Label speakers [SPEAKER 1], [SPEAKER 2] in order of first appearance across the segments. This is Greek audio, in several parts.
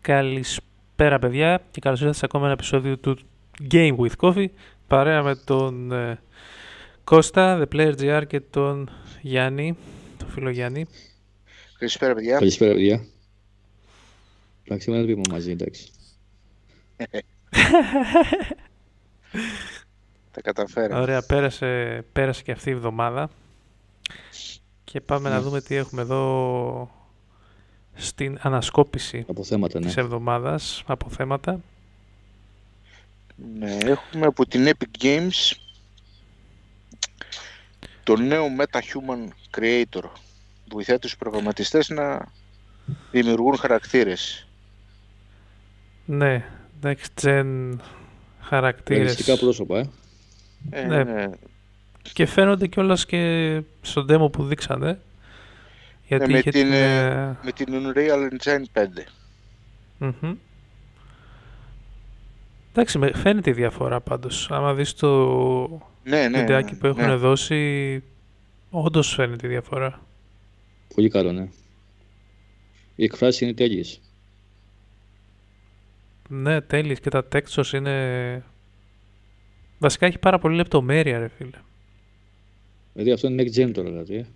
[SPEAKER 1] Καλησπέρα παιδιά και καλώς ήρθατε σε ακόμα ένα επεισόδιο του Game with Coffee παρέα με τον ε, Κώστα, The Player GR και τον Γιάννη, τον φίλο Γιάννη.
[SPEAKER 2] Καλησπέρα, παιδιά.
[SPEAKER 3] Καλησπέρα, παιδιά. Εντάξει, σήμερα δεν πήγαμε μαζί, εντάξει.
[SPEAKER 2] Τα καταφέραμε.
[SPEAKER 1] Ωραία, πέρασε, πέρασε και αυτή η εβδομάδα και πάμε
[SPEAKER 3] Ναι.
[SPEAKER 1] να δούμε τι έχουμε εδώ στην ανασκόπηση
[SPEAKER 3] Από θέματα, ναι.
[SPEAKER 1] της εβδομάδας από θέματα.
[SPEAKER 2] Ναι, έχουμε από την Epic Games το νέο Meta Human Creator. Βοηθάει τους προγραμματιστές να δημιουργούν χαρακτήρες.
[SPEAKER 1] Ναι, next gen χαρακτήρες.
[SPEAKER 3] Ρεαλιστικά πρόσωπα, ε.
[SPEAKER 2] Ε,
[SPEAKER 1] Ναι.
[SPEAKER 2] ναι.
[SPEAKER 1] Και φαίνονται κιόλας και στο demo που δείξανε. Γιατί
[SPEAKER 2] με
[SPEAKER 1] είχε
[SPEAKER 2] την,
[SPEAKER 1] την...
[SPEAKER 2] ε,
[SPEAKER 1] ε,
[SPEAKER 2] Με την Unreal Engine 5.
[SPEAKER 1] μμμ. Εντάξει, με- φαίνεται η διαφορά πάντως. Άμα δεις το
[SPEAKER 2] Ναι, ναι.
[SPEAKER 1] βιντεάκι
[SPEAKER 2] ναι,
[SPEAKER 1] που έχουν
[SPEAKER 2] ναι.
[SPEAKER 1] δώσει, όντως φαίνεται η διαφορά.
[SPEAKER 3] Πολύ καλό, ναι. Οι εκφράσεις είναι τέλειες.
[SPEAKER 1] Ναι, τέλειες και τα textures είναι... Βασικά έχει πάρα πολύ λεπτομέρεια ρε φίλε.
[SPEAKER 3] Δηλαδή αυτό είναι next gen τώρα, δηλαδή. ε.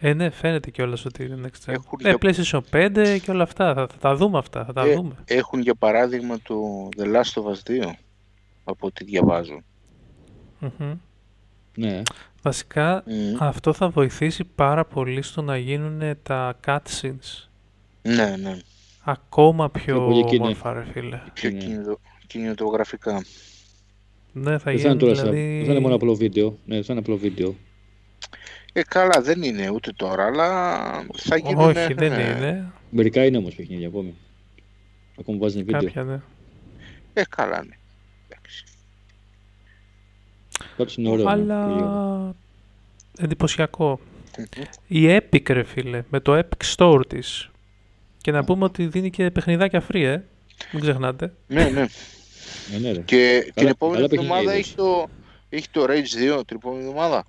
[SPEAKER 1] Ε, ναι, φαίνεται κιόλας ότι είναι next gen.
[SPEAKER 2] Έχουν
[SPEAKER 1] Ναι,
[SPEAKER 2] για-
[SPEAKER 1] PlayStation 5 και όλα αυτά. Θα, θα τα δούμε αυτά. Θα τα
[SPEAKER 2] Ε,
[SPEAKER 1] δούμε.
[SPEAKER 2] Έχουν για παράδειγμα το The Last of Us 2 από ό,τι διαβάζω.
[SPEAKER 1] Μμμ.
[SPEAKER 3] Ναι,
[SPEAKER 1] Βασικά,
[SPEAKER 2] Μμμ.
[SPEAKER 1] αυτό θα βοηθήσει πάρα πολύ στο να γίνουν τα cutscenes
[SPEAKER 2] Ναι, ναι.
[SPEAKER 1] ακόμα πιο
[SPEAKER 3] πολύ εκείνη.
[SPEAKER 1] όμορφα, ρε φίλε.
[SPEAKER 2] Πιο
[SPEAKER 3] Ναι.
[SPEAKER 2] κινητο- κινηματογραφικά.
[SPEAKER 1] Ναι, θα
[SPEAKER 3] δεν θα είναι
[SPEAKER 1] γίνουν
[SPEAKER 3] τώρα, σαν-
[SPEAKER 1] δηλαδή...
[SPEAKER 3] δεν θα είναι μόνο απλό βίντεο. Ναι, δεν θα είναι απλό βίντεο.
[SPEAKER 2] Ε, καλά, δεν είναι ούτε τώρα, αλλά θα Ναι. γίνουν...
[SPEAKER 1] Όχι, δεν είναι.
[SPEAKER 3] Μερικά είναι όμως παιχνίδια ακόμη. Ακόμα βάζουν βίντεο.
[SPEAKER 1] Κάποια, ναι.
[SPEAKER 2] Ε, καλά, ναι. Εντάξει.
[SPEAKER 3] Πάντως είναι ωραίο. ναι. Πολύ ωραίο.
[SPEAKER 1] Αλλά εντυπωσιακό. Η Epic, ρε φίλε, με το Epic Store της. Και να πούμε ότι δίνει και παιχνιδάκια free, ε. Μην ξεχνάτε.
[SPEAKER 2] Ναι, ναι.
[SPEAKER 3] Ναι, ναι, ρε.
[SPEAKER 2] Και την
[SPEAKER 3] Καλά-
[SPEAKER 2] επόμενη
[SPEAKER 3] καλά παιχνίδια
[SPEAKER 2] εβδομάδα
[SPEAKER 3] είδες.
[SPEAKER 2] έχει το, έχει το Rage 2, την επόμενη εβδομάδα.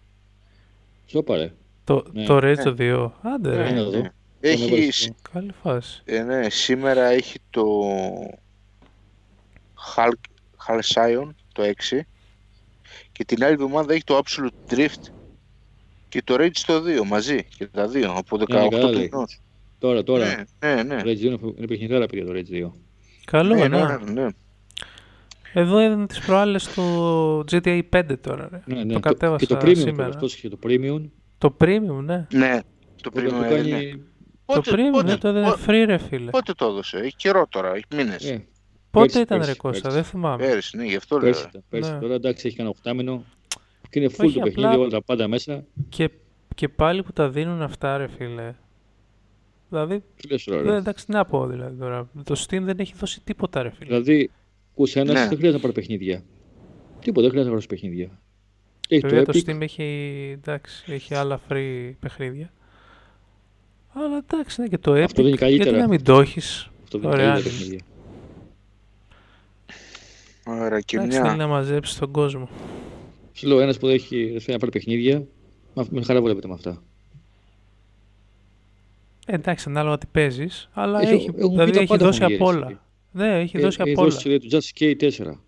[SPEAKER 3] Σώπα, ρε.
[SPEAKER 1] Το,
[SPEAKER 3] Ναι.
[SPEAKER 1] το Rage το 2. Άντε,
[SPEAKER 2] Ναι,
[SPEAKER 1] ρε.
[SPEAKER 3] Για Ε, να δω.
[SPEAKER 2] ναι.
[SPEAKER 3] Δεν έβαλες
[SPEAKER 2] Έχει,
[SPEAKER 3] το-
[SPEAKER 2] σ-
[SPEAKER 1] Καλή φάση.
[SPEAKER 2] ε, ναι, σήμερα έχει το Hulk, Hulk Scion, το 6. Και την άλλη εβδομάδα έχει το Absolute Drift και το Rage το 2 μαζί. Και τα δύο, από 18
[SPEAKER 3] Ε, καλά, λέει.
[SPEAKER 2] πληνός.
[SPEAKER 3] Τώρα, τώρα. Ε,
[SPEAKER 2] Ναι, ναι, ναι.
[SPEAKER 3] Το Rage 2 είναι- είναι παιχνιδάρα, παιδιά, το Rage 2.
[SPEAKER 1] Καλό,
[SPEAKER 2] Ναι,
[SPEAKER 1] ναι,
[SPEAKER 2] ναι, ναι, ναι.
[SPEAKER 1] Εδώ έδινε τις προάλλες το GTA 5 τώρα, ρε.
[SPEAKER 3] Ναι, ναι.
[SPEAKER 1] Το κατέβασα
[SPEAKER 3] και το premium,
[SPEAKER 1] σήμερα.
[SPEAKER 3] τώρα, πρόσεχε, το premium.
[SPEAKER 1] Το premium, ναι.
[SPEAKER 2] Ναι, το
[SPEAKER 3] Όταν
[SPEAKER 2] premium ε, ναι.
[SPEAKER 3] το
[SPEAKER 2] έδινε.
[SPEAKER 3] κάνει...
[SPEAKER 1] το premium,
[SPEAKER 2] πότε,
[SPEAKER 1] ναι, το έδινε
[SPEAKER 2] πότε-
[SPEAKER 1] free, ρε φίλε. Πότε,
[SPEAKER 2] πότε το έδωσε, έχει καιρό τώρα, έχει μήνες.
[SPEAKER 3] ε, πέρσι,
[SPEAKER 1] ήταν,
[SPEAKER 3] πέρσι,
[SPEAKER 1] ρε Κώστα,
[SPEAKER 3] πέρσι.
[SPEAKER 1] δεν θυμάμαι.
[SPEAKER 2] Πέρυσι, ναι, γι' αυτό λέω.
[SPEAKER 3] Πέρσι, ήταν, πέρσι.
[SPEAKER 1] Ναι.
[SPEAKER 3] Τώρα εντάξει, έχει κανένα οχτάμινο. Και είναι full
[SPEAKER 1] Όχι,
[SPEAKER 3] το παιχνίδι,
[SPEAKER 1] απλά-
[SPEAKER 3] όλα τα πάντα μέσα.
[SPEAKER 1] Και, και πάλι που τα δίνουν αυτά, ρε φίλε. Δηλαδή,
[SPEAKER 3] Τι λες τώρα,
[SPEAKER 1] δεν,
[SPEAKER 3] ρε.
[SPEAKER 1] εντάξει, τι να πω δηλαδή τώρα. Το Steam δεν έχει δώσει τίποτα, ρε φίλε.
[SPEAKER 3] Δηλαδή, ακούς ένας,
[SPEAKER 2] Ναι.
[SPEAKER 3] δεν χρειάζεται να πάρει παιχνίδια. Τίποτα, δεν χρειάζεται να πάρει παιχνίδια. Έχει
[SPEAKER 1] Βέβαια
[SPEAKER 3] το
[SPEAKER 1] το
[SPEAKER 3] Epic,
[SPEAKER 1] Steam έχει, εντάξει, έχει άλλα free παιχνίδια. Αλλά εντάξει, ναι, και το Epic,
[SPEAKER 3] Αυτό δεν είναι
[SPEAKER 1] γιατί
[SPEAKER 3] καλύτερα.
[SPEAKER 1] να μην το έχεις.
[SPEAKER 3] αυτό δεν είναι
[SPEAKER 1] Ωραία.
[SPEAKER 3] καλύτερα παιχνίδια.
[SPEAKER 2] Άρα και
[SPEAKER 1] Εντάξει, ναι, θέλει
[SPEAKER 2] μια.
[SPEAKER 1] να μαζέψει τον κόσμο.
[SPEAKER 3] Σου λέω, ένας που δεν έχει, δεν θέλει να πάρει παιχνίδια, μα- με χαρά βολεύεται με αυτά.
[SPEAKER 1] Ε, εντάξει, ανάλογα τι παίζεις, αλλά
[SPEAKER 3] Έχει-
[SPEAKER 1] έχει,
[SPEAKER 3] Ε, έχουν πει
[SPEAKER 1] δηλαδή
[SPEAKER 3] τα
[SPEAKER 1] έχει
[SPEAKER 3] πάντα
[SPEAKER 1] δώσει
[SPEAKER 3] έχουν
[SPEAKER 1] απ'
[SPEAKER 3] γυρίσει.
[SPEAKER 1] όλα. Ναι, έχει
[SPEAKER 3] Ε,
[SPEAKER 1] δώσει
[SPEAKER 3] ε,
[SPEAKER 1] απ' όλα.
[SPEAKER 3] δώσει, λέει, το Just Skate 4.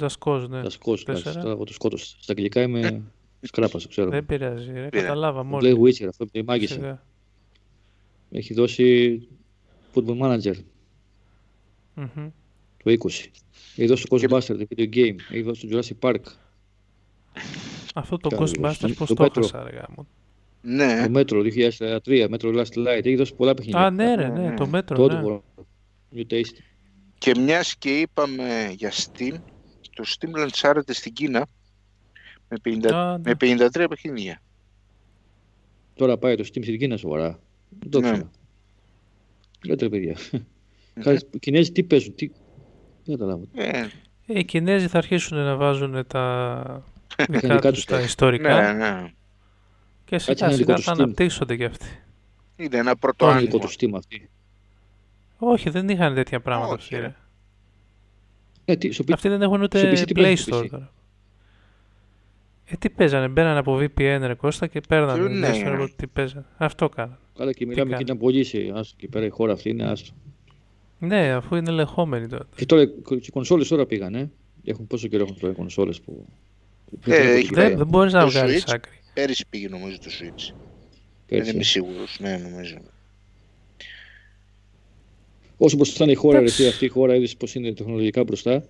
[SPEAKER 1] Just Cause, ναι.
[SPEAKER 3] Τα σκότω,
[SPEAKER 1] Τέσσερα. Ε,
[SPEAKER 3] εγώ το σκότωσα. Στα αγγλικά είμαι σκράπας, το ξέρω.
[SPEAKER 1] Δεν πειράζει, ρε.
[SPEAKER 2] Πήρα.
[SPEAKER 1] Καταλάβαμε
[SPEAKER 3] Play
[SPEAKER 1] όλοι.
[SPEAKER 3] Witcher, αυτό που μάγισσα.
[SPEAKER 1] Σιγά.
[SPEAKER 3] Έχει δώσει Football Manager
[SPEAKER 1] Μμμ.
[SPEAKER 3] το 20. Έχει δώσει το Ghostbusters, το video game. Έχει δώσει το Jurassic Park.
[SPEAKER 1] Αυτό το
[SPEAKER 3] Καλά,
[SPEAKER 1] Ghostbusters
[SPEAKER 3] λοιπόν.
[SPEAKER 1] πώς
[SPEAKER 3] Το
[SPEAKER 1] το
[SPEAKER 3] Metro.
[SPEAKER 1] έχασα, ρε γάμο.
[SPEAKER 2] Ναι,
[SPEAKER 3] Το Metro 2003, Metro Last Light. Έχει δώσει πολλά παιχνίδια.
[SPEAKER 1] Α, ναι, ρε,
[SPEAKER 2] ναι,
[SPEAKER 1] ναι,
[SPEAKER 2] ναι.
[SPEAKER 1] το μέτρο,
[SPEAKER 3] Τότε
[SPEAKER 1] ναι.
[SPEAKER 3] μπορώ. New Taste.
[SPEAKER 2] και μιας και είπαμε για Steam, το Steam λαντσάρεται στην Κίνα με, 50,
[SPEAKER 1] Α, ναι.
[SPEAKER 2] με 53 παιχνίδια.
[SPEAKER 3] Τώρα πάει το Steam στην Κίνα σοβαρά. Δεν το
[SPEAKER 2] Ναι.
[SPEAKER 3] ξέρω. Λέτε ρε παιδιά. Χάρη, οι Κινέζοι τι παίζουν, τι. Δεν καταλάβω.
[SPEAKER 2] Ε,
[SPEAKER 1] Ε, Οι Κινέζοι θα αρχίσουν να βάζουν τα δικά
[SPEAKER 3] δικά
[SPEAKER 1] τους
[SPEAKER 3] τους
[SPEAKER 1] τα
[SPEAKER 3] τα.
[SPEAKER 2] ναι,
[SPEAKER 1] ιστορικά
[SPEAKER 2] ναι.
[SPEAKER 1] και σιγά
[SPEAKER 3] ένα δικό
[SPEAKER 1] σιγά
[SPEAKER 3] τους
[SPEAKER 1] θα
[SPEAKER 3] Steam.
[SPEAKER 1] αναπτύσσονται κι αυτοί.
[SPEAKER 2] Είναι ένα πρώτο
[SPEAKER 3] Το δικό
[SPEAKER 2] άνοιγμα.
[SPEAKER 3] του Steam αυτή.
[SPEAKER 1] Όχι, δεν είχαν τέτοια πράγματα
[SPEAKER 2] Όχι,
[SPEAKER 1] αυτοί,
[SPEAKER 2] ρε.
[SPEAKER 1] ρε.
[SPEAKER 3] Ναι, τι, στο
[SPEAKER 1] Αυτοί δεν έχουν
[SPEAKER 3] Στο
[SPEAKER 1] ούτε
[SPEAKER 3] PC τι
[SPEAKER 1] Play
[SPEAKER 3] παίζεις, στο
[SPEAKER 1] Store
[SPEAKER 3] PC?
[SPEAKER 1] τώρα. Ε, τι παίζανε, μπαίνανε από VPN ρε Κώστα και παίρνανε.
[SPEAKER 2] Ναι.
[SPEAKER 1] Δεν ξέρω εγώ τι παίζανε. Αυτό κάνανε.
[SPEAKER 3] Καλά και μιλάμε
[SPEAKER 1] κάνει.
[SPEAKER 3] και ήταν πολύ σε άστο και πέρα η χώρα αυτή είναι άστο.
[SPEAKER 1] Ναι, αφού είναι ελεγχόμενοι τώρα.
[SPEAKER 3] Και τώρα οι κονσόλες τώρα πήγαν. Ε. Έχουν πόσο καιρό έχουν τώρα οι κονσόλες που.
[SPEAKER 2] Ε, έχει
[SPEAKER 1] Δεν, δεν μπορείς να
[SPEAKER 2] Το
[SPEAKER 1] βγάλεις
[SPEAKER 2] Switch.
[SPEAKER 1] άκρη.
[SPEAKER 2] Πέρυσι πήγε νομίζω το Switch.
[SPEAKER 3] Πέρσι,
[SPEAKER 2] Δεν είμαι
[SPEAKER 3] ε.
[SPEAKER 2] σίγουρος. Ναι, νομίζω.
[SPEAKER 3] Όσο μπροστά είναι η χώρα, ρε,
[SPEAKER 1] Εντάξει.
[SPEAKER 3] εσύ, αυτή η χώρα είδες πώς είναι τεχνολογικά μπροστά,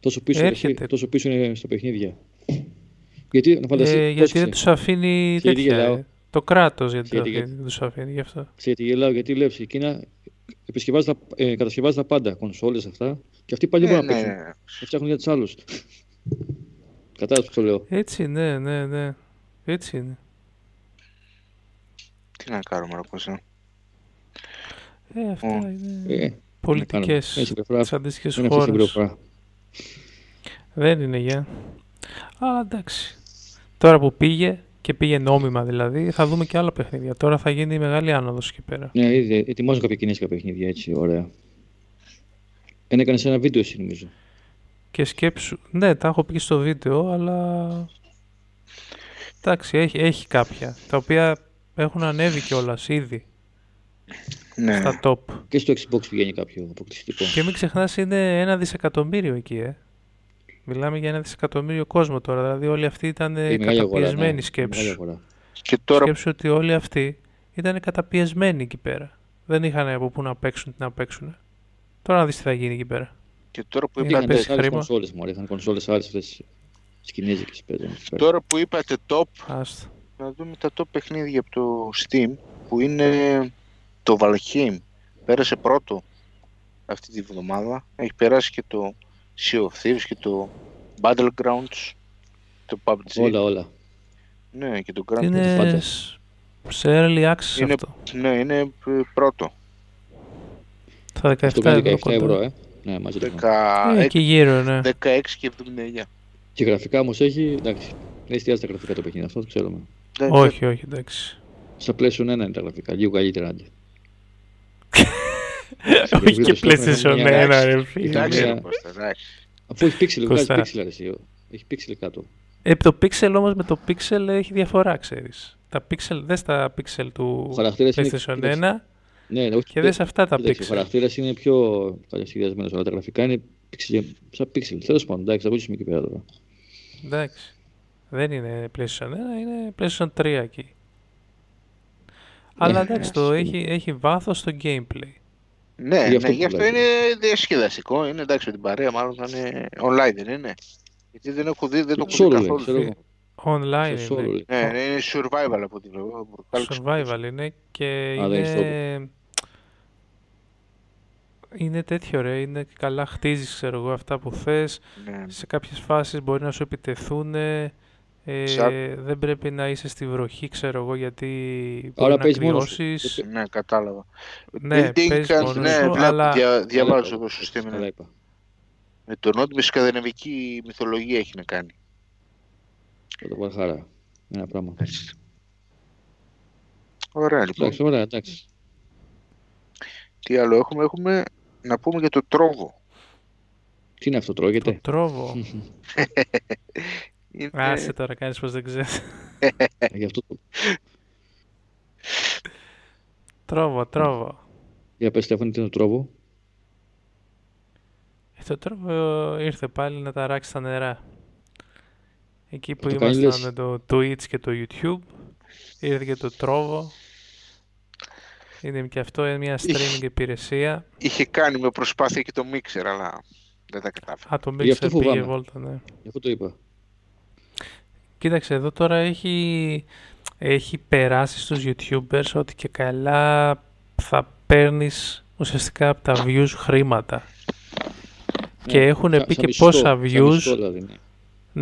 [SPEAKER 3] τόσο πίσω, ρε, εσύ,
[SPEAKER 1] Έρχεται.
[SPEAKER 3] τόσο πίσω είναι στα παιχνίδια. Γιατί να φανταστεί.
[SPEAKER 1] Ε, γιατί δεν τους αφήνει
[SPEAKER 3] Ξέρετε
[SPEAKER 1] τέτοια.
[SPEAKER 3] γελάω.
[SPEAKER 1] ε. Το κράτος γιατί δεν
[SPEAKER 3] Ξέρετε
[SPEAKER 1] αφήνει,
[SPEAKER 3] γιατί.
[SPEAKER 1] δεν τους αφήνει γι' αυτό.
[SPEAKER 3] Ξέρετε, γελάω, γιατί λέει η Κίνα επισκευάζει τα, ε, κατασκευάζει τα πάντα, κονσόλες αυτά, και αυτοί πάλι
[SPEAKER 2] Ναι,
[SPEAKER 3] μπορούν να
[SPEAKER 2] ναι,
[SPEAKER 3] παίξουν.
[SPEAKER 2] ναι.
[SPEAKER 3] Και φτιάχνουν για τους άλλους. Κατάλαβε που το λέω.
[SPEAKER 1] Έτσι, ναι, ναι, ναι. Έτσι είναι.
[SPEAKER 2] Τι να κάνουμε, ρε Κώστα.
[SPEAKER 1] Ε, αυτά
[SPEAKER 2] Ω.
[SPEAKER 1] είναι
[SPEAKER 3] Ε,
[SPEAKER 1] πολιτικέ.
[SPEAKER 3] κάνουμε. Έτσι, συμπεριφορά.
[SPEAKER 1] Τις αντίστοιχες
[SPEAKER 3] δεν αυτή η
[SPEAKER 1] χώρε.
[SPEAKER 3] συμπεριφορά.
[SPEAKER 1] Δεν είναι για. Αλλά εντάξει. Τώρα που πήγε και πήγε νόμιμα δηλαδή, θα δούμε και άλλα παιχνίδια. Τώρα θα γίνει η μεγάλη άνοδος εκεί πέρα.
[SPEAKER 3] Ναι, είδε, ετοιμάζουν κάποια κινέζικα παιχνίδια έτσι, ωραία. Ένα έκανε ένα βίντεο εσύ νομίζω.
[SPEAKER 1] Και σκέψου. Ναι, τα έχω πει και στο βίντεο, αλλά. Εντάξει, έχει, έχει κάποια. Τα οποία έχουν ανέβει κιόλας ήδη
[SPEAKER 2] Ναι.
[SPEAKER 1] στα top.
[SPEAKER 3] Και στο Xbox βγαίνει κάποιο αποκλειστικό.
[SPEAKER 1] Και μην ξεχνάς, είναι ένα δισεκατομμύριο εκεί, ε. Μιλάμε για ένα δισεκατομμύριο κόσμο τώρα. Δηλαδή, όλοι αυτοί ήταν ε,
[SPEAKER 3] Ε, μεγάλη αγορά, ναι,
[SPEAKER 1] καταπιεσμένοι
[SPEAKER 3] μεγάλη
[SPEAKER 1] σκέψου.
[SPEAKER 3] αγορά.
[SPEAKER 2] Και τώρα
[SPEAKER 1] Σκέψου ότι όλοι αυτοί ήταν καταπιεσμένοι εκεί πέρα. Δεν είχαν από πού να παίξουν, τι να παίξουν. Τώρα να δεις τι θα γίνει εκεί πέρα.
[SPEAKER 2] Και τώρα που,
[SPEAKER 1] Είναι
[SPEAKER 2] είπατε,
[SPEAKER 1] να πες
[SPEAKER 3] Είχαν άλλες
[SPEAKER 1] χρήμα.
[SPEAKER 3] κονσόλες μου, είχαν κονσόλες άλλες αυτές τι κινέζικε παίζανε.
[SPEAKER 2] τώρα που είπατε top,
[SPEAKER 1] Άστα.
[SPEAKER 2] να δούμε τα top παιχνίδια από το Steam που είναι το Valheim. Πέρασε πρώτο αυτή τη βδομάδα. Έχει περάσει και το Sea of Thieves και το Battlegrounds, το PUBG.
[SPEAKER 3] Όλα, όλα.
[SPEAKER 2] Ναι, και το Grand Theft
[SPEAKER 3] το
[SPEAKER 1] Είναι
[SPEAKER 3] πάντα.
[SPEAKER 1] σ- σε early access
[SPEAKER 2] Είναι-
[SPEAKER 1] αυτό.
[SPEAKER 2] Ναι, είναι ε, πρώτο.
[SPEAKER 3] Ναι,
[SPEAKER 1] Στα 17
[SPEAKER 3] Αυτό
[SPEAKER 1] ευρώ.
[SPEAKER 3] κάνει 17
[SPEAKER 1] κοντά.
[SPEAKER 3] ευρώ, ε. Ναι, μαζί το κάνω.
[SPEAKER 1] Ε,
[SPEAKER 2] 16
[SPEAKER 1] εκεί γύρω, ναι.
[SPEAKER 2] 16 και 79.
[SPEAKER 3] Και γραφικά όμως έχει. Εντάξει, δεν εστιάζει τα γραφικά το παιχνίδι, αυτό το ξέρουμε.
[SPEAKER 2] Δεν-
[SPEAKER 1] Όχι, όχι, εντάξει.
[SPEAKER 3] Στα PlayStation 1 είναι τα γραφικά, λίγο καλύτερα άντε.
[SPEAKER 1] όχι και
[SPEAKER 3] στο
[SPEAKER 1] PlayStation 1,
[SPEAKER 3] έχουμε μια
[SPEAKER 1] ρε
[SPEAKER 2] δεν-
[SPEAKER 1] φίλε.
[SPEAKER 2] Εντάξει,
[SPEAKER 3] είναι-
[SPEAKER 2] ρε Κώστα, εντάξει.
[SPEAKER 3] Αφού έχει pixel, βγάζει
[SPEAKER 1] Κώστα.
[SPEAKER 3] pixel αρεσί. Έχει pixel κάτω.
[SPEAKER 1] Επί Ε, το pixel όμως με το pixel έχει διαφορά, ξέρεις. Τα pixel, δες τα pixel του
[SPEAKER 3] Ο χαρακτήρας είναι.
[SPEAKER 1] PlayStation
[SPEAKER 3] κοίταξε,
[SPEAKER 1] 1
[SPEAKER 3] Ναι, ναι, όχι.
[SPEAKER 1] και δες αυτά τα
[SPEAKER 3] Κοίταξε, Ο
[SPEAKER 1] pixel.
[SPEAKER 3] χαρακτήρας είναι πιο καλά σχεδιασμένο, αλλά τα γραφικά είναι pixel- σαν pixel. Τέλος πάντων, εντάξει, θα βοηθήσουμε εκεί πέρα τώρα.
[SPEAKER 1] Εντάξει. Δεν είναι PlayStation 1, είναι PlayStation 3 εκεί. Αλλά εντάξει, το
[SPEAKER 3] ναι.
[SPEAKER 1] έχει, έχει βάθος στο gameplay.
[SPEAKER 2] Ναι,
[SPEAKER 3] Γι'
[SPEAKER 2] γι
[SPEAKER 3] αυτό
[SPEAKER 2] ναι, γι' αυτό
[SPEAKER 3] τουλάχιστον.
[SPEAKER 2] είναι διασκεδαστικό. Είναι εντάξει με την παρέα, μάλλον θα είναι online, δεν είναι. Γιατί δεν έχω δει, δεν το έχω
[SPEAKER 3] Solo,
[SPEAKER 2] δει
[SPEAKER 3] λέει,
[SPEAKER 2] καθόλου.
[SPEAKER 3] ξέρω εγώ.
[SPEAKER 1] Online
[SPEAKER 3] Στο solo,
[SPEAKER 1] είναι.
[SPEAKER 3] λέει.
[SPEAKER 2] Ναι, ναι, είναι survival από ό,τι βλέπω. Brutalism.
[SPEAKER 1] Survival είναι και
[SPEAKER 3] Α, δεν έχεις
[SPEAKER 1] είναι... Είναι τέτοιο ρε, είναι καλά χτίζεις ξέρω εγώ αυτά που θες,
[SPEAKER 2] Ναι.
[SPEAKER 1] σε κάποιες φάσεις μπορεί να σου επιτεθούν,
[SPEAKER 2] Σαν-
[SPEAKER 1] δεν πρέπει να είσαι στη βροχή ξέρω εγώ γιατί μπορεί
[SPEAKER 3] Άρα
[SPEAKER 1] να
[SPEAKER 3] παίζεις μόνος σου.
[SPEAKER 1] κρυώσεις.
[SPEAKER 2] Ναι, κατάλαβα.
[SPEAKER 1] Ναι, παίζεις
[SPEAKER 2] and-
[SPEAKER 1] μόνος
[SPEAKER 2] ναι,
[SPEAKER 1] σου,
[SPEAKER 2] βλέπω,
[SPEAKER 1] αλλά-
[SPEAKER 2] δια, διαβάζω
[SPEAKER 3] είπα.
[SPEAKER 2] εδώ στο Steam.
[SPEAKER 3] Καλά
[SPEAKER 2] ναι.
[SPEAKER 3] είπα.
[SPEAKER 2] Με τον Νότ με σκανδιναβική μυθολογία έχει να κάνει.
[SPEAKER 3] Θα το Valhalla. Ένα πράγμα.
[SPEAKER 2] Έτσι. Ωραία, λοιπόν.
[SPEAKER 3] Εντάξει, ωραία, εντάξει.
[SPEAKER 2] Τι άλλο έχουμε, έχουμε να πούμε για το τρόβο.
[SPEAKER 3] Τι είναι αυτό,
[SPEAKER 1] Το
[SPEAKER 3] τρώγεται.
[SPEAKER 1] τρόβο.
[SPEAKER 2] Είναι...
[SPEAKER 1] Άσε τώρα κάνεις πως δεν ξέρεις.
[SPEAKER 3] Ε, Γι' αυτό το.
[SPEAKER 1] τρόβο, τρόβο.
[SPEAKER 3] Για πες, Στέφανη, τι είναι το τρόβο.
[SPEAKER 1] Ε, Το τρόβο ήρθε πάλι να ταράξει τα νερά. Εκεί που
[SPEAKER 3] Ε, το κάνει,
[SPEAKER 1] ήμασταν
[SPEAKER 3] λες.
[SPEAKER 1] με το Twitch και το YouTube, ήρθε και το τρόβο. Είναι και αυτό μια streaming υπηρεσία.
[SPEAKER 2] Είχε κάνει με προσπάθεια και το μίξερ, αλλά δεν τα κατάφερα.
[SPEAKER 1] Α, το
[SPEAKER 3] Γι' αυτό
[SPEAKER 1] Mixer πήγε
[SPEAKER 3] φοβάμαι.
[SPEAKER 1] βόλτα, ναι.
[SPEAKER 3] Γι' αυτό το είπα.
[SPEAKER 1] Κοίταξε, εδώ τώρα έχει, έχει περάσει στους YouTubers ότι και καλά θα παίρνεις ουσιαστικά από τα views χρήματα. Και
[SPEAKER 3] Ναι,
[SPEAKER 1] έχουν
[SPEAKER 3] σαν-
[SPEAKER 1] πει
[SPEAKER 3] σαν
[SPEAKER 1] και
[SPEAKER 3] μισθό,
[SPEAKER 1] πόσα
[SPEAKER 3] σαν
[SPEAKER 1] views
[SPEAKER 3] μισθό, δηλαδή, ναι.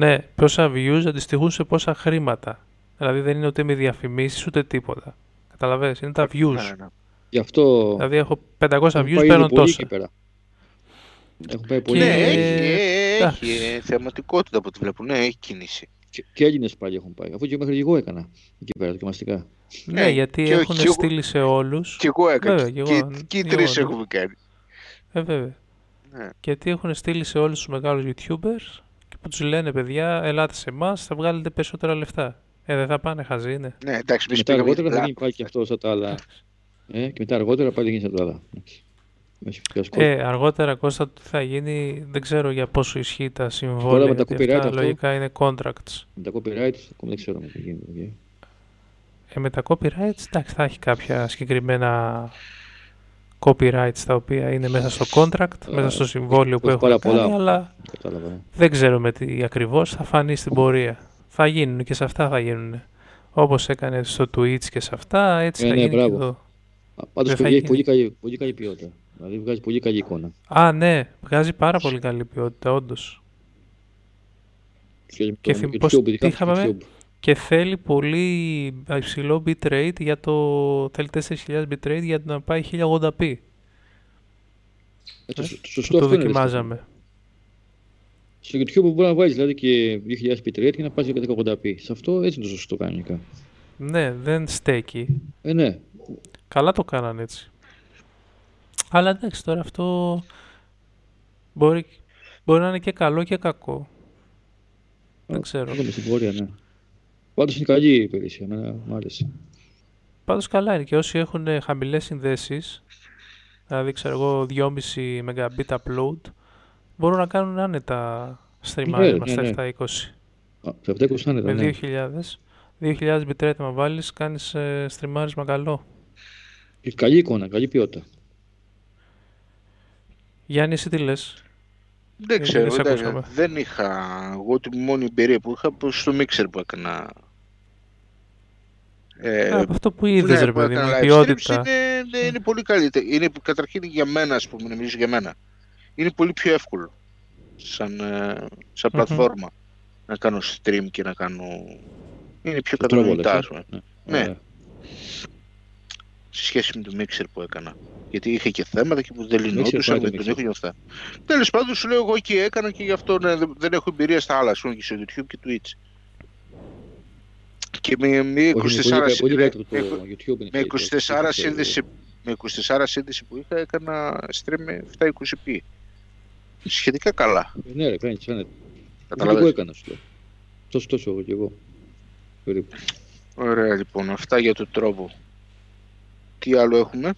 [SPEAKER 1] Ναι, πόσα views αντιστοιχούν σε πόσα χρήματα. Δηλαδή δεν είναι ούτε με διαφημίσεις ούτε τίποτα. Καταλαβες, είναι τα
[SPEAKER 2] Ναι,
[SPEAKER 1] views.
[SPEAKER 2] ναι.
[SPEAKER 3] Γι' αυτό.
[SPEAKER 1] Δηλαδή έχω 500
[SPEAKER 3] έχουν
[SPEAKER 1] views,
[SPEAKER 3] πάει
[SPEAKER 1] παίρνω
[SPEAKER 3] ήδη πολύ
[SPEAKER 1] τόσα.
[SPEAKER 3] εκεί πέρα. Έχουν πάει πολύ.
[SPEAKER 1] Και-
[SPEAKER 2] Ναι,
[SPEAKER 1] Ε,
[SPEAKER 2] έχει, ε,
[SPEAKER 1] εντάξει.
[SPEAKER 2] έχει ε, θεαματικότητα από ό,τι βλέπω. Ναι, έχει κίνηση.
[SPEAKER 3] Και, και Έλληνες πάλι έχουν πάει. Αφού και μέχρι και εγώ έκανα εκεί πέρα δοκιμαστικά.
[SPEAKER 1] Ναι,
[SPEAKER 2] Ε,
[SPEAKER 1] γιατί
[SPEAKER 2] και-
[SPEAKER 1] έχουν
[SPEAKER 2] και εγώ-
[SPEAKER 1] στείλει σε όλους.
[SPEAKER 2] Κι εγώ έκανα.
[SPEAKER 1] Βέβαια, κι εγώ,
[SPEAKER 2] Κι- Και οι
[SPEAKER 1] κι
[SPEAKER 2] τρεις
[SPEAKER 1] εγώ, ναι.
[SPEAKER 2] έχουμε κάνει.
[SPEAKER 1] Ε, βέβαια.
[SPEAKER 2] Ναι.
[SPEAKER 1] Γιατί έχουν στείλει σε όλους τους μεγάλους YouTubers και που τους λένε παιδιά, ελάτε σε εμάς, θα βγάλετε περισσότερα λεφτά. Ε, δεν θα πάνε χαζοί, είναι.
[SPEAKER 2] Ναι, εντάξει, εμείς πήγαμε
[SPEAKER 3] μετά
[SPEAKER 2] για
[SPEAKER 3] αργότερα
[SPEAKER 2] την
[SPEAKER 3] θα γίνει
[SPEAKER 2] πλάτη.
[SPEAKER 3] πάλι και αυτό σαν τα άλλα. Ε, και μετά αργότερα πάλι γίνει σαν τα άλλα. Έχει πιάσει κόσμο.
[SPEAKER 1] Ε, αργότερα Κώστα τι θα γίνει, δεν ξέρω για πόσο ισχύει τα
[SPEAKER 3] Όλα
[SPEAKER 1] συμβόλαια.
[SPEAKER 3] με τα
[SPEAKER 1] γιατί
[SPEAKER 3] copyright
[SPEAKER 1] αυτά
[SPEAKER 3] αυτό.
[SPEAKER 1] λογικά είναι contracts.
[SPEAKER 3] Με τα copyright, ακόμα δεν ξέρω αν θα γίνει. παιδιά.
[SPEAKER 1] Ε, με τα copyrights, εντάξει, θα έχει κάποια συγκεκριμένα copyrights τα οποία είναι μέσα στο contract,
[SPEAKER 3] Ε,
[SPEAKER 1] μέσα στο συμβόλαιο που
[SPEAKER 3] έχει
[SPEAKER 1] έχουν
[SPEAKER 3] πάρα
[SPEAKER 1] κάνει,
[SPEAKER 3] πολλά.
[SPEAKER 1] αλλά
[SPEAKER 3] Κατάλαβα. ε.
[SPEAKER 1] δεν ξέρουμε τι ακριβώς θα φανεί στην πορεία. Θα γίνουν και σε αυτά θα γίνουν. Όπως έκανε στο Twitch και σε αυτά, έτσι
[SPEAKER 3] Ε,
[SPEAKER 1] θα
[SPEAKER 3] ναι,
[SPEAKER 1] γίνει και
[SPEAKER 3] μπράβο.
[SPEAKER 1] εδώ.
[SPEAKER 3] Α, Πάντως
[SPEAKER 1] Δεν
[SPEAKER 3] και
[SPEAKER 1] θα
[SPEAKER 3] έχει
[SPEAKER 1] γίνει.
[SPEAKER 3] πολύ καλή, πολύ καλή ποιότητα. Δηλαδή βγάζει πολύ καλή εικόνα.
[SPEAKER 1] Α, ναι, βγάζει πάρα πολύ καλή ποιότητα, όντως.
[SPEAKER 3] Σχέση με
[SPEAKER 1] Και
[SPEAKER 3] το- με
[SPEAKER 1] θυμ-
[SPEAKER 3] το
[SPEAKER 1] πώς-
[SPEAKER 3] YouTube, ειδικά
[SPEAKER 1] τι είχαμε,
[SPEAKER 3] στο
[SPEAKER 1] με?
[SPEAKER 3] YouTube.
[SPEAKER 1] Και θέλει πολύ υψηλό bitrate για το... Θέλει 4.000 bitrate για να πάει 1080p.
[SPEAKER 3] Ε, το-
[SPEAKER 1] Ε,
[SPEAKER 3] το Σωστό
[SPEAKER 1] Που το
[SPEAKER 3] αυτό είναι, ρε,
[SPEAKER 1] δοκιμάζαμε.
[SPEAKER 3] Στο YouTube μπορεί να βάλει δηλαδή και 2000 bitrate και να πας για 1080p. Σε αυτό έτσι είναι το σωστό κανονικά.
[SPEAKER 1] Ναι, δεν στέκει.
[SPEAKER 3] Ε, ναι.
[SPEAKER 1] Καλά το κάνανε έτσι. Αλλά εντάξει, τώρα αυτό μπορεί, μπορεί να είναι και καλό και κακό. Δεν ξέρω.
[SPEAKER 3] Θα δούμε στην πορεία, ναι. Πάντως είναι καλή η υπηρεσία, εμένα μου άρεσε.
[SPEAKER 1] Πάντως καλά είναι και όσοι έχουν ε, χαμηλές συνδέσεις, δηλαδή ξέρω εγώ 2,5 megabit upload, μπορούν να κάνουν άνετα στριμάρισμα
[SPEAKER 3] ναι, ναι.
[SPEAKER 1] στα 720.
[SPEAKER 3] Α, σε αυτά 20 άνετα,
[SPEAKER 1] Με
[SPEAKER 3] ναι.
[SPEAKER 1] 2.000. 2.000 bitrate να βάλεις, κάνεις ε, στριμάρισμα καλό.
[SPEAKER 3] Και Ε, Καλή εικόνα, καλή ποιότητα.
[SPEAKER 1] Γιάννη, εσύ τι λες.
[SPEAKER 2] Δεν
[SPEAKER 1] Ε,
[SPEAKER 2] ξέρω,
[SPEAKER 1] δεν σε
[SPEAKER 2] εντάξει,
[SPEAKER 1] ακούσαμε.
[SPEAKER 2] δεν είχα. Εγώ την μόνη εμπειρία που είχα πως στο μίξερ που έκανα.
[SPEAKER 1] Α,
[SPEAKER 2] Ε,
[SPEAKER 1] από αυτό που είδες
[SPEAKER 2] ναι,
[SPEAKER 1] ρε
[SPEAKER 2] που
[SPEAKER 1] παιδί μου,
[SPEAKER 2] έκανα
[SPEAKER 1] η
[SPEAKER 2] live
[SPEAKER 1] ποιότητα.
[SPEAKER 2] streams είναι, ναι, είναι πολύ καλύτερη. Είναι καταρχήν για μένα, ας πούμε, νομίζω για μένα. Είναι πολύ πιο εύκολο σαν, ε, σαν
[SPEAKER 1] Μμμ.
[SPEAKER 2] πλατφόρμα να κάνω stream και να κάνω... Είναι πιο
[SPEAKER 3] Το τρόβολα,
[SPEAKER 2] κατανοητά,
[SPEAKER 3] ε.
[SPEAKER 2] ας πούμε, Ναι.
[SPEAKER 3] Ναι. Ωραία.
[SPEAKER 2] σε σχέση με το mixer που έκανα. Γιατί είχε και θέματα και που δεν
[SPEAKER 3] πάει
[SPEAKER 2] λυνόντουσαν
[SPEAKER 3] το
[SPEAKER 2] με τον
[SPEAKER 3] mixer.
[SPEAKER 2] ήχο και αυτά. Τέλος πάντων, σου λέω εγώ και έκανα και γι' αυτό ναι, δεν- δεν έχω εμπειρία στα άλλα, ας πούμε, και στο YouTube και Twitch. Και με, με
[SPEAKER 3] Όχι, είναι
[SPEAKER 2] 24
[SPEAKER 3] πολύ- πολύ
[SPEAKER 2] συνδε-
[SPEAKER 3] καλύτερο το
[SPEAKER 2] έχω-
[SPEAKER 3] YouTube. είναι
[SPEAKER 2] με
[SPEAKER 3] καλύτερο.
[SPEAKER 2] 24 σύνδεση, με 24 σύνδεση που είχα έκανα stream με 720p. Σχετικά καλά.
[SPEAKER 3] Ε, Ναι, ρε, κάνεις, φαίνεται. Καταλαβαίνω. Εγώ
[SPEAKER 2] Καταλαβαίνεις.
[SPEAKER 3] έκανα, σου λέω. Τόσο, τόσο εγώ και εγώ. Περίπου.
[SPEAKER 2] Ωραία λοιπόν, αυτά για το τρόπο. Τι άλλο έχουμε.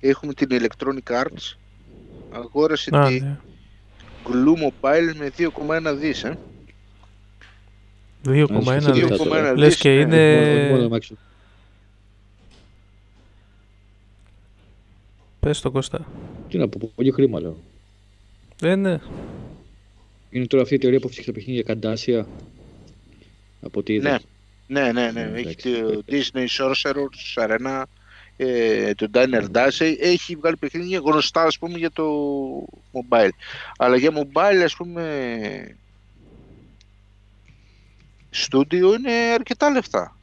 [SPEAKER 2] Έχουμε την Electronic Arts. Αγόρασε
[SPEAKER 1] Α,
[SPEAKER 2] τη
[SPEAKER 1] ναι.
[SPEAKER 2] Glue Mobile με 2,1 δις. Ε.
[SPEAKER 1] 2,1
[SPEAKER 3] Ένα
[SPEAKER 1] δις.
[SPEAKER 3] δις.
[SPEAKER 2] 2,1
[SPEAKER 1] Λες
[SPEAKER 2] δις,
[SPEAKER 1] και
[SPEAKER 2] ναι.
[SPEAKER 1] είναι-
[SPEAKER 3] Όχι μόνο- όχι μόνο αμάξι.
[SPEAKER 1] Πες το Κώστα. Ε, ναι,
[SPEAKER 3] Τι να πω, πολύ χρήμα λέω.
[SPEAKER 1] Δεν είναι.
[SPEAKER 3] Είναι τώρα αυτή η εταιρεία που έφτιαξε τα παιχνίδια Καντάσια. Από ό,τι είδα.
[SPEAKER 2] Ναι, ναι, ναι, ναι.
[SPEAKER 3] Ναι,
[SPEAKER 2] Έχει
[SPEAKER 3] εντάξει.
[SPEAKER 2] το Disney Sorcerer's Arena, ε, το Diner Dash. Έχει βγάλει παιχνίδια γνωστά, ας πούμε, για το mobile. Αλλά για mobile, ας πούμε, στούντιο είναι αρκετά λεφτά.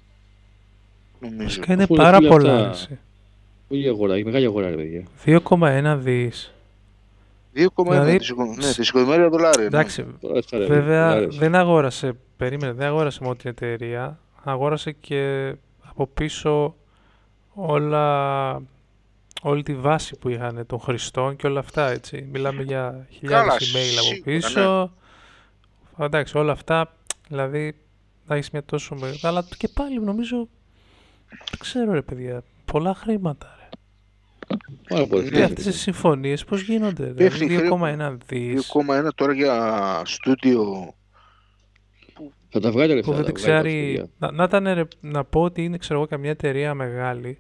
[SPEAKER 2] Νομίζω.
[SPEAKER 1] Βασικά είναι
[SPEAKER 3] Αφού
[SPEAKER 1] πάρα
[SPEAKER 3] ρε φίλε,
[SPEAKER 1] πολλά.
[SPEAKER 3] αυτά-
[SPEAKER 1] ρε, εσύ.
[SPEAKER 3] Πολύ αγορά, η μεγάλη αγορά, ρε παιδιά.
[SPEAKER 1] 2,1
[SPEAKER 2] Ε, ναι.
[SPEAKER 1] δις.
[SPEAKER 2] 2,1
[SPEAKER 1] Δηλαδή,
[SPEAKER 2] δισεκατομμύρια δισεκατομμύρια δολάρια. ναι.
[SPEAKER 1] Εντάξει,
[SPEAKER 3] Τώρα αυτά, ρε,
[SPEAKER 1] βέβαια
[SPEAKER 3] άρεσε.
[SPEAKER 1] δεν αγόρασε, περίμενε, δεν αγόρασε μόνο την εταιρεία. Αγόρασε και από πίσω όλα, όλη τη βάση που είχαν των χρηστών και όλα αυτά, έτσι. Μιλάμε για χιλιάδες email από
[SPEAKER 2] σίγουρα, ναι.
[SPEAKER 1] πίσω. Εντάξει, όλα αυτά, δηλαδή, να έχεις μια τόσο μεγάλη... Αλλά και πάλι νομίζω, δεν ξέρω ρε παιδιά, πολλά χρήματα. ρε.
[SPEAKER 3] Πάρα πολύ.
[SPEAKER 2] Ναι,
[SPEAKER 1] Και
[SPEAKER 3] χρήμα,
[SPEAKER 1] αυτές οι συμφωνίες πώς γίνονται,
[SPEAKER 2] Δείχνει
[SPEAKER 1] δηλαδή 2,1 δις.
[SPEAKER 2] 2,1 τώρα για στούντιο.
[SPEAKER 3] Θα τα βγάλει ρε
[SPEAKER 1] που
[SPEAKER 3] θα
[SPEAKER 1] δεν
[SPEAKER 3] τα
[SPEAKER 1] την
[SPEAKER 3] βγάλει τα
[SPEAKER 1] ξέρει.
[SPEAKER 3] παιδιά.
[SPEAKER 1] Να, να, ήτανε, ρε, να πω ότι είναι ξέρω εγώ καμιά εταιρεία μεγάλη.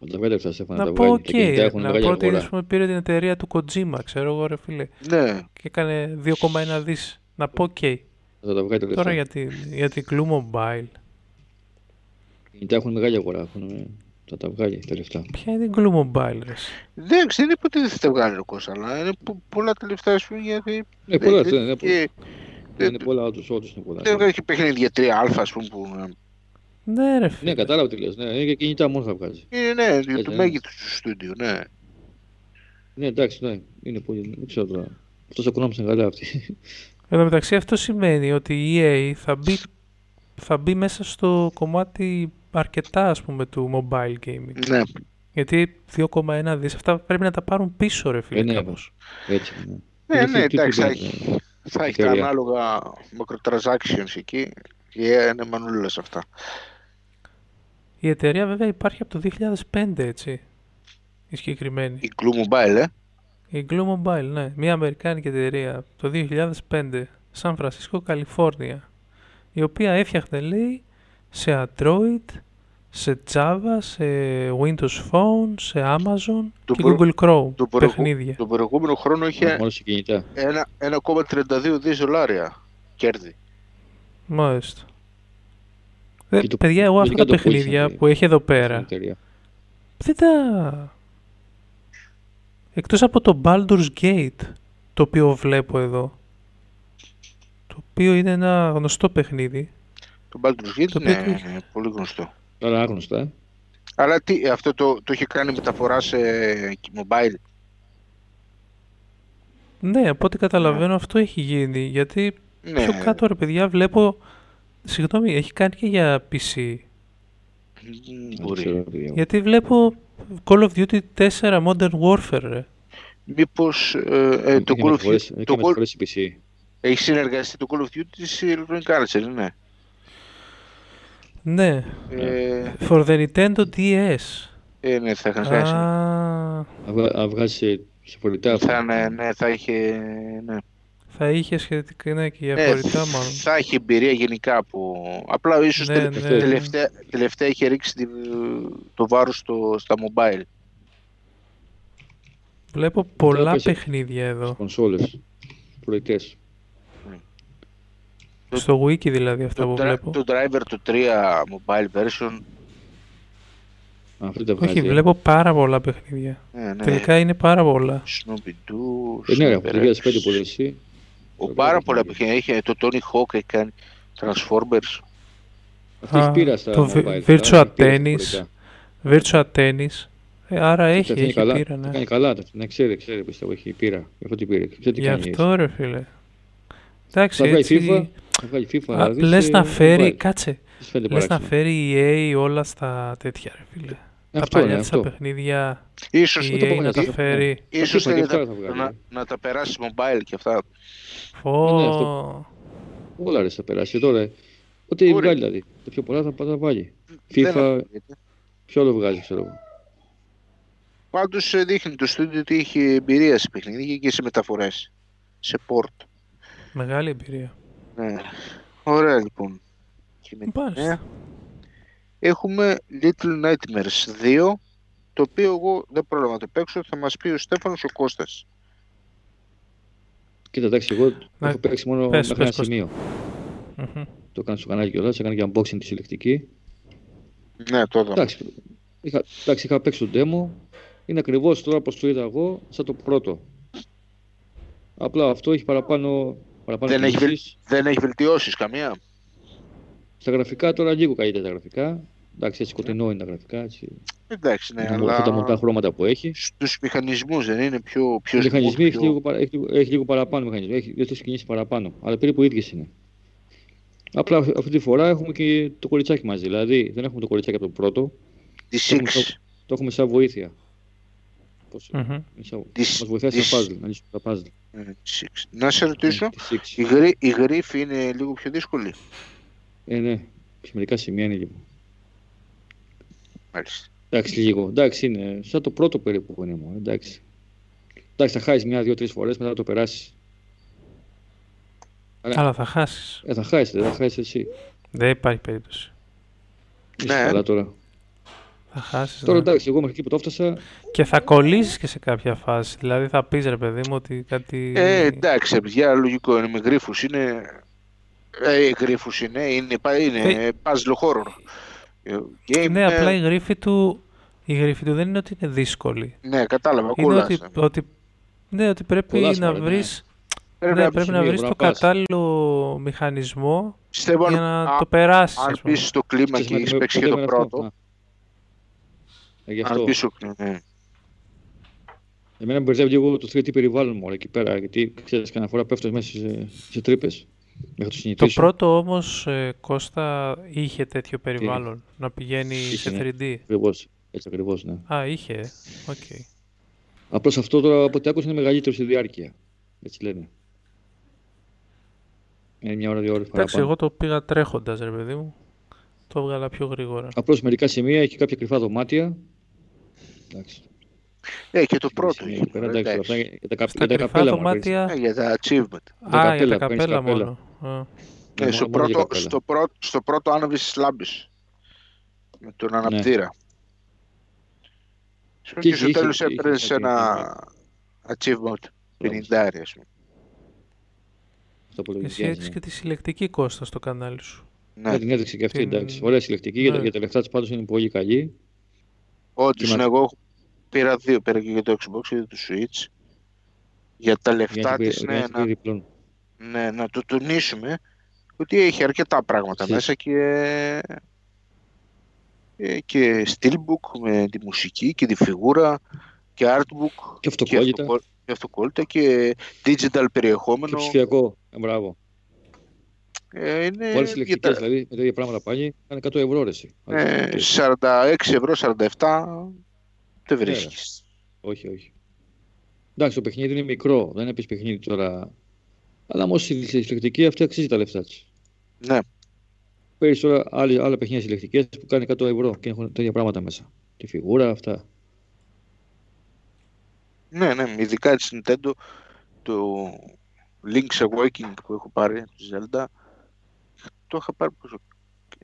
[SPEAKER 3] Θα τα βγάλει αυτά, Στέφανα.
[SPEAKER 1] να
[SPEAKER 3] τα
[SPEAKER 1] πω,
[SPEAKER 3] βγάλει.
[SPEAKER 1] οκ.
[SPEAKER 3] Τα κινητά έχουν
[SPEAKER 1] να
[SPEAKER 3] μεγάλη
[SPEAKER 1] πω ότι
[SPEAKER 3] αγορά.
[SPEAKER 1] ας πούμε, πήρε την εταιρεία του Kojima, ξέρω εγώ ρε φίλε,
[SPEAKER 2] Ναι,
[SPEAKER 1] και έκανε 2,1 δις. Να πω, οκ.
[SPEAKER 3] Θα τα βγάλει ρε
[SPEAKER 1] Τώρα
[SPEAKER 3] αυτά.
[SPEAKER 1] για την, για την Glue Mobile.
[SPEAKER 3] Τα Κινητά έχουν μεγάλη αγορά. έχουν, ε, Θα τα βγάλει τα λεφτά.
[SPEAKER 1] Ποια είναι η Glue Mobile, ρε. εσύ?
[SPEAKER 2] δεν ξέρω, είναι ποτέ δεν θα τα βγάλει ο Κώστα, αλλά είναι πο- πολλά τα λεφτά, ας πούμε, γιατί
[SPEAKER 3] Είναι Ε, πολλά
[SPEAKER 2] δεν-
[SPEAKER 3] αυτά. Είναι πολλά.
[SPEAKER 2] και-
[SPEAKER 3] Είναι πολλά, όντως, όντως είναι πολλά.
[SPEAKER 2] Δεν βγάζει και παιχνίδια 3α, ας πούμε. Που,
[SPEAKER 1] Ναι, ρε φίλε.
[SPEAKER 3] Ναι, κατάλαβα τι λες. Ναι, είναι και κινητά μόνο θα βγάζει.
[SPEAKER 2] ε, ναι, ναι,
[SPEAKER 3] Έτσι,
[SPEAKER 2] του
[SPEAKER 3] ναι.
[SPEAKER 2] μέγεθου του στούντιο, ναι.
[SPEAKER 3] Ναι, εντάξει, ναι. Είναι πολύ. Δεν ξέρω τώρα. Αυτός οικονόμησε καλά αυτή.
[SPEAKER 1] Εν τω μεταξύ αυτό σημαίνει ότι η EA θα μπει, θα μπει μέσα στο κομμάτι αρκετά ας πούμε του mobile gaming.
[SPEAKER 2] ναι.
[SPEAKER 1] Γιατί 2,1 δις αυτά πρέπει να τα πάρουν πίσω ρε φίλε
[SPEAKER 3] Ε, ναι,
[SPEAKER 1] κάπως.
[SPEAKER 3] Έτσι. ναι.
[SPEAKER 2] Ναι,
[SPEAKER 3] Είναι
[SPEAKER 2] ναι,
[SPEAKER 3] τι- τι-
[SPEAKER 2] εντάξει,
[SPEAKER 3] τι-
[SPEAKER 2] θα
[SPEAKER 3] τι-
[SPEAKER 2] έχει, θα έχει τα
[SPEAKER 3] Εταιρεία.
[SPEAKER 2] ανάλογα microtransactions εκεί και είναι μανούλας σε αυτά.
[SPEAKER 1] Η εταιρεία βέβαια υπάρχει από το 2005, έτσι. η συγκεκριμένη.
[SPEAKER 2] Η Glue Mobile, ε.
[SPEAKER 1] Η Glue Mobile, ναι. Μια Αμερικάνικη εταιρεία το 2005, Σαν Φρανσίσκο, Καλιφόρνια. Η οποία έφτιαχνε, λέει, σε Android, σε Java, σε Windows Phone, σε Amazon
[SPEAKER 2] Το
[SPEAKER 1] και
[SPEAKER 2] προ-
[SPEAKER 1] Google Chrome.
[SPEAKER 2] Το, προηγου-
[SPEAKER 1] παιχνίδια.
[SPEAKER 2] το προηγούμενο χρόνο είχε
[SPEAKER 3] Μόνο σε κινητά.
[SPEAKER 2] ένα- 1,32 δις δολάρια κέρδη.
[SPEAKER 1] Μάλιστα. Δε,
[SPEAKER 3] Και το-
[SPEAKER 1] παιδιά, εγώ αυτά
[SPEAKER 3] γενικά
[SPEAKER 1] τα
[SPEAKER 3] το πούλησαν,
[SPEAKER 1] παιχνίδια
[SPEAKER 3] ε,
[SPEAKER 1] που έχει εδώ
[SPEAKER 3] στην
[SPEAKER 1] πέρα,
[SPEAKER 3] εταιρεία.
[SPEAKER 1] δεν τα... Εκτός από το Baldur's Gate, το οποίο βλέπω εδώ, το οποίο είναι ένα γνωστό παιχνίδι,
[SPEAKER 2] Το Baldur's Gate
[SPEAKER 1] Το
[SPEAKER 2] είναι
[SPEAKER 1] οποίο το είχε.
[SPEAKER 2] πολύ γνωστό.
[SPEAKER 3] Τώρα άγνωστα. ε.
[SPEAKER 2] Αλλά τι, αυτό το, το είχε κάνει μεταφορά σε mobile.
[SPEAKER 1] Ναι, από ό,τι καταλαβαίνω αυτό έχει γίνει, γιατί
[SPEAKER 2] Ναι,
[SPEAKER 1] πιο κάτω ρε παιδιά βλέπω, συγγνώμη, έχει κάνει και για PC,
[SPEAKER 2] Ναι. μ,
[SPEAKER 3] Δεν
[SPEAKER 2] μπορεί.
[SPEAKER 3] ξέρω, παιδιά.
[SPEAKER 1] γιατί βλέπω Call of Duty 4 Modern Warfare, ρε.
[SPEAKER 2] Μήπως ε, ε, το
[SPEAKER 3] Έχει
[SPEAKER 2] Call of
[SPEAKER 3] μεταφορές-
[SPEAKER 2] Duty...
[SPEAKER 3] έχει
[SPEAKER 2] το Call-
[SPEAKER 3] μεταφορές σε PC.
[SPEAKER 2] Έχει συνεργαστεί το Call of Duty της Electronic Arts, ναι.
[SPEAKER 1] Ναι,
[SPEAKER 2] Ε,
[SPEAKER 1] for the Nintendo DS.
[SPEAKER 2] ε, ναι, θα είχαν χάσει.
[SPEAKER 1] Α,
[SPEAKER 3] Αν βγα- Αν βγάζει σε- σε φορητά.
[SPEAKER 2] Θα, ναι, ναι, θα είχε... Ναι.
[SPEAKER 1] θα είχε σχετικά ναι, και για
[SPEAKER 2] Ναι,
[SPEAKER 1] φορητά μάλλον.
[SPEAKER 2] θα έχει εμπειρία γενικά από... Απλά ίσως
[SPEAKER 1] Ναι,
[SPEAKER 2] τελε-
[SPEAKER 1] ναι,
[SPEAKER 3] ναι.
[SPEAKER 2] τελευταία, τελευταία είχε ρίξει τη- το βάρος στο, στα mobile.
[SPEAKER 1] Βλέπω πολλά
[SPEAKER 3] έπαιζε.
[SPEAKER 1] παιχνίδια εδώ.
[SPEAKER 3] Κονσόλες. Προεκτές.
[SPEAKER 2] το-
[SPEAKER 1] Στο wiki δηλαδή αυτά
[SPEAKER 2] Το,
[SPEAKER 1] που
[SPEAKER 2] dri-
[SPEAKER 1] βλέπω.
[SPEAKER 2] το driver του 3 mobile version.
[SPEAKER 3] Αυτή τα βγάζει.
[SPEAKER 1] Όχι,
[SPEAKER 3] ε.
[SPEAKER 1] βλέπω πάρα πολλά παιχνίδια.
[SPEAKER 2] Ναι, ναι.
[SPEAKER 1] Τελικά είναι πάρα πολλά.
[SPEAKER 2] Snoopy Doo,
[SPEAKER 3] Ε, Ναι, ρε, από
[SPEAKER 2] Snoopy
[SPEAKER 3] το 2005 που λες εσύ.
[SPEAKER 2] Ο πάρα πολλά παιχνίδια. Είχε το Tony Hawk, έχει κάνει Transformers.
[SPEAKER 3] Αυτή έχει
[SPEAKER 1] Α,
[SPEAKER 3] πείρα στα
[SPEAKER 1] το vi-
[SPEAKER 3] mobile.
[SPEAKER 1] virtual
[SPEAKER 3] Virtua
[SPEAKER 1] tennis. Virtua Tennis. Ε, άρα έχει, έχει
[SPEAKER 3] καλά,
[SPEAKER 1] πείρα,
[SPEAKER 3] τα
[SPEAKER 1] ναι.
[SPEAKER 3] κάνει καλά, τα- ναι, ξέρει, ξέρει, πιστεύω, έχει πείρα. Γι' αυτό την πήρε. Ξέρει τι
[SPEAKER 1] Γι'
[SPEAKER 3] κάνει.
[SPEAKER 1] αυτό ρε φίλε. Εντάξει,
[SPEAKER 3] Θα βγάλει FIFA,
[SPEAKER 1] έτσι.
[SPEAKER 3] θα βγάλει FIFA,
[SPEAKER 1] α,
[SPEAKER 3] θα δεις,
[SPEAKER 1] Λες
[SPEAKER 3] ε,
[SPEAKER 1] να φέρει.
[SPEAKER 3] mobile.
[SPEAKER 1] Κάτσε.
[SPEAKER 3] Τις φαίνεται
[SPEAKER 1] Λες να
[SPEAKER 3] παράξενο.
[SPEAKER 1] φέρει η EA όλα στα τέτοια, ρε φίλε. Τα
[SPEAKER 3] Αυτό, ναι,
[SPEAKER 1] παλιά της τα
[SPEAKER 3] αυτό.
[SPEAKER 1] παιχνίδια
[SPEAKER 2] Ίσως,
[SPEAKER 1] η
[SPEAKER 3] το
[SPEAKER 1] EA
[SPEAKER 3] πω,
[SPEAKER 1] Ε, να
[SPEAKER 3] ναι,
[SPEAKER 1] τα
[SPEAKER 3] αυτό.
[SPEAKER 1] φέρει.
[SPEAKER 2] ίσως
[SPEAKER 3] το
[SPEAKER 2] θέλει
[SPEAKER 3] FIFA
[SPEAKER 2] να,
[SPEAKER 3] και αυτά θα βγάλει.
[SPEAKER 2] να, να τα περάσει mobile και αυτά.
[SPEAKER 3] Ναι,
[SPEAKER 1] Φω.
[SPEAKER 3] αυτό. Όλα ρε, θα περάσει Ε, τώρα. Ό,τι
[SPEAKER 2] Ωραία.
[SPEAKER 3] βγάλει δηλαδή. Τα πιο πολλά θα, θα βάλει.
[SPEAKER 2] Δεν
[SPEAKER 3] FIFA,
[SPEAKER 2] αφήνεται.
[SPEAKER 3] ποιο άλλο βγάζει, ξέρω εγώ.
[SPEAKER 2] Πάντως ε, δείχνει το στούντιο ότι έχει εμπειρία σε παιχνίδια και σε μεταφορές. Σε port.
[SPEAKER 1] Μεγάλη εμπειρία.
[SPEAKER 2] Ναι. Ωραία λοιπόν. Και
[SPEAKER 3] Ναι.
[SPEAKER 2] με- ναι.
[SPEAKER 1] Μάλιστα.
[SPEAKER 2] Έχουμε Little Nightmares 2 το οποίο εγώ δεν πρόλαβα να το παίξω, θα μας πει ο Στέφανος ο Κώστας.
[SPEAKER 3] Κοίτα, εντάξει, εγώ
[SPEAKER 1] Ναι.
[SPEAKER 3] έχω παίξει μόνο
[SPEAKER 1] Πες,
[SPEAKER 3] μέχρι
[SPEAKER 1] πες,
[SPEAKER 3] ένα
[SPEAKER 1] Κώστα.
[SPEAKER 3] σημείο.
[SPEAKER 1] Μμμ.
[SPEAKER 3] Το έκανα στο κανάλι κιόλας, έκανα και unboxing τη συλλεκτική.
[SPEAKER 2] Ναι, το είδαμε.
[SPEAKER 3] Εντάξει, είχα, εντάξει, είχα παίξει το demo. Είναι ακριβώς τώρα όπως το είδα εγώ, σαν το πρώτο. Απλά αυτό έχει παραπάνω. παραπάνω
[SPEAKER 2] Δεν έχει
[SPEAKER 3] κινήσεις.
[SPEAKER 2] Δεν έχει βελτιώσεις καμία.
[SPEAKER 3] Στα γραφικά τώρα λίγο καλύτερα τα γραφικά. Εντάξει, έτσι κοντινό είναι τα γραφικά. Έτσι.
[SPEAKER 2] Εντάξει, ναι,
[SPEAKER 3] Είναι
[SPEAKER 2] αλλά...
[SPEAKER 3] μορφή τα μοντά χρώματα που έχει.
[SPEAKER 2] στους μηχανισμούς δεν είναι πιο... πιο
[SPEAKER 3] Ο μηχανισμό
[SPEAKER 2] smooth,
[SPEAKER 3] έχει,
[SPEAKER 2] πιο-
[SPEAKER 3] λίγο παρα- έχει, λίγο- έχει λίγο παραπάνω μηχανισμό. Έχει δύο κινήσεις παραπάνω. Αλλά περίπου ίδιες είναι. Απλά αυ- αυτή τη φορά έχουμε και το κοριτσάκι μαζί. Δηλαδή δεν έχουμε το κοριτσάκι από το πρώτο.
[SPEAKER 2] Τη
[SPEAKER 3] Έχουμε
[SPEAKER 2] 6.
[SPEAKER 3] σαν- Το έχουμε σαν βοήθεια. Πώς...
[SPEAKER 1] Μμμ.
[SPEAKER 3] είναι σαν-
[SPEAKER 2] Της-
[SPEAKER 3] Μας βοηθάει
[SPEAKER 2] της-
[SPEAKER 3] στα puzzle, να λύσουμε τα puzzle.
[SPEAKER 2] Ε, της Six. Να σε ρωτήσω,
[SPEAKER 3] Ε, της six.
[SPEAKER 2] η, γρή, η γρήφη είναι λίγο πιο δύσκολη.
[SPEAKER 3] Ε, ναι. Σε μερικά σημεία είναι λίγο.
[SPEAKER 2] Μάλιστα.
[SPEAKER 3] Εντάξει, λίγο. Εντάξει, είναι σαν το πρώτο περίπου που είναι μόνο. Εντάξει. Εντάξει, θα χάσεις μια-δύο-τρει φορές μετά θα το περάσεις. Ναι.
[SPEAKER 1] Αλλά θα χάσεις.
[SPEAKER 3] Ε, θα χάσεις, δεν θα χάσεις εσύ.
[SPEAKER 1] Δεν υπάρχει περίπτωση.
[SPEAKER 3] Είσαι
[SPEAKER 2] Ναι.
[SPEAKER 3] καλά τώρα.
[SPEAKER 1] Θα χάσεις.
[SPEAKER 3] Τώρα
[SPEAKER 1] ναι.
[SPEAKER 3] εντάξει, εγώ μέχρι εκεί που το έφτασα,
[SPEAKER 1] Και θα κολλήσεις και σε κάποια φάση. Δηλαδή θα πεις ρε παιδί μου ότι κάτι...
[SPEAKER 2] Ε, εντάξει, παιδιά, λογικό είναι με γρήφους, είναι... Ε, γρήφους είναι, είναι, πα- είναι puzzle horror. Ε, Game,
[SPEAKER 1] Ναι,
[SPEAKER 2] ε,
[SPEAKER 1] απλά η γρήφη του... Η γρήφη του δεν είναι ότι είναι δύσκολη.
[SPEAKER 2] Ναι, κατάλαβα,
[SPEAKER 1] Είναι
[SPEAKER 2] κολλάς. ε.
[SPEAKER 1] ότι, ότι, ναι, ότι πρέπει
[SPEAKER 3] Κολλάς,
[SPEAKER 1] να
[SPEAKER 3] μωρέ, ναι.
[SPEAKER 1] βρεις,
[SPEAKER 2] Πρέπει
[SPEAKER 1] ναι,
[SPEAKER 2] να
[SPEAKER 1] πρέπει
[SPEAKER 2] πεις,
[SPEAKER 1] να
[SPEAKER 3] σημείο,
[SPEAKER 1] βρεις
[SPEAKER 3] να
[SPEAKER 1] το
[SPEAKER 3] πας.
[SPEAKER 1] κατάλληλο μηχανισμό
[SPEAKER 2] Στέφανο,
[SPEAKER 1] για να
[SPEAKER 2] α-
[SPEAKER 1] το περάσεις.
[SPEAKER 2] αν
[SPEAKER 1] ας πούμε.
[SPEAKER 2] πεις το κλίμα
[SPEAKER 3] ξέρεις,
[SPEAKER 2] και
[SPEAKER 3] με-
[SPEAKER 2] έχεις
[SPEAKER 3] με-
[SPEAKER 2] παίξει και
[SPEAKER 3] μετά
[SPEAKER 2] το
[SPEAKER 3] με αυτό.
[SPEAKER 2] πρώτο,
[SPEAKER 3] Α. Ε, γι'
[SPEAKER 2] αν
[SPEAKER 3] αυτό.
[SPEAKER 2] πεις το κλίμα, ναι.
[SPEAKER 3] Εμένα με μπερδεύει λίγο το 3D περιβάλλον μου εκεί πέρα. Γιατί ξέρεις, κανένα φορά πέφτω μέσα σε, σε τρύπες. Μέχρι το
[SPEAKER 1] Το
[SPEAKER 3] συνηθίσω.
[SPEAKER 1] πρώτο όμως, ε, Κώστα, είχε τέτοιο περιβάλλον, να πηγαίνει
[SPEAKER 3] Είχε,
[SPEAKER 1] σε
[SPEAKER 3] ναι.
[SPEAKER 1] 3D.
[SPEAKER 3] Ακριβώς. Έτσι ακριβώς, ναι.
[SPEAKER 1] Α, είχε, ε. οκ.
[SPEAKER 3] Απλώς αυτό τώρα από ό,τι άκουσα είναι μεγαλύτερο στη διάρκεια. Έτσι λένε. Είναι μια ώρα, δύο ώρες
[SPEAKER 1] Εντάξει,
[SPEAKER 3] παραπάνω.
[SPEAKER 1] εγώ το πήγα τρέχοντας, ρε παιδί μου. Το έβγαλα πιο γρήγορα.
[SPEAKER 3] Απλώς μερικά σημεία έχει κάποια κρυφά δωμάτια. Εντάξει.
[SPEAKER 2] Ε, και το πρώτο.
[SPEAKER 3] Ναι,
[SPEAKER 2] είχε,
[SPEAKER 3] πέρα, εντάξει,
[SPEAKER 2] εντάξει.
[SPEAKER 3] αυτά για- για τα, κα-
[SPEAKER 1] Στα
[SPEAKER 3] για τα
[SPEAKER 1] κρυφά
[SPEAKER 3] καπέλα μόνο.
[SPEAKER 2] Ε,
[SPEAKER 1] δωμάτια.
[SPEAKER 2] για τα achievement.
[SPEAKER 1] Α, για
[SPEAKER 3] καπέλα,
[SPEAKER 1] τα
[SPEAKER 3] παίρνεις
[SPEAKER 1] καπέλα
[SPEAKER 3] καπέλα.
[SPEAKER 1] μόνο. Α.
[SPEAKER 3] Ναι,
[SPEAKER 2] Ε, στο, πρώτο, στο, πρώτο, στο πρώτο άναβες τις λάμπες. Με
[SPEAKER 3] Ναι.
[SPEAKER 2] τον αναπτήρα. Σου
[SPEAKER 3] Και
[SPEAKER 2] Και στο
[SPEAKER 3] είχε-
[SPEAKER 2] τέλος
[SPEAKER 3] είχε-
[SPEAKER 2] έπαιρνες
[SPEAKER 3] είχε
[SPEAKER 2] ένα achievement. 50 ας πούμε.
[SPEAKER 1] Εσύ έχεις και τη συλλεκτική Κώστα στο κανάλι σου.
[SPEAKER 2] Ναι,
[SPEAKER 3] την έδειξε και αυτή,
[SPEAKER 1] Την-
[SPEAKER 3] εντάξει. Ωραία συλλεκτική. Για, τα-
[SPEAKER 1] Ναι.
[SPEAKER 3] για τα λεφτά της πάντως είναι πολύ καλή.
[SPEAKER 2] όντως,
[SPEAKER 3] Κοιμάται.
[SPEAKER 2] ναι, εγώ πήρα δύο, πήρα και για το Xbox και για το Switch. Για τα λεφτά
[SPEAKER 3] την
[SPEAKER 2] της,
[SPEAKER 3] πει- για
[SPEAKER 2] ναι,
[SPEAKER 3] την
[SPEAKER 2] να,
[SPEAKER 3] πει διπλών.
[SPEAKER 2] ναι, να το τονίσουμε ότι έχει αρκετά πράγματα
[SPEAKER 3] Εσύ.
[SPEAKER 2] μέσα και, ε, και steelbook με τη μουσική και τη φιγούρα και artbook
[SPEAKER 3] Και αυτοκόλλητα.
[SPEAKER 2] αυτοκόλλ- Και αυτοκόλλητα και digital
[SPEAKER 3] Και
[SPEAKER 2] περιεχόμενο.
[SPEAKER 3] ψηφιακό. Ε, Μπράβο.
[SPEAKER 2] Ε, είναι
[SPEAKER 3] Όλε οι
[SPEAKER 2] για
[SPEAKER 3] συλλεκτικέ
[SPEAKER 2] τα-
[SPEAKER 3] δηλαδή με τα ίδια πράγματα πάλι ήταν 100 ευρώ ρε. εσύ.
[SPEAKER 2] ε,
[SPEAKER 3] Άκουσε,
[SPEAKER 2] 46 ευρώ, 47 δεν βρίσκεις.
[SPEAKER 3] Όχι, όχι. Εντάξει, το παιχνίδι είναι μικρό. Δεν είναι πεις παιχνίδι τώρα. Αλλά όμω η συλλεκτική αυτή αξίζει τα λεφτά της.
[SPEAKER 2] Ναι,
[SPEAKER 3] Παίρνεις τώρα άλλες- άλλα παιχνίδια συλλεκτικές που κάνει 100 ευρώ και έχουν τέτοια πράγματα μέσα. Τη φιγούρα, αυτά.
[SPEAKER 2] ναι, ναι, ειδικά της Nintendo το Link's Awakening που έχω πάρει τη Zelda το είχα πάρει πόσο,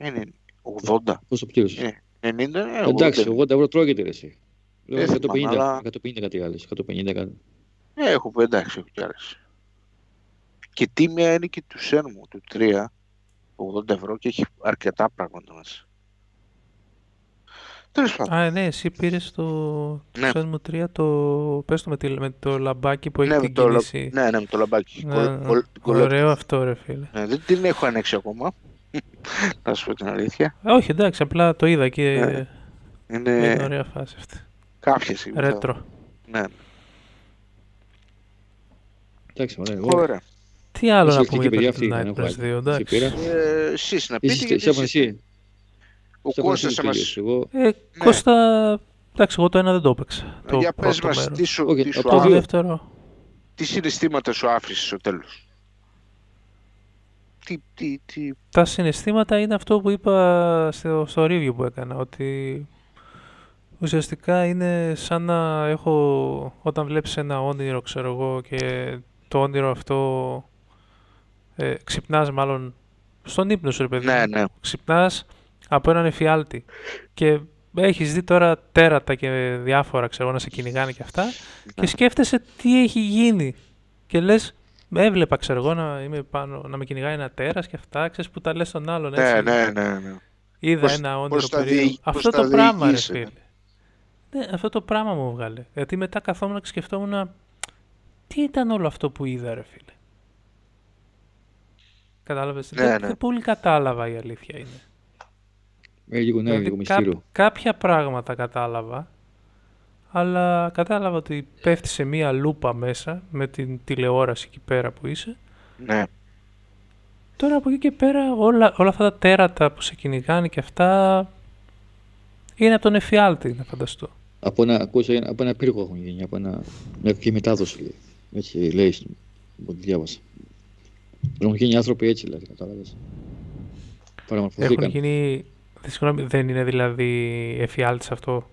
[SPEAKER 2] είναι 80,
[SPEAKER 3] Πώ το πλήρωσε.
[SPEAKER 2] 90, ε, 80.
[SPEAKER 3] Εντάξει, 80 ευρώ τρώγεται ρε, εσύ. Λέω
[SPEAKER 2] Δεν
[SPEAKER 3] 150,
[SPEAKER 2] θυμάμαι, αλλά-
[SPEAKER 3] 150 κάτι άλλο. 150 κάτι.
[SPEAKER 2] Ε, έχω, εντάξει, έχω κι άλλες. Και τίμια είναι και του Σένμου, του 3, 80 ευρώ και έχει αρκετά πράγματα μέσα. Τέλος πάντων.
[SPEAKER 1] Α, ναι, εσύ πήρες το
[SPEAKER 2] Ναι.
[SPEAKER 1] ναι. μου 3, το, πες το με, τη- με το λαμπάκι που έχει
[SPEAKER 2] Ναι, με
[SPEAKER 1] την
[SPEAKER 2] το, λα-
[SPEAKER 1] κίνηση.
[SPEAKER 2] ναι, ναι, με το λαμπάκι.
[SPEAKER 1] Ναι,
[SPEAKER 2] Κολ-
[SPEAKER 1] ναι.
[SPEAKER 2] κολ- κολ-
[SPEAKER 1] Ωραίο αυτό ρε φίλε.
[SPEAKER 2] Ναι, δεν την έχω ανοίξει ακόμα. Να σου πω την αλήθεια.
[SPEAKER 1] Α, όχι εντάξει, απλά το είδα και
[SPEAKER 2] Ναι.
[SPEAKER 1] είναι
[SPEAKER 2] Είναι
[SPEAKER 1] ωραία φάση αυτή.
[SPEAKER 2] κάποια στιγμή. θα-
[SPEAKER 1] Ρέτρο.
[SPEAKER 2] Ναι.
[SPEAKER 3] Εντάξει, ωραία. Εγώ
[SPEAKER 2] Ωραία.
[SPEAKER 1] Τι άλλο να
[SPEAKER 3] συλλεκτική
[SPEAKER 1] πούμε για
[SPEAKER 3] παιδιά
[SPEAKER 1] το
[SPEAKER 3] αυτή ήταν,
[SPEAKER 1] Midnight
[SPEAKER 3] έχω
[SPEAKER 1] Press 2,
[SPEAKER 3] εσύ
[SPEAKER 1] εντάξει.
[SPEAKER 3] πήρα.
[SPEAKER 2] Ε, Εσείς να πείτε
[SPEAKER 3] Εσύ,
[SPEAKER 2] γιατί
[SPEAKER 3] Στέφαν,
[SPEAKER 2] εσείς-
[SPEAKER 3] εσύ.
[SPEAKER 2] Ο
[SPEAKER 3] Στέφαν,
[SPEAKER 2] Κώστας
[SPEAKER 3] εσύ
[SPEAKER 2] θα
[SPEAKER 3] το τελείωσες.
[SPEAKER 2] μας...
[SPEAKER 3] Εγώ
[SPEAKER 1] Ε, Κώστα, εντάξει, εγώ το ένα δεν το έπαιξα. Το
[SPEAKER 2] Ναι. Για πες
[SPEAKER 1] πρώτο
[SPEAKER 2] μας
[SPEAKER 1] μέρος.
[SPEAKER 2] τι, σου,
[SPEAKER 3] Όχι,
[SPEAKER 2] τι,
[SPEAKER 3] το
[SPEAKER 2] σου
[SPEAKER 1] Το
[SPEAKER 3] Α.
[SPEAKER 2] άφησε,
[SPEAKER 3] δύο.
[SPEAKER 1] δεύτερο.
[SPEAKER 2] τι συναισθήματα σου άφησες στο τέλος. Τι, τι, τι,
[SPEAKER 1] Τα συναισθήματα είναι αυτό που είπα στο, στο review που έκανα, ότι ουσιαστικά είναι σαν να έχω, όταν βλέπεις ένα όνειρο, ξέρω εγώ, και το όνειρο αυτό ε, ξυπνάς μάλλον στον ύπνο σου, ρε παιδί.
[SPEAKER 2] Ναι,
[SPEAKER 1] μου.
[SPEAKER 2] ναι.
[SPEAKER 1] Ξυπνάς από έναν εφιάλτη και έχεις δει τώρα τέρατα και διάφορα, ξέρω, να σε κυνηγάνε και αυτά και
[SPEAKER 2] Ναι.
[SPEAKER 1] σκέφτεσαι τι έχει γίνει και λες, με έβλεπα, ξέρω εγώ, να, είμαι πάνω, να με κυνηγάει ένα τέρας και αυτά, ξέρεις που τα λες στον άλλον, έτσι.
[SPEAKER 2] Ναι, ναι, ναι, ναι.
[SPEAKER 1] Είδα
[SPEAKER 2] Πώς-
[SPEAKER 1] ένα όνειρο
[SPEAKER 2] πώς τα
[SPEAKER 1] περίεργο.
[SPEAKER 2] διε- πώς
[SPEAKER 1] Αυτό
[SPEAKER 2] τα
[SPEAKER 1] το πράγμα, ρε
[SPEAKER 2] διηγείσαι,
[SPEAKER 1] φίλε. Ναι, αυτό το πράγμα μου βγάλε. Γιατί μετά καθόμουν και σκεφτόμουν τι ήταν όλο αυτό που είδα, ρε φίλε. Κατάλαβες.
[SPEAKER 2] Ναι,
[SPEAKER 1] δεν,
[SPEAKER 2] ναι.
[SPEAKER 1] δεν πολύ κατάλαβα η αλήθεια είναι.
[SPEAKER 3] με λίγο ναι, λίγο
[SPEAKER 1] Δηλαδή κά-
[SPEAKER 3] μυστήριο.
[SPEAKER 1] κάποια πράγματα κατάλαβα, αλλά κατάλαβα ότι πέφτει σε μία λούπα μέσα με την τηλεόραση εκεί πέρα που είσαι
[SPEAKER 2] ναι.
[SPEAKER 1] Τώρα από εκεί και πέρα όλα, όλα αυτά τα τέρατα που σε κυνηγάνε και αυτά είναι από τον εφιάλτη να φανταστώ.
[SPEAKER 3] Από ένα, ακούσα, ένα- από ένα πύργο έχουν γίνει, από ένα, μια κακή μετάδοση λέει. Έτσι λέει, στο- από ό,τι διάβασα. Έχουν γίνει άνθρωποι έτσι δηλαδή, κατάλαβες.
[SPEAKER 1] Έχουν
[SPEAKER 3] Παραμορφωθήκαν.
[SPEAKER 1] γίνει... δε- Συγγνώμη, δεν είναι δηλαδή εφιάλτης αυτό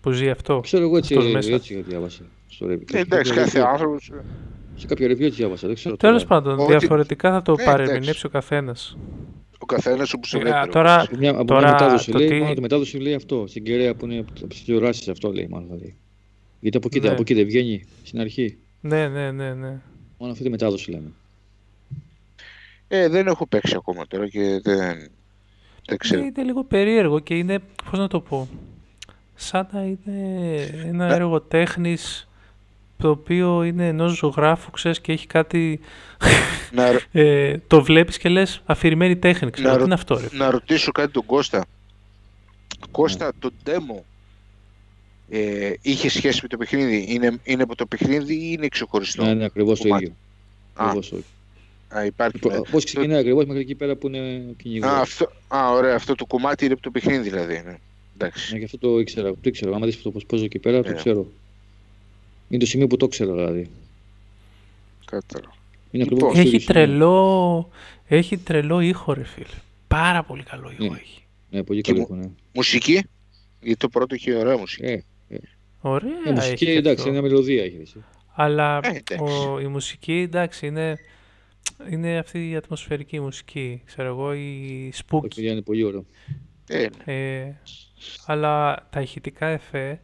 [SPEAKER 1] που ζει αυτό.
[SPEAKER 3] Ξέρω εγώ έτσι,
[SPEAKER 1] αυτός μέσα.
[SPEAKER 3] έτσι διάβασα. Στο review.
[SPEAKER 2] Ε, Εντάξει,
[SPEAKER 3] Κάποιο
[SPEAKER 2] κάθε
[SPEAKER 3] review-
[SPEAKER 2] άνθρωπος...
[SPEAKER 3] Σε κάποιο review έτσι διάβασα, δεν ξέρω.
[SPEAKER 1] Τέλος
[SPEAKER 3] τώρα.
[SPEAKER 1] πάντων,
[SPEAKER 2] Ότι-
[SPEAKER 1] διαφορετικά θα το
[SPEAKER 2] Ναι,
[SPEAKER 1] παρεμηνεύσει ο καθένας.
[SPEAKER 2] Ο καθένας όπως
[SPEAKER 1] Ε,
[SPEAKER 2] ελεύθερο.
[SPEAKER 1] τώρα-
[SPEAKER 3] Από μια, από
[SPEAKER 1] Τώρα,
[SPEAKER 3] μια μετάδοση
[SPEAKER 1] το
[SPEAKER 3] λέει,
[SPEAKER 1] τι-
[SPEAKER 3] μόνο τη μετάδοση λέει αυτό, στην κεραία που είναι από τις τηλεοράσεις αυτό λέει μάλλον. Δηλαδή. Γιατί από εκεί,
[SPEAKER 1] Ναι.
[SPEAKER 3] από εκεί δεν βγαίνει στην αρχή.
[SPEAKER 1] Ναι, ναι, ναι, ναι.
[SPEAKER 3] Μόνο αυτή τη μετάδοση λέμε.
[SPEAKER 2] Ε, δεν έχω παίξει ακόμα τώρα και δεν, δεν ξέρω.
[SPEAKER 1] Ναι, είναι λίγο περίεργο και είναι, πώς να το πω, σαν να είναι ένα
[SPEAKER 2] Ε.
[SPEAKER 1] έργο τέχνης το οποίο είναι ενός ζωγράφου, ξέρεις, και έχει κάτι
[SPEAKER 2] Να, ρω-
[SPEAKER 1] Ε, το βλέπεις και λες αφηρημένη τέχνη, ξέρω,
[SPEAKER 2] Να
[SPEAKER 1] τι
[SPEAKER 2] ρω-
[SPEAKER 1] είναι αυτό ρε.
[SPEAKER 2] να ρωτήσω κάτι τον Κώστα.
[SPEAKER 3] Ναι.
[SPEAKER 2] Κώστα, το demo ε, είχε σχέση με το παιχνίδι. Είναι, είναι από το παιχνίδι ή είναι ξεχωριστό.
[SPEAKER 3] Ναι, ναι, ακριβώς το
[SPEAKER 2] κομμάτι.
[SPEAKER 3] ίδιο.
[SPEAKER 2] Α,
[SPEAKER 3] Ακριβώς Λοιπόν, το
[SPEAKER 2] α,
[SPEAKER 3] ίδιο.
[SPEAKER 2] υπάρχει. ναι.
[SPEAKER 3] Πώς ξεκινάει ακριβώς μέχρι εκεί πέρα που είναι κυνηγός.
[SPEAKER 2] Α, αυτό, α, ωραία, αυτό το κομμάτι είναι από το παιχνίδι δηλαδή. Ναι.
[SPEAKER 3] Ναι,
[SPEAKER 2] Εντάξει.
[SPEAKER 3] γι' αυτό το ήξερα. Το ήξερα. Άμα δεις το πώς παίζω εκεί πέρα, το
[SPEAKER 2] Ναι.
[SPEAKER 3] ξέρω. Είναι το σημείο που το ξέρω δηλαδή.
[SPEAKER 2] Κατάλαβα.
[SPEAKER 3] Είναι
[SPEAKER 2] Λοιπόν,
[SPEAKER 3] ακριβώς το
[SPEAKER 1] Έχει
[SPEAKER 3] ίδιο σημείο.
[SPEAKER 1] τρελό, έχει τρελό ήχο ρε φίλε. Πάρα πολύ καλό ήχο
[SPEAKER 3] Ναι.
[SPEAKER 1] έχει.
[SPEAKER 3] Ναι, πολύ
[SPEAKER 2] Και
[SPEAKER 3] καλό.
[SPEAKER 2] μου-
[SPEAKER 3] ναι.
[SPEAKER 2] Μουσική. Γιατί το πρώτο είχε ωραία μουσική.
[SPEAKER 3] Ε,
[SPEAKER 1] Ωραία.
[SPEAKER 3] Η μουσική,
[SPEAKER 1] Ναι, έχει
[SPEAKER 3] εντάξει,
[SPEAKER 1] αυτό.
[SPEAKER 3] είναι μια μελωδία έχει. έτσι.
[SPEAKER 1] Αλλά
[SPEAKER 2] Ε, εντάξει.
[SPEAKER 1] ο, η μουσική, εντάξει, είναι, είναι αυτή η ατμοσφαιρική μουσική. Ξέρω εγώ, η
[SPEAKER 3] Το
[SPEAKER 1] spooky.
[SPEAKER 3] παιχνίδι είναι πολύ ωραίο.
[SPEAKER 2] Ε,
[SPEAKER 1] Ε, αλλά τα ηχητικά εφέ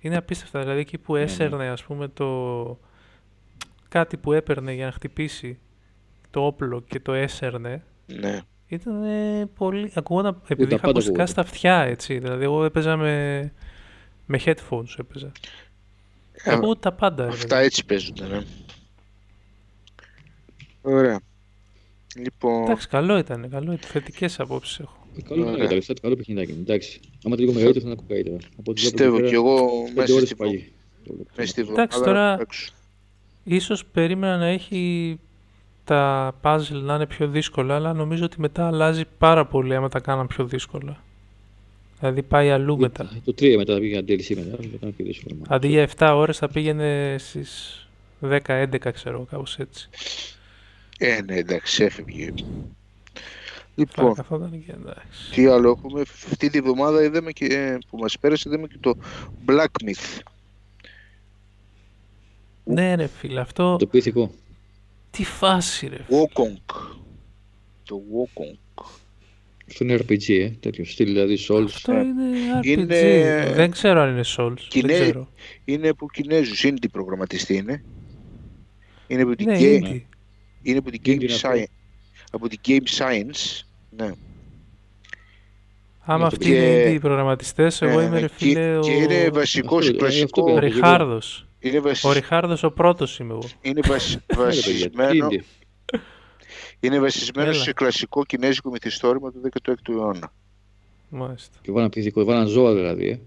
[SPEAKER 1] είναι απίστευτα. Δηλαδή εκεί που
[SPEAKER 3] ναι.
[SPEAKER 1] έσαιρνε, ας πούμε, το... κάτι που έπαιρνε για να χτυπήσει το όπλο και το έσαιρνε,
[SPEAKER 2] ναι.
[SPEAKER 1] ήταν πολύ... Ακουγόταν, επειδή είχα
[SPEAKER 3] πάντα
[SPEAKER 1] ακουστικά
[SPEAKER 3] ακούγονται.
[SPEAKER 1] στα αυτιά, έτσι. Δηλαδή εγώ έπαιζα με, με headphones, έπαιζα.
[SPEAKER 2] Ε,
[SPEAKER 1] Ακούω τα πάντα. ρε
[SPEAKER 2] Αυτά
[SPEAKER 1] παιδί.
[SPEAKER 2] έτσι παίζονται, ναι. Ωραία. Λοιπόν,
[SPEAKER 1] Εντάξει, καλό ήταν, καλό ήταν. Θετικές απόψεις έχω.
[SPEAKER 3] Ε, Καλό είναι
[SPEAKER 2] Ωραία.
[SPEAKER 3] τα λεφτά, καλό παιχνιδάκι. Εντάξει. Άμα το λίγο μεγαλύτερο θα είναι ακούω καλύτερα. Από ό,τι βλέπω
[SPEAKER 2] πιστεύω
[SPEAKER 3] εδώ
[SPEAKER 2] κι
[SPEAKER 3] πέρα,
[SPEAKER 2] εγώ
[SPEAKER 3] Πέντε
[SPEAKER 2] μέσα
[SPEAKER 3] ώρες
[SPEAKER 2] στη, βο-
[SPEAKER 3] παγί.
[SPEAKER 2] μέσα στη
[SPEAKER 1] Εντάξει,
[SPEAKER 2] βδομάδα
[SPEAKER 1] τώρα-
[SPEAKER 2] θα παίξω.
[SPEAKER 1] Ίσως περίμενα να έχει τα puzzle να είναι πιο δύσκολα, αλλά νομίζω ότι μετά αλλάζει πάρα πολύ άμα τα κάναν πιο δύσκολα. Δηλαδή πάει αλλού μετά.
[SPEAKER 3] Το 3 μετά θα πήγε ένα DLC μετά. Μετά να πήγε δύσκολο.
[SPEAKER 1] Αντί για 7 ώρες θα πήγαινε στις 10-11 ξέρω κάπως έτσι.
[SPEAKER 2] Ε, ναι, εντάξει, έφευγε.
[SPEAKER 1] Θα
[SPEAKER 2] Λοιπόν,
[SPEAKER 1] καθόταν και εντάξει.
[SPEAKER 2] τι άλλο έχουμε. Αυτή τη βδομάδα είδαμε και, ε, που μας πέρασε, είδαμε και το Black Myth.
[SPEAKER 1] Ναι ρε φίλε, αυτό
[SPEAKER 3] Το πίθηκο.
[SPEAKER 1] τι φάση ρε. φίλε.
[SPEAKER 2] Wukong. Το Wukong.
[SPEAKER 3] Αυτό είναι RPG, ε, τέτοιο στυλ, δηλαδή Souls.
[SPEAKER 2] ε,
[SPEAKER 1] Αυτό είναι RPG.
[SPEAKER 2] Είναι-
[SPEAKER 1] Δεν ξέρω αν είναι Souls.
[SPEAKER 2] Κινέ-
[SPEAKER 1] Δεν ξέρω.
[SPEAKER 2] Είναι από Κινέζους, indie προγραμματιστή είναι. Είναι από την,
[SPEAKER 1] Ναι,
[SPEAKER 2] Ga-
[SPEAKER 1] indie.
[SPEAKER 2] είναι από την
[SPEAKER 3] Indie
[SPEAKER 2] Game
[SPEAKER 3] είναι αυτό.
[SPEAKER 2] Science. Από την Game Science. Ναι.
[SPEAKER 1] Άμα
[SPEAKER 3] το
[SPEAKER 1] αυτοί
[SPEAKER 2] και-
[SPEAKER 1] είναι indie οι προγραμματιστές, εγώ
[SPEAKER 2] Ε,
[SPEAKER 1] είμαι ρε
[SPEAKER 2] και-
[SPEAKER 1] φίλε ο...
[SPEAKER 2] Και είναι βασικός,
[SPEAKER 3] Αυτό- ε, αυτό
[SPEAKER 2] κλασικό...
[SPEAKER 3] πήρα.
[SPEAKER 1] Ριχάρδος.
[SPEAKER 2] Είναι, βασι-
[SPEAKER 1] Ο Ριχάρδος ο πρώτος είμαι εγώ.
[SPEAKER 2] είναι βασι-
[SPEAKER 3] Έλα, παιδιά,
[SPEAKER 2] βασισμένο,
[SPEAKER 3] indie.
[SPEAKER 2] είναι βασισμένο
[SPEAKER 1] Έλα.
[SPEAKER 2] σε κλασικό κινέζικο μυθιστόρημα του 16ου αιώνα.
[SPEAKER 1] Μάλιστα.
[SPEAKER 3] Και βάλαν πίθηκο, βάλαν ζώα δηλαδή. ε.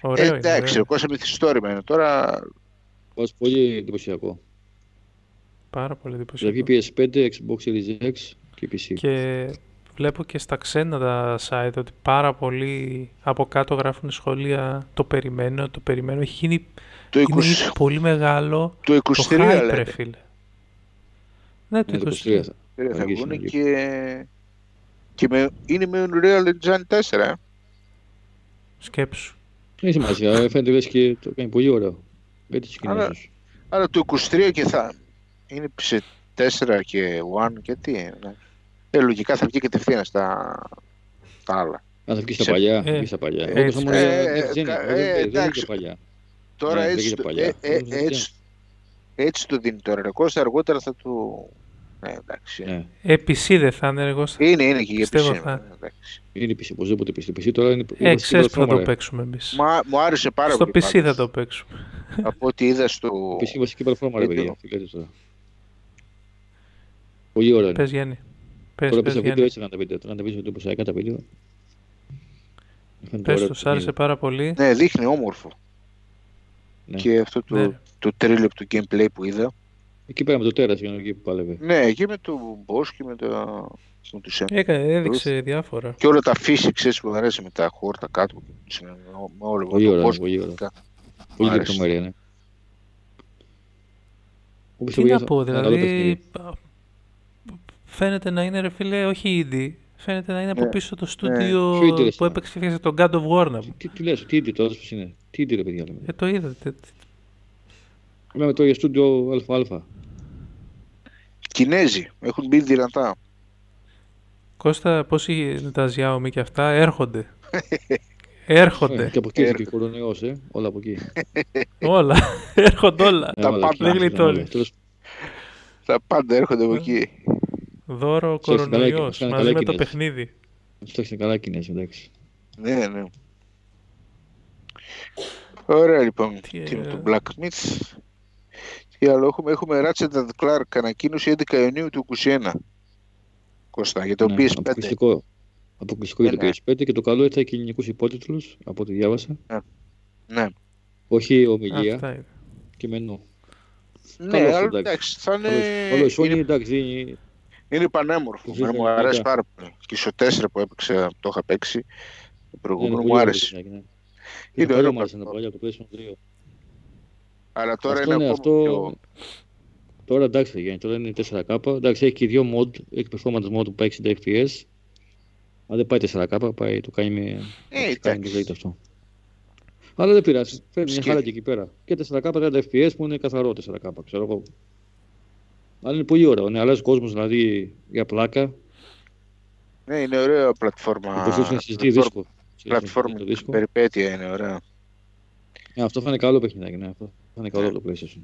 [SPEAKER 1] Ωραίο
[SPEAKER 2] Ε,
[SPEAKER 1] είναι,
[SPEAKER 2] εντάξει,
[SPEAKER 1] ωραίο.
[SPEAKER 2] εγώ σε μυθιστόρημα είναι τώρα.
[SPEAKER 3] Βάζει πολύ εντυπωσιακό.
[SPEAKER 1] Πάρα πολύ
[SPEAKER 3] Δηλαδή
[SPEAKER 1] εντυπωσιακό.
[SPEAKER 3] PS5, Xbox Series X και PC.
[SPEAKER 1] Και βλέπω και στα ξένα τα site ότι πάρα πολλοί από κάτω γράφουν σχόλια το περιμένω, το περιμένω. Έχει γίνει
[SPEAKER 2] Το, 20,
[SPEAKER 1] είναι ήδη πολύ μεγάλο
[SPEAKER 2] το
[SPEAKER 1] το
[SPEAKER 2] 23
[SPEAKER 1] hype ρε
[SPEAKER 2] λένε.
[SPEAKER 1] φίλε. Ναι,
[SPEAKER 3] Είναι
[SPEAKER 1] το 23.
[SPEAKER 3] το 23 θα.
[SPEAKER 2] Ρε, Θα
[SPEAKER 3] Αργήσουν
[SPEAKER 2] βγουν
[SPEAKER 3] λίγο.
[SPEAKER 2] και. και με, είναι με Unreal Engine 4. ε.
[SPEAKER 1] Σκέψου.
[SPEAKER 3] Δεν έχει σημασία, ε, φαίνεται λες και το κάνει πολύ ωραίο. Γιατί τους
[SPEAKER 2] Άρα-
[SPEAKER 3] Κινέζους.
[SPEAKER 2] Άρα το 23 και θα. Είναι σε 4 και 1 και τι. Ναι. Ε, λογικά θα βγει κατευθείαν στα τα άλλα.
[SPEAKER 3] Αν θα βγει στα
[SPEAKER 2] σε-
[SPEAKER 3] παλιά, θα
[SPEAKER 1] ε,
[SPEAKER 3] βγει στα παλιά.
[SPEAKER 1] ε,
[SPEAKER 3] Όπως
[SPEAKER 1] έτσι.
[SPEAKER 3] όμως
[SPEAKER 2] Ε,
[SPEAKER 3] ε,
[SPEAKER 2] ε,
[SPEAKER 3] δεν βγαίνει,
[SPEAKER 2] κα- ε,
[SPEAKER 3] δεν- δεν βγαίνει
[SPEAKER 2] εντάξει.
[SPEAKER 3] στα παλιά.
[SPEAKER 2] Τώρα
[SPEAKER 3] Ναι,
[SPEAKER 2] έτσι,
[SPEAKER 3] βγήκε
[SPEAKER 2] το,
[SPEAKER 3] παλιά.
[SPEAKER 2] ε, ε,
[SPEAKER 3] Όμως δεν
[SPEAKER 2] έτσι, έτσι το δίνει τώρα. ρε Κώστα, αργότερα θα του. Ναι, εντάξει.
[SPEAKER 3] Ναι,
[SPEAKER 1] PC Ε, δεν θα είναι εγώ. στα-
[SPEAKER 2] Είναι, είναι και για
[SPEAKER 1] Πιστεύω
[SPEAKER 2] PC,
[SPEAKER 1] θα.
[SPEAKER 2] ναι, εντάξει.
[SPEAKER 3] είναι PC, οπωσδήποτε PC. PC τώρα είναι
[SPEAKER 1] Ε,
[SPEAKER 3] είναι
[SPEAKER 1] ξέρεις που θα
[SPEAKER 3] πλατφόρμα,
[SPEAKER 1] το
[SPEAKER 3] ρε.
[SPEAKER 1] παίξουμε εμείς.
[SPEAKER 2] Μα, μου άρεσε πάρα
[SPEAKER 1] Στο
[SPEAKER 2] πολύ.
[SPEAKER 1] PC θα
[SPEAKER 2] πάντως,
[SPEAKER 1] το παίξουμε.
[SPEAKER 2] Από ό,τι είδα στο.
[SPEAKER 3] PC είναι βασική πλατφόρμα, ρε
[SPEAKER 2] Ε,
[SPEAKER 3] παιδιά.
[SPEAKER 2] το-
[SPEAKER 3] Τι λέτε τώρα. Πολύ ωραίο είναι.
[SPEAKER 1] Πες Γιάννη. Πες,
[SPEAKER 3] Τώρα
[SPEAKER 1] πες
[SPEAKER 3] πες τα βίντεο
[SPEAKER 1] Γιάννη.
[SPEAKER 3] έτσι να τα βίντεο. Τώρα να τα βίντεο το ποσαϊκά τα βίντεο. Φαίνεται
[SPEAKER 1] Πες
[SPEAKER 3] ωραίο
[SPEAKER 1] το, σ' άρεσε
[SPEAKER 3] παιχνίδι.
[SPEAKER 1] πάρα πολύ.
[SPEAKER 2] Ναι, δείχνει όμορφο.
[SPEAKER 3] Ναι.
[SPEAKER 2] Και αυτό το,
[SPEAKER 1] Ναι.
[SPEAKER 2] το τρίλεπτο gameplay που είδα.
[SPEAKER 3] Εκεί πέρα με το τέρας, για να εκεί που πάλευε.
[SPEAKER 2] Ναι, και με το boss και με, τα... με τους εν-
[SPEAKER 1] Έκανε, έδειξε διάφορα.
[SPEAKER 2] Και όλα τα physics έτσι που αρέσει με τα χόρτα κάτω που με όλο
[SPEAKER 3] Πολύ
[SPEAKER 2] το
[SPEAKER 3] ωραία,
[SPEAKER 2] κόσμο.
[SPEAKER 3] πολύ ωραία.
[SPEAKER 2] Κα-
[SPEAKER 3] Πολύ
[SPEAKER 2] άρεσε.
[SPEAKER 3] λεπτομέρεια, ναι. Όπως
[SPEAKER 1] Τι
[SPEAKER 3] το
[SPEAKER 1] να
[SPEAKER 3] βγάζει-
[SPEAKER 1] πω,
[SPEAKER 3] ένα καλό παιχνίδι.
[SPEAKER 1] δηλαδή α, φαίνεται να είναι ρε φίλε όχι indie, φαίνεται να είναι από
[SPEAKER 2] Ναι,
[SPEAKER 1] πίσω το
[SPEAKER 2] ναι.
[SPEAKER 1] στούντιο
[SPEAKER 3] Πιο interesting.
[SPEAKER 1] που έπαιξε έφτιαξε τον God of War να
[SPEAKER 3] Τι-
[SPEAKER 1] πούμε.
[SPEAKER 3] Τι, τι λες, τι είναι τώρα, πώς είναι. Τι είναι ρε παιδιά, λέμε.
[SPEAKER 1] Ε, το είδατε.
[SPEAKER 3] Μιλάμε τώρα για στούντιο ΑΑ.
[SPEAKER 2] Κινέζοι έχουν μπει δυνατά.
[SPEAKER 1] Κώστα, πώς είναι τα Xiaomi και αυτά, έρχονται. έρχονται.
[SPEAKER 3] Ε, Και από εκεί έρχεται και
[SPEAKER 2] Έρχεται.
[SPEAKER 3] ο κορονοϊός, ε, όλα από εκεί.
[SPEAKER 1] όλα. έρχονται όλα.
[SPEAKER 3] Ναι,
[SPEAKER 2] Τα
[SPEAKER 3] όλα εκεί,
[SPEAKER 2] πάντα.
[SPEAKER 3] όλα,
[SPEAKER 1] Γλιτώνει.
[SPEAKER 3] όλα. Τέλος,
[SPEAKER 2] Τα πάντα έρχονται
[SPEAKER 1] Ναι.
[SPEAKER 2] από εκεί.
[SPEAKER 1] Δώρο
[SPEAKER 3] Ξέρεις, καλά εκεί,
[SPEAKER 1] κορονοϊός
[SPEAKER 3] καλά
[SPEAKER 1] μαζί με
[SPEAKER 3] εκεί
[SPEAKER 1] το
[SPEAKER 3] είναι.
[SPEAKER 1] παιχνίδι.
[SPEAKER 3] φτιάξτε καλά Κινέζοι, εντάξει.
[SPEAKER 2] Ναι, ναι. Ωραία λοιπόν.
[SPEAKER 1] Τι,
[SPEAKER 2] Τι με
[SPEAKER 1] ε.
[SPEAKER 2] το Black Myth. Τι άλλο έχουμε. Έχουμε Ratchet and Clark ανακοίνωση 11 Ιουνίου του 21. Κώστα, για το
[SPEAKER 3] Ναι,
[SPEAKER 2] PS5.
[SPEAKER 3] Αποκλειστικό, αποκλειστικό για το
[SPEAKER 2] Ε, ναι.
[SPEAKER 3] PS5 και το καλό ήταν και ελληνικούς υπότιτλους, από ό,τι διάβασα.
[SPEAKER 2] Ναι.
[SPEAKER 3] Όχι ομιλία
[SPEAKER 1] Αυτά είναι.
[SPEAKER 3] και μενού.
[SPEAKER 2] Ναι,
[SPEAKER 3] Καλώς,
[SPEAKER 2] αλλά
[SPEAKER 3] εντάξει.
[SPEAKER 2] εντάξει, θα είναι...
[SPEAKER 3] Όλο η Sony,
[SPEAKER 2] Ναι, είναι,
[SPEAKER 3] εντάξει, δίνει
[SPEAKER 2] είναι πανέμορφο.
[SPEAKER 3] Ζήτημα
[SPEAKER 2] Εμένα μου αρέσει
[SPEAKER 3] γενικά.
[SPEAKER 2] πάρα πολύ. Και στο 4 που έπαιξα, το είχα παίξει, το
[SPEAKER 3] Ναι,
[SPEAKER 2] προηγούμενο
[SPEAKER 3] είναι
[SPEAKER 2] μου
[SPEAKER 3] πολύ
[SPEAKER 2] άρεσε.
[SPEAKER 3] ωραίο παιχνιδάκι,
[SPEAKER 2] Είναι
[SPEAKER 3] Ναι. Είναι
[SPEAKER 2] ωραίο
[SPEAKER 3] πολύ μου άρεσε
[SPEAKER 2] παιχνίδι.
[SPEAKER 3] να παλιά από το PlayStation 3.
[SPEAKER 2] Αλλά τώρα
[SPEAKER 3] αυτό
[SPEAKER 2] είναι ακόμα
[SPEAKER 3] ναι, αυτό...
[SPEAKER 2] πιο...
[SPEAKER 3] Τώρα εντάξει θα γίνει, τώρα είναι 4K. Εντάξει, έχει και δύο mod, έχει performance mod που πάει 60 FPS. Αν δεν πάει 4K, πάει, το κάνει με...
[SPEAKER 2] Ε,
[SPEAKER 3] το κάνει με
[SPEAKER 2] εντάξει.
[SPEAKER 3] ζέτη αυτό. Αλλά δεν πειράζει. Φέρνει μια
[SPEAKER 2] Σκέφτη.
[SPEAKER 3] χαρά και εκεί πέρα. Και 4K 30 FPS που είναι καθαρό 4K, ξέρω εγώ. Αλλά είναι πολύ ωραίο. Ναι, αλλάζει κόσμος δηλαδή για πλάκα.
[SPEAKER 2] Ναι, είναι ωραία
[SPEAKER 3] Α,
[SPEAKER 2] πλατφόρμα.
[SPEAKER 3] Υποθέτω να συζητεί
[SPEAKER 2] πλατφόρμα-
[SPEAKER 3] δίσκο.
[SPEAKER 2] Πλατφόρμα
[SPEAKER 3] Το
[SPEAKER 2] με
[SPEAKER 3] δίσκο.
[SPEAKER 2] περιπέτεια είναι ωραία.
[SPEAKER 3] Ναι, αυτό θα είναι καλό παιχνιδάκι. Ναι, αυτό θα είναι καλό το PlayStation.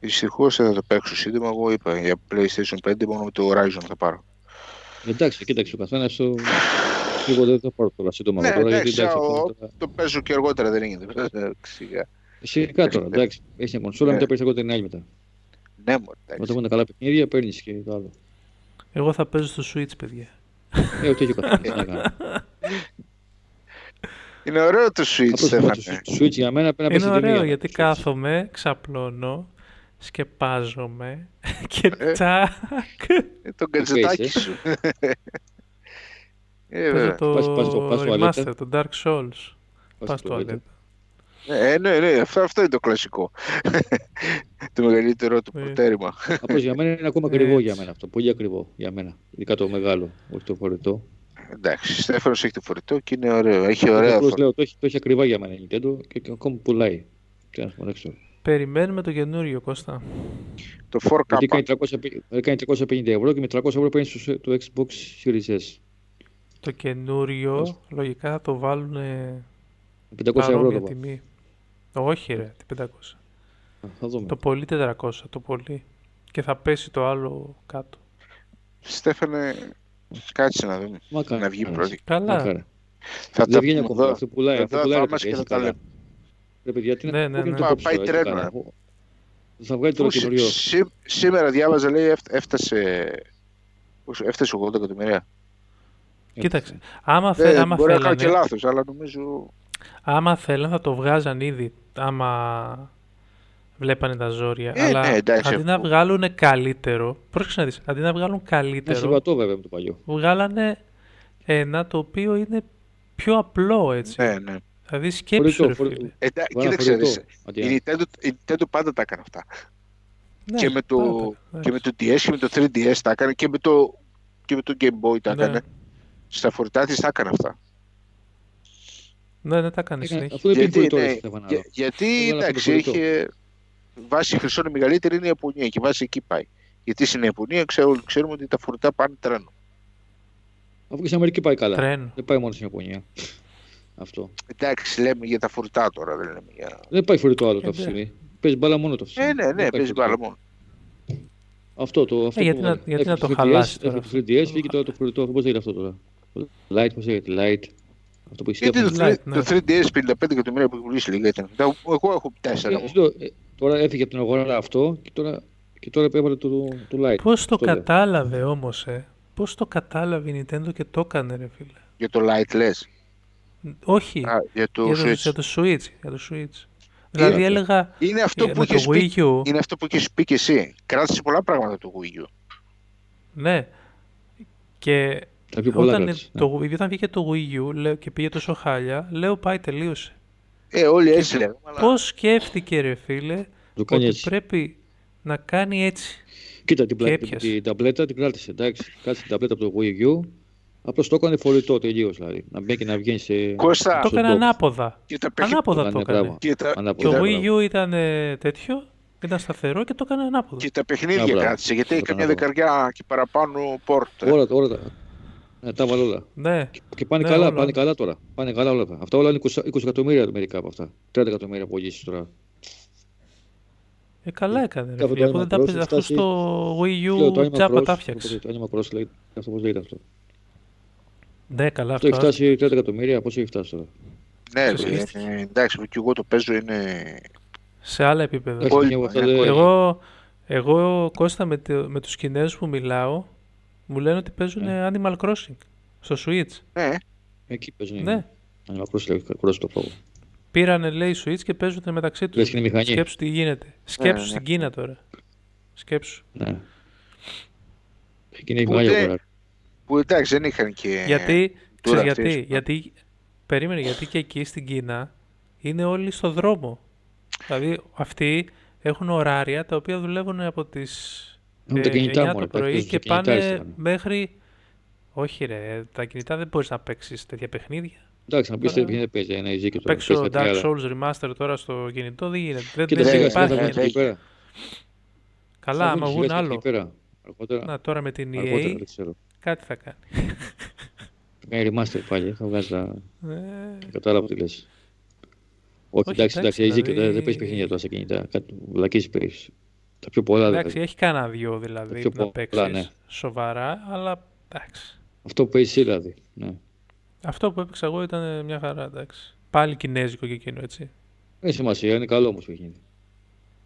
[SPEAKER 2] Δυστυχώς δεν θα το παίξω σύντομα. Εγώ είπα για PlayStation 5 μόνο το Horizon θα πάρω.
[SPEAKER 3] Εντάξει, κοίταξε ο καθένας. Το... Εγώ δεν θα πάρω τώρα σύντομα.
[SPEAKER 2] Ναι,
[SPEAKER 3] από τώρα,
[SPEAKER 2] εντάξει,
[SPEAKER 3] γιατί, εντάξει,
[SPEAKER 2] ο-
[SPEAKER 3] αυτό τώρα...
[SPEAKER 2] Το παίζω και αργότερα δεν γίνεται. Σιγά.
[SPEAKER 3] Φυσικά τώρα, εντάξει. Έχει μια κονσόλα,
[SPEAKER 2] Ναι.
[SPEAKER 3] μετά παίρνει εγώ την άλλη μετά.
[SPEAKER 2] Ναι, μωρέ,
[SPEAKER 3] Όταν
[SPEAKER 2] εντάξει.
[SPEAKER 3] έχουν τα καλά παιχνίδια, παίρνεις και το άλλο.
[SPEAKER 1] Εγώ θα παίζω στο Switch, παιδιά.
[SPEAKER 3] Ε, ό,τι έχει ο καθένα.
[SPEAKER 2] Ε, Είναι ωραίο το Switch,
[SPEAKER 3] Απλώς το
[SPEAKER 2] Στέφανε.
[SPEAKER 3] Switch για μένα πρέπει
[SPEAKER 1] Είναι
[SPEAKER 3] να παίξει την
[SPEAKER 1] ωραίο
[SPEAKER 3] ίδια.
[SPEAKER 1] γιατί κάθομαι, ξαπλώνω, σκεπάζομαι και
[SPEAKER 2] Ε.
[SPEAKER 1] τσακ.
[SPEAKER 2] Ε, Το
[SPEAKER 3] Το
[SPEAKER 2] γκατζετάκι
[SPEAKER 3] παίζεις,
[SPEAKER 2] σου. Ε,
[SPEAKER 1] Παίζω
[SPEAKER 2] βέβαια.
[SPEAKER 1] το
[SPEAKER 3] Πας- πας στο- πας στο
[SPEAKER 1] Remaster,
[SPEAKER 3] αλέτα.
[SPEAKER 1] το Dark Souls.
[SPEAKER 3] Πας
[SPEAKER 1] Πας
[SPEAKER 3] στο
[SPEAKER 1] στο
[SPEAKER 3] αλέτα.
[SPEAKER 1] αλέτα.
[SPEAKER 2] Ε, ναι, ναι, αυτό, αυτό είναι το κλασικό. το μεγαλύτερο του
[SPEAKER 1] Ε.
[SPEAKER 2] προτέρημα.
[SPEAKER 3] Απλώς για μένα είναι ακόμα ακριβό
[SPEAKER 1] Έτσι.
[SPEAKER 3] για μένα αυτό. Πολύ ακριβό για μένα. Ειδικά το μεγάλο, όχι το φορητό.
[SPEAKER 2] Εντάξει, Στέφανος έχει το φορητό και είναι ωραίο. Έχει ωραία
[SPEAKER 3] Απλώ
[SPEAKER 2] φορητό.
[SPEAKER 3] λέω, το έχει, το έχει ακριβά για μένα η Nintendo και, και ακόμα πουλάει. Τι να σου πω, δεν ξέρω.
[SPEAKER 1] Περιμένουμε το καινούριο, Κώστα.
[SPEAKER 2] Το 4K.
[SPEAKER 3] Γιατί κάνει 350, κάνει 350 ευρώ και με 300 ευρώ παίρνεις στο- το Xbox Series S.
[SPEAKER 1] Το καινούριο, λογικά θα το βάλουν
[SPEAKER 3] 500 ευρώ
[SPEAKER 1] παρόμοια
[SPEAKER 3] το βάλω. Ναι.
[SPEAKER 1] τιμή. Όχι ρε, τι 500.
[SPEAKER 3] Θα δούμε.
[SPEAKER 1] Το πολύ 400, το πολύ. Και θα πέσει το άλλο κάτω.
[SPEAKER 2] Στέφανε, κάτσε να δούμε.
[SPEAKER 3] Μακάρι.
[SPEAKER 2] να βγει πρώτη.
[SPEAKER 1] Καλά.
[SPEAKER 3] Μακάρι.
[SPEAKER 2] Θα
[SPEAKER 3] Δεν βγαίνει
[SPEAKER 2] πούμε
[SPEAKER 3] ακόμα.
[SPEAKER 2] εδώ.
[SPEAKER 3] Αυτό πουλάει. Αυτό
[SPEAKER 2] Εδώ
[SPEAKER 3] πουλάει.
[SPEAKER 2] θα
[SPEAKER 3] ρε
[SPEAKER 2] μας
[SPEAKER 3] παιδιά,
[SPEAKER 2] και
[SPEAKER 3] έχει
[SPEAKER 2] θα τα
[SPEAKER 3] καλά. Ρε παιδιά, τι
[SPEAKER 1] Ναι,
[SPEAKER 3] να
[SPEAKER 1] ναι,
[SPEAKER 3] πω και να
[SPEAKER 1] ναι.
[SPEAKER 3] το
[SPEAKER 2] Μα,
[SPEAKER 3] κόψω
[SPEAKER 2] πάει
[SPEAKER 3] τώρα,
[SPEAKER 2] τρένο,
[SPEAKER 3] καλά.
[SPEAKER 2] ρε.
[SPEAKER 3] Έχω- Θα βγάλει τώρα
[SPEAKER 2] Πού σή-
[SPEAKER 3] καινούριο.
[SPEAKER 2] σή- σήμερα διάβαζα, λέει, έφτα- έφτασε... πόσο- Έφτασε 80 εκατομμύρια.
[SPEAKER 1] Κοίταξε, άμα, θε,
[SPEAKER 2] Ε,
[SPEAKER 1] άμα
[SPEAKER 2] μπορεί να κάνω και
[SPEAKER 1] θέλανε,
[SPEAKER 2] λάθος, αλλά νομίζω...
[SPEAKER 1] άμα θέλανε θα το βγάζαν ήδη, άμα βλέπανε τα ζόρια.
[SPEAKER 2] Ε,
[SPEAKER 1] Αλλά
[SPEAKER 2] ναι, εντάξει,
[SPEAKER 1] αντί να
[SPEAKER 2] αυτό.
[SPEAKER 1] βγάλουν καλύτερο, πρόσεξε να δεις, αντί να βγάλουν
[SPEAKER 3] Είναι
[SPEAKER 1] καλύτερο,
[SPEAKER 3] συμβατό βέβαια με το παλιό.
[SPEAKER 1] βγάλανε ένα το οποίο είναι πιο απλό έτσι.
[SPEAKER 2] Ναι, ναι.
[SPEAKER 1] Δηλαδή σκέψου ρε
[SPEAKER 3] Φορητό, φορητό.
[SPEAKER 1] φίλε.
[SPEAKER 2] Ε, τα-
[SPEAKER 3] Βάλα
[SPEAKER 2] κοίταξε,
[SPEAKER 3] φορητό.
[SPEAKER 2] δεις,
[SPEAKER 3] Αντί να-
[SPEAKER 2] η Nintendo, η Nintendo πάντα τα έκανε αυτά.
[SPEAKER 1] Ναι,
[SPEAKER 2] και, με το,
[SPEAKER 1] πάρα πολύ.
[SPEAKER 2] και με
[SPEAKER 1] Εντάξει.
[SPEAKER 2] το DS και με το 3DS τα έκανε και με το, και με το Game Boy τα
[SPEAKER 1] Ναι.
[SPEAKER 2] έκανε. Στα φορητά της τα έκανε αυτά.
[SPEAKER 1] Ναι, ναι, τα κάνεις
[SPEAKER 3] Έκανε-
[SPEAKER 1] συνέχεια.
[SPEAKER 3] Αυτό δεν πήγε
[SPEAKER 2] Γιατί,
[SPEAKER 3] πολύ τώρα
[SPEAKER 2] ναι,
[SPEAKER 3] Στέφανα.
[SPEAKER 2] Για- γιατί
[SPEAKER 3] Έβγαλα αυτό το
[SPEAKER 2] εντάξει,
[SPEAKER 3] φορητό.
[SPEAKER 2] είχε. Βάση χρυσών η μεγαλύτερη είναι η Ιαπωνία και βάση εκεί πάει. Γιατί στην Ιαπωνία ξέρω, όλοι ξέρουμε ότι τα φορητά πάνε τρένο.
[SPEAKER 3] Αφού και στην Αμερική πάει καλά.
[SPEAKER 1] Τρένο.
[SPEAKER 3] Δεν πάει μόνο στην Ιαπωνία. Αυτό.
[SPEAKER 2] Εντάξει, λέμε για τα φορητά τώρα, δεν λέμε για.
[SPEAKER 3] Δεν πάει φορητό άλλο το αυτή
[SPEAKER 1] Ε,
[SPEAKER 3] τη στιγμή. Παίζει μπάλα μόνο το αυτή τη
[SPEAKER 2] Ναι,
[SPEAKER 3] στιγμή.
[SPEAKER 2] ναι,
[SPEAKER 3] Δεν
[SPEAKER 2] ναι,
[SPEAKER 3] πάει
[SPEAKER 2] παίζει
[SPEAKER 3] φορητό.
[SPEAKER 2] μπάλα μόνο.
[SPEAKER 3] Αυτό το. Αυτό
[SPEAKER 1] Ε, γιατί
[SPEAKER 3] που
[SPEAKER 1] να-
[SPEAKER 3] βάλε.
[SPEAKER 1] γιατί να
[SPEAKER 3] Έφυγε
[SPEAKER 1] το
[SPEAKER 3] το 3DS,
[SPEAKER 1] χαλάσει
[SPEAKER 3] έφυγε
[SPEAKER 1] τώρα.
[SPEAKER 3] το 3DS, βγήκε τώρα το φορητό. Πώ έγινε αυτό τώρα. Το Light, πώ έγινε. Light. Αυτό που έχεις
[SPEAKER 2] Γιατί το,
[SPEAKER 3] Στέφανο.
[SPEAKER 1] Light,
[SPEAKER 2] 3,
[SPEAKER 1] ναι.
[SPEAKER 2] το 3DS 55 εκατομμύρια που έχει πουλήσει λίγα ήταν. Τα- Εγώ έχω 4.
[SPEAKER 3] Ε, σου λέω, ε, Τώρα έφυγε από την αγορά αυτό και τώρα, και τώρα έβαλε το, το Light.
[SPEAKER 1] Πώς το
[SPEAKER 3] Ε, Αυτό λέω.
[SPEAKER 1] κατάλαβε όμως, ε. Πώς το κατάλαβε η Nintendo και το έκανε ρε φίλε.
[SPEAKER 2] Για το Light λες.
[SPEAKER 1] Όχι,
[SPEAKER 2] Α, για το
[SPEAKER 1] για, το, για
[SPEAKER 2] Switch.
[SPEAKER 1] το Switch. Για το Switch. Δηλαδή
[SPEAKER 3] αυτό.
[SPEAKER 1] έλεγα
[SPEAKER 2] Είναι αυτό
[SPEAKER 1] ε,
[SPEAKER 2] που
[SPEAKER 1] με το
[SPEAKER 2] έχεις πει.
[SPEAKER 1] Wii U,
[SPEAKER 2] Είναι αυτό που έχεις πει και εσύ. Κράτησες πολλά πράγματα του Wii U.
[SPEAKER 1] ναι, και
[SPEAKER 3] Τα πιο πολλά
[SPEAKER 1] όταν,
[SPEAKER 3] κράτησε, ναι.
[SPEAKER 1] το, όταν βγήκε το Wii U λέω, και πήγε τόσο χάλια, λέω πάει τελείωσε.
[SPEAKER 2] Ε, όλοι έτσι λέγαμε. αλλά-
[SPEAKER 1] Πώς σκέφτηκε ρε φίλε
[SPEAKER 3] Το κάνει
[SPEAKER 1] ότι
[SPEAKER 3] έτσι.
[SPEAKER 1] πρέπει να κάνει έτσι.
[SPEAKER 3] Κοίτα την, πλα...
[SPEAKER 1] έπιασε.
[SPEAKER 3] την ταμπλέτα, την κράτησε. Εντάξει, κράτησε την ταμπλέτα από το Wii U. Απλώς το έκανε φορητό τελείως. Δηλαδή. Να μπαίνει και να βγαίνει σε.
[SPEAKER 2] Κώστα.
[SPEAKER 1] Το
[SPEAKER 3] στον
[SPEAKER 1] έκανε
[SPEAKER 3] τόπο.
[SPEAKER 1] ανάποδα.
[SPEAKER 2] Και τα παιχνίδια.
[SPEAKER 1] Ανάποδα το
[SPEAKER 3] Ναι,
[SPEAKER 1] έκανε.
[SPEAKER 3] μπράβο.
[SPEAKER 2] Και τα,
[SPEAKER 3] Ανάποδα.
[SPEAKER 1] Και ο
[SPEAKER 2] Ήταν
[SPEAKER 1] Wii U ήταν ε, τέτοιο, ήταν σταθερό και το έκανε ανάποδο.
[SPEAKER 2] και τα παιχνίδια
[SPEAKER 3] Α, μπράβο.
[SPEAKER 2] κράτησε. Γιατί
[SPEAKER 3] Μπράβο.
[SPEAKER 2] έκανε μια δεκαριά και παραπάνω πόρτα.
[SPEAKER 3] Όλα, τα- όλα τα. Ναι, τα βάλω όλα.
[SPEAKER 1] Ναι,
[SPEAKER 3] Και πάνε
[SPEAKER 1] Ναι,
[SPEAKER 3] καλά,
[SPEAKER 1] όλα.
[SPEAKER 3] πάνε καλά τώρα. Πάνε καλά όλα αυτά. Αυτά όλα είναι 20, 20 εκατομμύρια μερικά από αυτά. 30 εκατομμύρια πωλήσει τώρα.
[SPEAKER 1] ε, καλά έκανε. Ρε,
[SPEAKER 3] Κάθε
[SPEAKER 1] φίλε.
[SPEAKER 3] το
[SPEAKER 1] Αφού δεν
[SPEAKER 3] Animal
[SPEAKER 1] τα
[SPEAKER 3] Crossing
[SPEAKER 1] παίζεις αυτό
[SPEAKER 3] φτάσει-
[SPEAKER 1] στο Wii
[SPEAKER 3] Λέω, το
[SPEAKER 1] U,
[SPEAKER 3] Animal
[SPEAKER 1] τσάπα
[SPEAKER 3] Cross,
[SPEAKER 1] τα
[SPEAKER 3] όπως
[SPEAKER 1] έφτιαξε.
[SPEAKER 3] Το Animal Cross λέει αυτό πώς λέγεται αυτό.
[SPEAKER 1] Ναι, καλά
[SPEAKER 3] Αυτό έχει
[SPEAKER 1] αυτό.
[SPEAKER 3] φτάσει 30 εκατομμύρια, πόσο έχει φτάσει τώρα.
[SPEAKER 1] Το
[SPEAKER 2] Ναι, ρε,
[SPEAKER 1] σκέφτηκε.
[SPEAKER 2] είναι- εντάξει, και εγώ το παίζω είναι.
[SPEAKER 1] Σε άλλα επίπεδα.
[SPEAKER 3] Εντάξει,
[SPEAKER 2] όλοι
[SPEAKER 3] και εγώ αυτά
[SPEAKER 2] πάνε,
[SPEAKER 3] δεν-
[SPEAKER 1] Εγώ, εγώ Κώστα, με, το, με τους Κινέζους που μιλάω, μου λένε ότι παίζουν
[SPEAKER 3] Ναι.
[SPEAKER 1] ε, Animal Crossing στο Switch.
[SPEAKER 2] Ναι,
[SPEAKER 3] Εκεί παίζουν.
[SPEAKER 1] Ναι.
[SPEAKER 3] Animal Cross λέει, Cross το φόβο.
[SPEAKER 1] Πήρανε, λέει, Switch και παίζουν μεταξύ τους.
[SPEAKER 3] Λες και είναι μηχανή.
[SPEAKER 1] Σκέψου τι γίνεται. Σκέψου
[SPEAKER 2] ναι.
[SPEAKER 1] στην Κίνα τώρα. Σκέψου.
[SPEAKER 3] Ναι. Εκείνη έχει
[SPEAKER 2] Ούτε-
[SPEAKER 3] μεγάλη αγορά.
[SPEAKER 2] που εντάξει δεν είχαν και.
[SPEAKER 1] Γιατί,
[SPEAKER 2] Ε, τώρα
[SPEAKER 1] ξέρεις
[SPEAKER 2] αυτή,
[SPEAKER 1] γιατί,
[SPEAKER 2] ας πούμε.
[SPEAKER 1] γιατί, περίμενε, γιατί και εκεί στην Κίνα είναι όλοι στο δρόμο. Δηλαδή αυτοί έχουν ωράρια τα οποία δουλεύουν από τις
[SPEAKER 3] Έχουν τα κινητά
[SPEAKER 1] 9
[SPEAKER 3] μόνο,
[SPEAKER 1] το
[SPEAKER 3] τα
[SPEAKER 1] πρωί
[SPEAKER 3] παίζουν
[SPEAKER 1] και
[SPEAKER 3] τα κινητά,
[SPEAKER 1] πάνε
[SPEAKER 3] Στέφανε.
[SPEAKER 1] μέχρι... Όχι ρε, τα κινητά δεν μπορείς να παίξεις τέτοια παιχνίδια.
[SPEAKER 3] Εντάξει, να πεις ότι δεν παίζει ένα Ιζή και
[SPEAKER 1] Θα
[SPEAKER 3] τώρα.
[SPEAKER 1] Παίξω
[SPEAKER 3] παίζει τα
[SPEAKER 1] Dark
[SPEAKER 3] 30.
[SPEAKER 1] Souls Remaster τώρα στο κινητό, δεν γίνεται. Δεν,
[SPEAKER 3] Και τα
[SPEAKER 1] δεν
[SPEAKER 2] Sega
[SPEAKER 3] Vegas
[SPEAKER 2] Street
[SPEAKER 1] υπάρχει.
[SPEAKER 3] μετά βγουν
[SPEAKER 2] Έχει.
[SPEAKER 3] εκεί πέρα.
[SPEAKER 1] Καλά,
[SPEAKER 3] Θα βγουν
[SPEAKER 1] άμα
[SPEAKER 3] τις
[SPEAKER 1] βγουν
[SPEAKER 3] Vegas εκεί
[SPEAKER 1] άλλο.
[SPEAKER 3] πέρα. Αργότερα,
[SPEAKER 1] Να, τώρα με την Ε EA
[SPEAKER 3] αργότερα, δεν ξέρω.
[SPEAKER 1] κάτι θα κάνει.
[SPEAKER 3] Κάνει remaster πάλι, θα βγάζει τα...
[SPEAKER 1] Ε,
[SPEAKER 3] Κατάλαβα τι λες. Όχι, εντάξει, εντάξει, έχει
[SPEAKER 1] δηλαδή-
[SPEAKER 3] δίκιο. Δεν δεν παίζει παιχνίδια τώρα στα κινητά. Κάτι βλακίζει παίζει. Τα πιο πολλά.
[SPEAKER 1] εντάξει,
[SPEAKER 3] δηλαδή.
[SPEAKER 1] έχει κανένα δυο
[SPEAKER 3] Τα
[SPEAKER 1] δηλαδή
[SPEAKER 3] πιο
[SPEAKER 1] που να
[SPEAKER 3] πολλά,
[SPEAKER 1] παίξεις
[SPEAKER 3] ναι.
[SPEAKER 1] σοβαρά, αλλά εντάξει.
[SPEAKER 3] Αυτό που παίζει εσύ δηλαδή. Ναι.
[SPEAKER 1] Αυτό που έπαιξα εγώ ήταν ε, μια χαρά, εντάξει. Πάλι κινέζικο και εκείνο, έτσι.
[SPEAKER 3] Έχει σημασία, είναι καλό όμως παιχνίδι.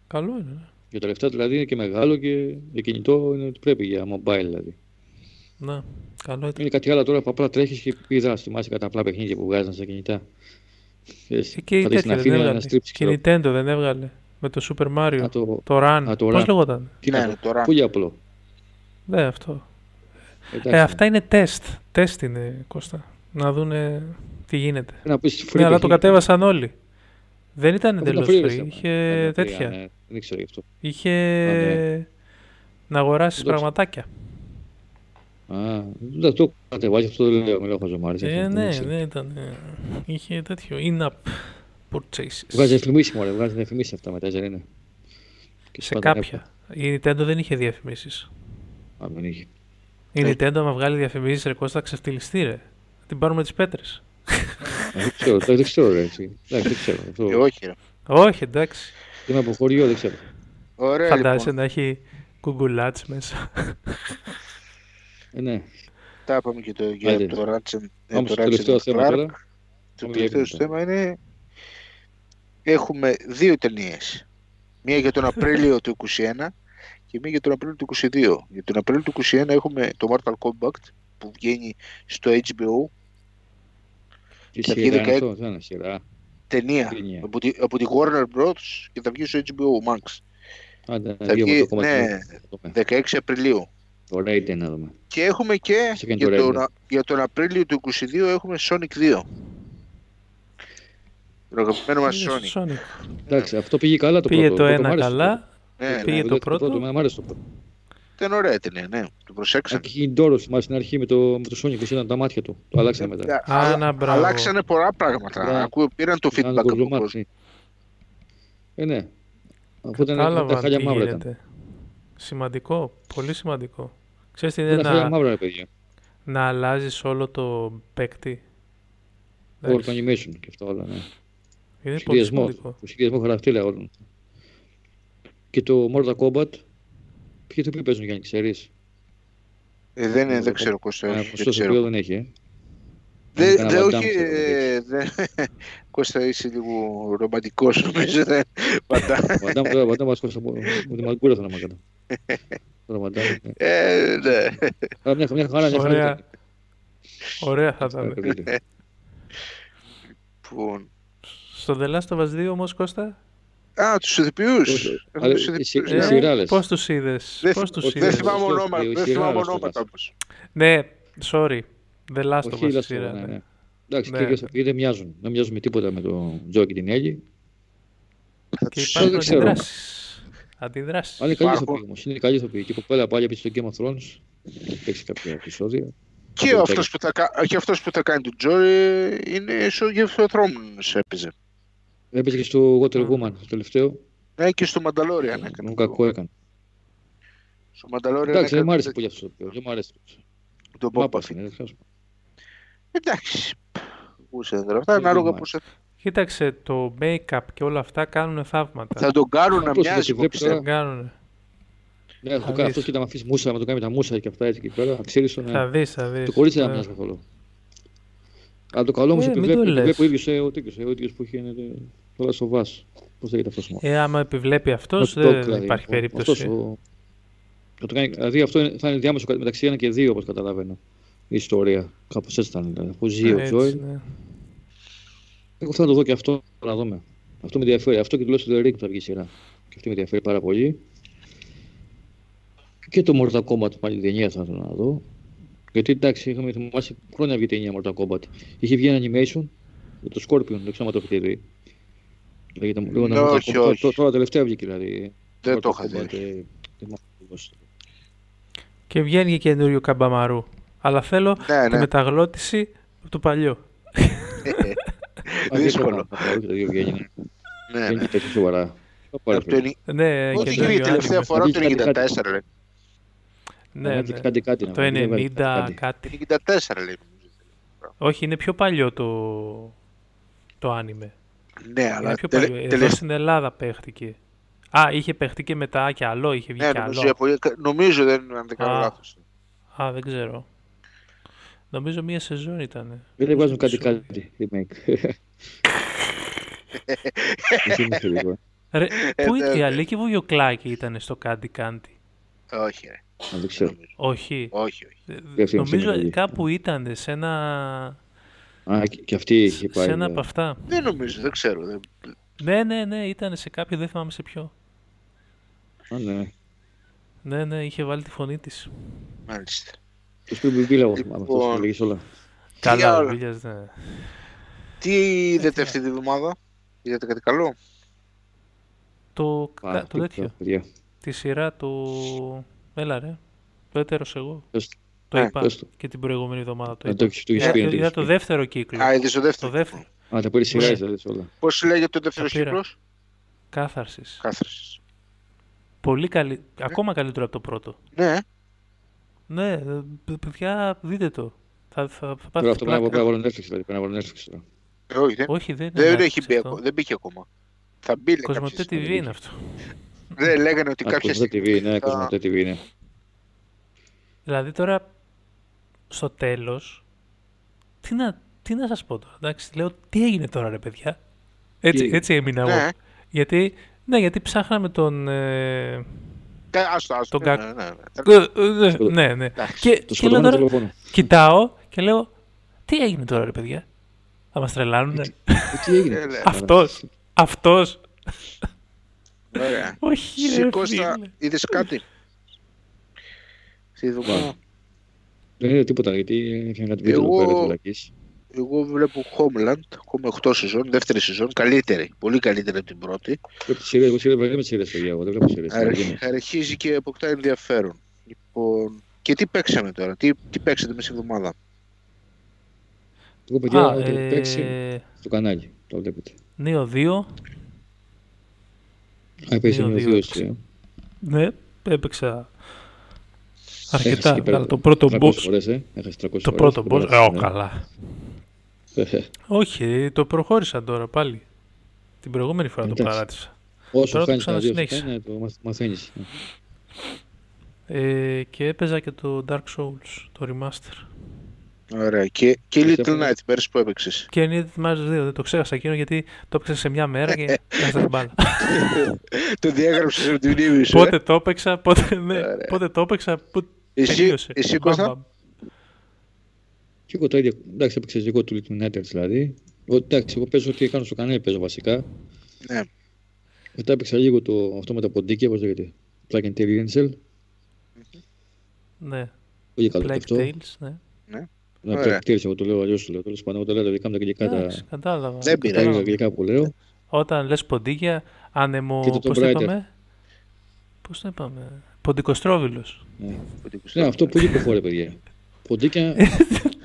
[SPEAKER 1] Καλό είναι. ναι.
[SPEAKER 3] Για τα λεφτά δηλαδή είναι και μεγάλο και για κινητό είναι ότι πρέπει για mobile δηλαδή.
[SPEAKER 1] Ναι, καλό ήταν.
[SPEAKER 3] Είναι κάτι άλλο τώρα που απλά τρέχεις και πηδά. Θυμάσαι κατά απλά παιχνίδια που βγάζαν στα κινητά. Ξέρεις,
[SPEAKER 1] Ε, Και η
[SPEAKER 3] πατήσεις
[SPEAKER 1] τέτοια
[SPEAKER 3] την
[SPEAKER 1] δεν
[SPEAKER 3] Αθήνα να
[SPEAKER 1] έβγαλε.
[SPEAKER 3] στρίψει
[SPEAKER 1] Και η Nintendo δεν έβγαλε. Με το Super Mario.
[SPEAKER 3] Α, το-
[SPEAKER 1] Το Run.
[SPEAKER 3] α, το
[SPEAKER 1] Πώς
[SPEAKER 3] Run.
[SPEAKER 1] λεγόταν.
[SPEAKER 3] Τι
[SPEAKER 2] Ναι,
[SPEAKER 3] να
[SPEAKER 2] ναι,
[SPEAKER 3] πω,
[SPEAKER 2] τώρα.
[SPEAKER 3] Πολύ απλό.
[SPEAKER 1] Ναι, αυτό.
[SPEAKER 3] Εντάξει. ναι.
[SPEAKER 1] Ε, αυτά είναι τεστ. Τεστ είναι, Κώστα. Να δούνε τι γίνεται.
[SPEAKER 3] Πρέπει να πεις free
[SPEAKER 1] Ναι, αλλά το
[SPEAKER 3] παιχνίδι.
[SPEAKER 1] κατέβασαν όλοι. Δεν ήταν
[SPEAKER 3] Αυτό
[SPEAKER 1] εντελώ
[SPEAKER 3] το free
[SPEAKER 1] free.
[SPEAKER 3] ήταν.
[SPEAKER 1] Είχε
[SPEAKER 3] Ήταν free,
[SPEAKER 1] τέτοια.
[SPEAKER 3] ναι. Δεν ξέρω γι' αυτό.
[SPEAKER 1] Είχε
[SPEAKER 3] Άντε.
[SPEAKER 1] να αγοράσεις
[SPEAKER 3] Δεν το ξέρω.
[SPEAKER 1] πραγματάκια.
[SPEAKER 3] Α, δεν το κατεβάζει αυτό, δεν λέω, μιλάω χαζομάρες.
[SPEAKER 1] Ε,
[SPEAKER 3] αυτό,
[SPEAKER 1] ναι,
[SPEAKER 3] δεν ξέρω.
[SPEAKER 1] δεν ήταν. ε, Είχε τέτοιο. In-app purchases.
[SPEAKER 3] Βγάζει διαφημίσει μωρέ, βγάζει διαφημίσει αυτά μετά, δεν είναι. Και
[SPEAKER 1] σε
[SPEAKER 3] πάντα
[SPEAKER 1] κάποια. Η Nintendo δεν είχε διαφημίσεις.
[SPEAKER 3] Apple. Α, δεν είχε.
[SPEAKER 1] Η
[SPEAKER 3] Ε.
[SPEAKER 2] Ναι.
[SPEAKER 1] Nintendo, άμα βγάλει διαφημίσεις, ρε Κώστα, θα ξεφτυλιστεί, ρε. Θα την πάρουμε τις πέτρες.
[SPEAKER 3] Α, Ε, Δεν ξέρω, εντάξει, δεν ξέρω, ρε, έτσι. Εντάξει, δεν ξέρω. Αυτό.
[SPEAKER 2] Ε, όχι, ρε.
[SPEAKER 1] Όχι, εντάξει.
[SPEAKER 3] Είμαι από χωριό, δεν ξέρω.
[SPEAKER 2] Ωραία,
[SPEAKER 1] Φαντάζεσαι
[SPEAKER 2] λοιπόν.
[SPEAKER 1] να έχει κουγκουλάτς μέσα.
[SPEAKER 3] Ε, ναι.
[SPEAKER 2] Τα είπαμε και το, για
[SPEAKER 3] Άντε.
[SPEAKER 2] το Ratchet. ε,
[SPEAKER 3] Πάμε
[SPEAKER 2] Το
[SPEAKER 3] στο
[SPEAKER 2] Ratchet
[SPEAKER 3] τελευταίο
[SPEAKER 2] and
[SPEAKER 3] θέμα
[SPEAKER 2] Clank.
[SPEAKER 3] τώρα.
[SPEAKER 2] Το
[SPEAKER 3] Πάμε
[SPEAKER 2] τελευταίο
[SPEAKER 3] για
[SPEAKER 2] θέμα είναι... Έχουμε δύο ταινίες. Μία για τον Απρίλιο του 2021 και μία για τον Απρίλιο του 2022. Για τον Απρίλιο του 2021 έχουμε το Mortal Kombat που βγαίνει στο HBO.
[SPEAKER 3] Τι
[SPEAKER 2] Και
[SPEAKER 3] σειρά είναι
[SPEAKER 2] βγήκε
[SPEAKER 3] αυτό, δεν είναι σειρά.
[SPEAKER 2] Ταινία
[SPEAKER 3] Ταινία.
[SPEAKER 2] από τη, από τη Warner Bros. και θα βγει στο HBO Max.
[SPEAKER 3] Άντε,
[SPEAKER 2] Θα
[SPEAKER 3] να δύο με
[SPEAKER 2] βγει,
[SPEAKER 3] το κομμάτι.
[SPEAKER 2] ναι.
[SPEAKER 3] να το δούμε.
[SPEAKER 2] 16 Απριλίου.
[SPEAKER 3] Το Raiden να δούμε.
[SPEAKER 2] Και έχουμε και
[SPEAKER 3] Second
[SPEAKER 2] για
[SPEAKER 3] Raid.
[SPEAKER 2] τον, για τον Απρίλιο του 22 έχουμε Sonic 2. Το αγαπημένο μας
[SPEAKER 1] Είναι
[SPEAKER 2] Sonic.
[SPEAKER 1] στο Sonic.
[SPEAKER 3] Εντάξει, αυτό πήγε καλά το
[SPEAKER 1] Πήγε
[SPEAKER 3] πρώτο.
[SPEAKER 1] το
[SPEAKER 3] μ'
[SPEAKER 1] ένα
[SPEAKER 3] άρεσε το πρώτο.
[SPEAKER 1] καλά.
[SPEAKER 2] Ναι,
[SPEAKER 1] Πήγε
[SPEAKER 2] ναι,
[SPEAKER 1] το
[SPEAKER 3] Δεν-
[SPEAKER 1] πρώτο.
[SPEAKER 3] πρώτο. Μ' άρεσε το πρώτο.
[SPEAKER 2] ήταν ωραία ταινία, ναι. Το προσέξαμε.
[SPEAKER 3] Εκεί η Ντόρο θυμάσαι στην αρχή με το, με το Sonic, που ήταν τα μάτια του. Το αλλάξανε μετά.
[SPEAKER 2] Α,
[SPEAKER 1] Α,
[SPEAKER 2] αλλά-
[SPEAKER 1] να, μπράβο.
[SPEAKER 2] αλλάξανε πολλά πράγματα.
[SPEAKER 3] Μπράβο.
[SPEAKER 2] Ακούω, πήραν το feedback
[SPEAKER 3] Ήταν
[SPEAKER 2] από τον
[SPEAKER 3] κορδομάρι.
[SPEAKER 2] κόσμο.
[SPEAKER 3] Ε, ναι. Οπότε ήταν τα
[SPEAKER 1] Κατάλαβαν
[SPEAKER 3] χάλια
[SPEAKER 1] τι
[SPEAKER 3] μαύρα ήταν.
[SPEAKER 1] γίνεται. Σημαντικό, πολύ σημαντικό. Ξέρεις τι είναι
[SPEAKER 3] Ήταν χάλια
[SPEAKER 1] να,
[SPEAKER 3] μαύρα, ρε παιδιά.
[SPEAKER 1] να αλλάζεις όλο το παίκτη.
[SPEAKER 3] Όλο
[SPEAKER 1] Εντάξει,
[SPEAKER 3] το animation και αυτά όλα. Ναι.
[SPEAKER 1] Είναι Ε, πολύ
[SPEAKER 3] Σχεδιασμό.
[SPEAKER 1] σημαντικό.
[SPEAKER 3] Το σχεδιασμό χαρακτήρα όλων. Και το Mortal Kombat. Ποιοι ηθοποιοί παίζουν, Γιάννη, ξέρεις.
[SPEAKER 2] Ε, δεν, είναι-
[SPEAKER 3] Ε,
[SPEAKER 2] δεν ξέρω, Κώστα.
[SPEAKER 3] Ένα
[SPEAKER 2] όχι,
[SPEAKER 3] ποσοστό
[SPEAKER 2] Δεν ξέρω.
[SPEAKER 3] ηθοποιό δεν έχει. ε.
[SPEAKER 2] Δεν,
[SPEAKER 3] Κανένα
[SPEAKER 2] δεν,
[SPEAKER 3] Van Damme
[SPEAKER 2] όχι,
[SPEAKER 3] ξέρω,
[SPEAKER 2] ε, δεν- Κώστα, είσαι λίγο ρομαντικός, νομίζω. δεν- Πάντα.
[SPEAKER 3] Βαντάμ τώρα, βαντάμ μας κόψε από... Μου τη μαγκούρα θα να μαγκάνα. Τώρα βαντάμ. ναι.
[SPEAKER 2] Ε, ναι.
[SPEAKER 3] Αλλά μια, μια χαρά, μια χαρά.
[SPEAKER 1] Ωραία.
[SPEAKER 3] ήταν.
[SPEAKER 1] Ωραία θα
[SPEAKER 3] Ωραία,
[SPEAKER 1] ήταν.
[SPEAKER 3] παιδί.
[SPEAKER 2] Λοιπόν.
[SPEAKER 1] Στο The Last of Us 2 όμως, Κώστα,
[SPEAKER 2] Α, τους ηθοποιούς.
[SPEAKER 3] Όχι,
[SPEAKER 2] Έχουμε
[SPEAKER 3] αλλά
[SPEAKER 2] τους
[SPEAKER 3] η
[SPEAKER 2] ηθοποιούς,
[SPEAKER 3] σι- η
[SPEAKER 2] ναι.
[SPEAKER 3] σειρά- Ε, σειράλες.
[SPEAKER 1] πώς τους είδες,
[SPEAKER 2] Δεν
[SPEAKER 1] πώς
[SPEAKER 2] θυμ-
[SPEAKER 1] τους
[SPEAKER 3] όχι,
[SPEAKER 2] Δεν
[SPEAKER 1] είδες.
[SPEAKER 2] θυμάμαι
[SPEAKER 3] Ο
[SPEAKER 2] ονόματα,
[SPEAKER 3] σειράλες
[SPEAKER 2] δεν θυμάμαι
[SPEAKER 3] κιόλας.
[SPEAKER 2] ονόματα όμως.
[SPEAKER 1] Ναι, sorry, The Last
[SPEAKER 3] Όχι,
[SPEAKER 1] of Us
[SPEAKER 3] λάστο,
[SPEAKER 1] σειρά.
[SPEAKER 3] ναι,
[SPEAKER 1] ναι.
[SPEAKER 3] ναι. Εντάξει,
[SPEAKER 1] Ναι.
[SPEAKER 3] και οι δύο ηθοποιοί δεν μοιάζουν. Δεν μοιάζουν με τίποτα με τον Τζο και την Έλλη.
[SPEAKER 2] Θα
[SPEAKER 1] Και
[SPEAKER 2] τους-
[SPEAKER 1] υπάρχουν
[SPEAKER 3] δεν ξέρω.
[SPEAKER 1] αντιδράσεις. Αντιδράσεις.
[SPEAKER 3] Αλλά είναι καλή
[SPEAKER 2] Υπάρχουν.
[SPEAKER 3] ηθοποιή όμως. Είναι καλή ηθοποιή. Και η κοπέλα πάλι από στο Game of Thrones. Έχει παίξει κάποια επεισόδια.
[SPEAKER 2] Και αυτός που θα κα- και αυτός που θα κάνει τον Τζόρι είναι στο Game of Thrones έπαιζε.
[SPEAKER 3] Έπαιζε και στο Water
[SPEAKER 1] Α.
[SPEAKER 3] Woman το τελευταίο.
[SPEAKER 2] Ναι, και στο Mandalorian
[SPEAKER 3] Μου
[SPEAKER 2] έκανε.
[SPEAKER 3] κακό έκανε.
[SPEAKER 2] Στο Mandalorian
[SPEAKER 3] Εντάξει, δεν μου
[SPEAKER 2] έκανε
[SPEAKER 3] άρεσε πολύ αυτό το οποίο. Δεν μου άρεσε.
[SPEAKER 2] τον
[SPEAKER 3] Μα
[SPEAKER 2] Boba Fett.
[SPEAKER 3] είναι. δεν ξέρω.
[SPEAKER 2] Εντάξει. Πούσε δεν τραβά.
[SPEAKER 3] Δεν
[SPEAKER 2] Ανάλογα
[SPEAKER 3] θυμάμαι.
[SPEAKER 2] πώ θα,
[SPEAKER 1] Κοίταξε, το make-up και όλα αυτά κάνουν θαύματα.
[SPEAKER 2] θα τον κάνουν να
[SPEAKER 3] Απλώς θα
[SPEAKER 2] μοιάζει.
[SPEAKER 3] τη
[SPEAKER 2] εγώ
[SPEAKER 3] βλέπεις
[SPEAKER 2] πιστεύω.
[SPEAKER 1] Δεν κάνουν.
[SPEAKER 3] Ναι, θα το
[SPEAKER 1] Θα δεις.
[SPEAKER 3] κάνει αυτό και να με αφήσεις μουσα, να το κάνει με τα μουσα και αυτά έτσι και πέρα. Ξέρεις τον.
[SPEAKER 1] Θα δεις, θα δεις.
[SPEAKER 3] Ναι. Το κορίτσι δεν
[SPEAKER 1] Ναι.
[SPEAKER 3] μοιάζει καθόλου. Αλλά το καλό όμως
[SPEAKER 1] Ε, μην
[SPEAKER 3] επιβλέπει
[SPEAKER 1] το λες.
[SPEAKER 3] επιβλέπει ο ίδιος ο τέτοιος, ε, ο ίδιος που είχε ε, τώρα στο Βάσ. Πώ λέγεται αυτός ο
[SPEAKER 1] Ε, άμα επιβλέπει αυτός,
[SPEAKER 3] Hot dog,
[SPEAKER 1] δεν
[SPEAKER 3] δηλαδή.
[SPEAKER 1] υπάρχει
[SPEAKER 3] Ο-
[SPEAKER 1] περίπτωση.
[SPEAKER 3] αυτός ο- θα το κάνει- δηλαδή αυτό είναι- θα είναι διάμεσο κα- μεταξύ ένα και δύο, όπως καταλαβαίνω. Η ιστορία. Κάπως έτσι θα είναι. Δηλαδή. Αφού ζει ο
[SPEAKER 1] Έτσι,
[SPEAKER 3] Τζόιλ.
[SPEAKER 1] ναι.
[SPEAKER 3] Εγώ θα το δω και αυτό να δούμε. Αυτό με ενδιαφέρει. Αυτό και το Lost in the Ring που θα βγει η σειρά. Και αυτό με ενδιαφέρει πάρα πολύ. Και το Mortal Kombat πάλι ταινία θα θέλω να δω. Γιατί εντάξει, είχαμε θυμάσει χρόνια βγει ταινία Mortal Kombat. Είχε βγει ένα animation με το Scorpion, δεν ξέρω αν το έχετε δει. Λέγεται λέγονταν
[SPEAKER 2] Ναι,
[SPEAKER 3] Mortal
[SPEAKER 2] όχι,
[SPEAKER 3] Kombat.
[SPEAKER 2] όχι.
[SPEAKER 3] Τώρα- Τώρα τελευταία βγήκε δηλαδή.
[SPEAKER 2] Δεν
[SPEAKER 3] Mortal
[SPEAKER 2] το είχα
[SPEAKER 3] Kombat,
[SPEAKER 2] δει.
[SPEAKER 3] ε, δεν μ' ακούγες.
[SPEAKER 1] Και βγαίνει και καινούριο καμπαμαρού. Αλλά θέλω
[SPEAKER 2] Ναι,
[SPEAKER 1] τη
[SPEAKER 2] ναι.
[SPEAKER 1] μεταγλώτηση του παλιού.
[SPEAKER 2] Δύσκολο.
[SPEAKER 3] Το δύο βγαίνει.
[SPEAKER 2] Ναι,
[SPEAKER 3] Δεν
[SPEAKER 2] ναι.
[SPEAKER 3] κοιτάζει σοβαρά. Το πάρε,
[SPEAKER 2] Από το
[SPEAKER 3] φίλε.
[SPEAKER 2] ενι-
[SPEAKER 1] Ναι,
[SPEAKER 2] Ό,τι
[SPEAKER 1] καινούριο
[SPEAKER 2] γίνει τελευταία
[SPEAKER 1] άνιμε.
[SPEAKER 2] φορά το
[SPEAKER 3] Κάτι-
[SPEAKER 2] 94 λέει.
[SPEAKER 1] Ναι,
[SPEAKER 3] Ανάγκη
[SPEAKER 1] ναι.
[SPEAKER 3] Κάντε κάτι. να
[SPEAKER 1] Το
[SPEAKER 3] βάλει, δεν βάλει
[SPEAKER 1] 90
[SPEAKER 3] κάτι.
[SPEAKER 1] κάτι.
[SPEAKER 2] 94 λέει. νομίζω.
[SPEAKER 1] Όχι, είναι πιο παλιό το, το άνιμε.
[SPEAKER 2] Ναι, αλλά
[SPEAKER 1] είναι πιο
[SPEAKER 2] τελε-
[SPEAKER 1] παλιό. Εδώ
[SPEAKER 2] τελευ-
[SPEAKER 1] στην Ελλάδα παίχτηκε. Α, είχε παίχτηκε και μετά και άλλο, είχε βγει
[SPEAKER 2] ναι,
[SPEAKER 1] και άλλο.
[SPEAKER 2] νομίζω, η Ιαπωνία- νομίζω δεν είναι αν δεν κάνω
[SPEAKER 1] Α.
[SPEAKER 2] λάθος.
[SPEAKER 1] Α, δεν ξέρω. Νομίζω μία σεζόν ήταν.
[SPEAKER 3] Δεν βάζουν κάτι κάτι. Remake. Εσύ μου θέλεις, εγώ.
[SPEAKER 1] Ρε,
[SPEAKER 2] Ε,
[SPEAKER 1] πού ήταν
[SPEAKER 2] ναι,
[SPEAKER 1] η
[SPEAKER 2] ναι.
[SPEAKER 1] Αλίκη Βουλιοκλάκη ήταν στο Κάντι Κάντι.
[SPEAKER 2] Όχι, ρε.
[SPEAKER 3] Α, Δεν ξέρω.
[SPEAKER 2] Νομίζω.
[SPEAKER 1] Όχι.
[SPEAKER 2] Όχι, όχι.
[SPEAKER 1] Ε,
[SPEAKER 3] αυτή είναι
[SPEAKER 1] Νομίζω
[SPEAKER 3] μεγάλη.
[SPEAKER 1] κάπου ήταν σε ένα,
[SPEAKER 3] Α, και και αυτή είχε πάει.
[SPEAKER 1] σε ένα
[SPEAKER 3] ε,
[SPEAKER 1] από αυτά.
[SPEAKER 2] Δεν νομίζω, δεν ξέρω. δεν-
[SPEAKER 1] Ναι, ναι, ναι, ήταν σε κάποιο, δεν θυμάμαι σε ποιο.
[SPEAKER 3] Α, ναι.
[SPEAKER 1] Ναι, ναι, είχε βάλει τη φωνή της.
[SPEAKER 2] Μάλιστα.
[SPEAKER 3] Το Spring Bill, εγώ
[SPEAKER 2] Λοιπόν.
[SPEAKER 3] θυμάμαι. Αυτό λέγεις όλα.
[SPEAKER 1] Καλά,
[SPEAKER 2] άλλο.
[SPEAKER 1] δουλειάς, ναι.
[SPEAKER 2] Τι
[SPEAKER 1] τι
[SPEAKER 2] είδατε
[SPEAKER 1] να-
[SPEAKER 2] αυτή τη βδομάδα, είδατε κάτι καλό.
[SPEAKER 1] Το,
[SPEAKER 3] Α,
[SPEAKER 1] κα- το τέτοιο,
[SPEAKER 3] παιδιά.
[SPEAKER 1] τη σειρά του... Έλα ρε, το έτερος εγώ.
[SPEAKER 3] Πες το,
[SPEAKER 1] Το
[SPEAKER 2] Ναι,
[SPEAKER 1] είπα
[SPEAKER 3] πες το.
[SPEAKER 1] και την προηγούμενη εβδομάδα.
[SPEAKER 3] Να
[SPEAKER 1] Το
[SPEAKER 3] το έχεις- το έχεις
[SPEAKER 1] είπα.
[SPEAKER 3] πει,
[SPEAKER 1] Είδα-
[SPEAKER 3] να το
[SPEAKER 1] Είδα
[SPEAKER 3] έχεις
[SPEAKER 1] Ε, το
[SPEAKER 3] πει.
[SPEAKER 1] δεύτερο κύκλο.
[SPEAKER 2] Α, είδες το
[SPEAKER 1] Το
[SPEAKER 2] δεύτερο.
[SPEAKER 1] δεύτερο,
[SPEAKER 3] Α, τα πήρες σειρά,
[SPEAKER 1] Ναι.
[SPEAKER 3] τα είδες όλα.
[SPEAKER 2] Πώς λέγεται ο δεύτερος
[SPEAKER 1] Τα πήρα.
[SPEAKER 2] κύκλος,
[SPEAKER 1] κάθαρσης.
[SPEAKER 2] Κάθαρσης.
[SPEAKER 1] Πολύ καλή, ακόμα καλύτερο από το πρώτο.
[SPEAKER 2] Ναι,
[SPEAKER 1] Ναι, ε, παι- παιδιά, δείτε το. Θα, θα, θα
[SPEAKER 3] Τώρα
[SPEAKER 1] πάρετε
[SPEAKER 3] αυτό πρέπει
[SPEAKER 1] πλάκα.
[SPEAKER 3] να πρέπει να βάλω Netflix, δηλαδή, πρέπει να βάλω Netflix τώρα.
[SPEAKER 2] ε, όχι, δεν,
[SPEAKER 1] Όχι, δεν είναι
[SPEAKER 2] δεν,
[SPEAKER 1] Netflix
[SPEAKER 2] έχει μπει
[SPEAKER 1] αυτό.
[SPEAKER 2] ακόμα, δεν μπήκε ακόμα. Θα μπει λέει, κάποια
[SPEAKER 1] Κοσμοτέ
[SPEAKER 2] στιγμή.
[SPEAKER 1] TV είναι αυτό.
[SPEAKER 2] Δεν λέγανε ότι
[SPEAKER 3] Α,
[SPEAKER 2] κάποια
[SPEAKER 3] Κοσμοτέ
[SPEAKER 2] στιγμή.
[SPEAKER 3] TV, ναι,
[SPEAKER 2] θα-
[SPEAKER 3] Κοσμοτέ TV, ναι.
[SPEAKER 1] Δηλαδή τώρα, στο τέλος, τι να, τι να σας πω τώρα, εντάξει, λέω τι έγινε τώρα ρε παιδιά. Έτσι,
[SPEAKER 3] έγινε.
[SPEAKER 1] έτσι έμεινα
[SPEAKER 2] Ναι,
[SPEAKER 1] εγώ. Γιατί, ναι, γιατί ψάχναμε τον... Ε,
[SPEAKER 2] κα- άστο, άστο.
[SPEAKER 1] Τον
[SPEAKER 2] ναι, ναι, ναι.
[SPEAKER 1] ε, ε, ναι, ναι.
[SPEAKER 2] Εντάξει,
[SPEAKER 1] Και, και
[SPEAKER 3] Το
[SPEAKER 1] λέω
[SPEAKER 3] σκοτωμένο
[SPEAKER 1] τώρα,
[SPEAKER 3] τηλεφώνο.
[SPEAKER 1] κοιτάω και λέω, τι έγινε τώρα ρε παιδιά. Θα μας τρελάνουνε.
[SPEAKER 3] Τι έγινε.
[SPEAKER 2] Ε, ναι.
[SPEAKER 1] Αυτός, αυτός.
[SPEAKER 2] Ωραία.
[SPEAKER 1] Όχι
[SPEAKER 2] Εσύ
[SPEAKER 1] ρε
[SPEAKER 2] Κώστα,
[SPEAKER 1] φίλε.
[SPEAKER 2] είδες κάτι. Στη
[SPEAKER 3] Βάζω.
[SPEAKER 2] δουλειά.
[SPEAKER 3] Δεν είναι Ε, ναι, τίποτα γιατί έφυγαν κάτι βίντεο
[SPEAKER 2] Εγώ-
[SPEAKER 3] εδώ πέρα φυλακής.
[SPEAKER 2] Εγώ βλέπω Homeland, ακόμα 8 σεζόν, δεύτερη σεζόν, καλύτερη, πολύ καλύτερη από την πρώτη.
[SPEAKER 3] Βλέπω τις σειρές, εγώ σειρές, δεν βλέπω τις σειρές, παιδιά, εγώ δεν βλέπω σειρές.
[SPEAKER 2] Αρχ-
[SPEAKER 3] Αργή είναι.
[SPEAKER 2] αρχίζει και αποκτά ενδιαφέρον. Λοιπόν, και τι παίξαμε τώρα, τι, τι παίξατε μέσα στη εβδομάδα.
[SPEAKER 3] Εγώ παιδιά,
[SPEAKER 1] Α,
[SPEAKER 3] ό,τι παίξει
[SPEAKER 1] ε, ναι,
[SPEAKER 3] στο κανάλι, το βλέπετε.
[SPEAKER 1] Νίο 2.
[SPEAKER 3] Α, παίζει
[SPEAKER 1] Δύο,
[SPEAKER 3] με
[SPEAKER 1] δύο
[SPEAKER 3] δύο
[SPEAKER 1] έπαιξε.
[SPEAKER 3] εσύ, ε.
[SPEAKER 1] Ναι, έπαιξα
[SPEAKER 3] Έχασε
[SPEAKER 1] αρκετά.
[SPEAKER 3] εκεί πέρα
[SPEAKER 1] αλλά το πρώτο
[SPEAKER 3] 300
[SPEAKER 1] boss.
[SPEAKER 3] φορές, ε. Έχασε 300
[SPEAKER 1] Το
[SPEAKER 3] φορές,
[SPEAKER 1] πρώτο
[SPEAKER 3] δεν
[SPEAKER 1] boss. Ε,
[SPEAKER 3] παράξενε.
[SPEAKER 1] ω,
[SPEAKER 2] ναι.
[SPEAKER 1] καλά.
[SPEAKER 3] Ε,
[SPEAKER 1] Όχι, το προχώρησα τώρα πάλι. Την προηγούμενη φορά το
[SPEAKER 3] Εντάξει.
[SPEAKER 1] παράτησα.
[SPEAKER 3] Όσο
[SPEAKER 1] Τώρα το
[SPEAKER 3] χάνεις τα δύο σου
[SPEAKER 1] ξανασυνέχισα.
[SPEAKER 3] χάνει, το μαθ- μαθαίνεις. Ε,
[SPEAKER 1] Ε, και έπαιζα και το Dark Souls, το remaster.
[SPEAKER 2] Ωραία, και, και
[SPEAKER 3] Εσύ
[SPEAKER 2] Little
[SPEAKER 3] έπαιξε.
[SPEAKER 2] Night πέρσι που έπαιξες.
[SPEAKER 1] Και είναι Θυμάσαι 2, δεν το ξέχασα εκείνο γιατί το έπαιξα σε μια μέρα και έχασα την μπάλα.
[SPEAKER 2] το διάγραψες από τη μνήμη σου, ε.
[SPEAKER 1] πότε το έπαιξα, πότε, ναι,
[SPEAKER 2] Ωραία.
[SPEAKER 1] πότε το έπαιξα, πού
[SPEAKER 2] Εσύ,
[SPEAKER 1] τελείωσε.
[SPEAKER 2] εσύ
[SPEAKER 1] Μπαμ,
[SPEAKER 2] Κώστα,
[SPEAKER 1] μπαμ.
[SPEAKER 3] Και εγώ το ίδιο. Εντάξει, έπαιξε εγώ του Little Nightmares δηλαδή. Εγώ, εντάξει, εγώ παίζω ό,τι κάνω στο κανάλι, παίζω βασικά.
[SPEAKER 2] ναι.
[SPEAKER 3] Μετά έπαιξα λίγο το, αυτό με τα ποντίκια, πώς λέγεται. Plug and Tail Insel.
[SPEAKER 1] Ναι,
[SPEAKER 3] Πολύ καλό και
[SPEAKER 1] Plague
[SPEAKER 3] αυτό.
[SPEAKER 1] Tales, ναι.
[SPEAKER 3] Να
[SPEAKER 2] Ωραία.
[SPEAKER 3] Plug Tales, εγώ το λέω αλλιώς το λέω. Τέλος πάντων, εγώ τα λέω τα δικά μου τα αγγλικά, τα
[SPEAKER 1] Εντάξει, κατάλαβα.
[SPEAKER 2] Δεν
[SPEAKER 3] τα
[SPEAKER 2] πειράζει.
[SPEAKER 1] κατάλαβα.
[SPEAKER 3] αγγλικά που λέω.
[SPEAKER 1] Όταν λες ποντίκια, άνεμο,
[SPEAKER 3] Και το
[SPEAKER 1] πώς
[SPEAKER 3] Tomb
[SPEAKER 1] το
[SPEAKER 3] Raider.
[SPEAKER 1] είπαμε. Πώς το είπαμε. Ποντικοστρόβιλος.
[SPEAKER 3] Ναι, αυτό πολύ κουφό ρε παιδιά. Ποντίκια.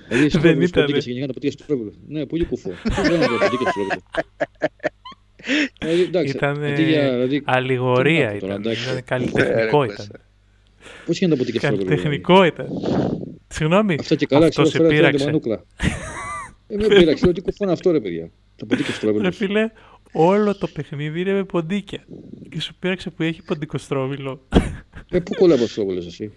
[SPEAKER 3] Δηλαδή, στο
[SPEAKER 1] Δεν
[SPEAKER 3] πρόβλημα,
[SPEAKER 1] ήτανε.
[SPEAKER 3] ποντίκια, σε γενικά τα ποντίκια στο πρόβλημα. Ναι, πολύ κουφό. Δεν μπορώ να λέω ποντίκια στο πρόβλημα. Δηλαδή, εντάξει,
[SPEAKER 1] Ήτανε
[SPEAKER 3] ποντίκια, δηλαδή, τι να
[SPEAKER 1] Αλληγορία
[SPEAKER 3] πω τώρα,
[SPEAKER 1] ήταν.
[SPEAKER 3] εντάξει.
[SPEAKER 1] Ήταν καλλιτεχνικό
[SPEAKER 2] Ε, ρε,
[SPEAKER 1] ήταν.
[SPEAKER 3] πώς γίνεται τα ποντίκια στο πρόβλημα. δηλαδή.
[SPEAKER 1] Καλλιτεχνικό ήταν. Συγγνώμη.
[SPEAKER 3] Αυτά και καλά,
[SPEAKER 1] Αυτό
[SPEAKER 3] ξέρω,
[SPEAKER 1] σε
[SPEAKER 3] φέρατε την
[SPEAKER 1] πείραξε.
[SPEAKER 3] μανούκλα. Ε, με πείραξε, λέω τι κουφό είναι αυτό ρε παιδιά. Τα ποντίκια στο
[SPEAKER 1] Ρε
[SPEAKER 3] πρόβλημα.
[SPEAKER 1] φίλε, όλο το παιχνίδι είναι με ποντίκια. Και σου πείραξε που έχει ποντικοστρόβιλο.
[SPEAKER 3] Ε, πού κολλάει ο Παστρόπουλος εσύ.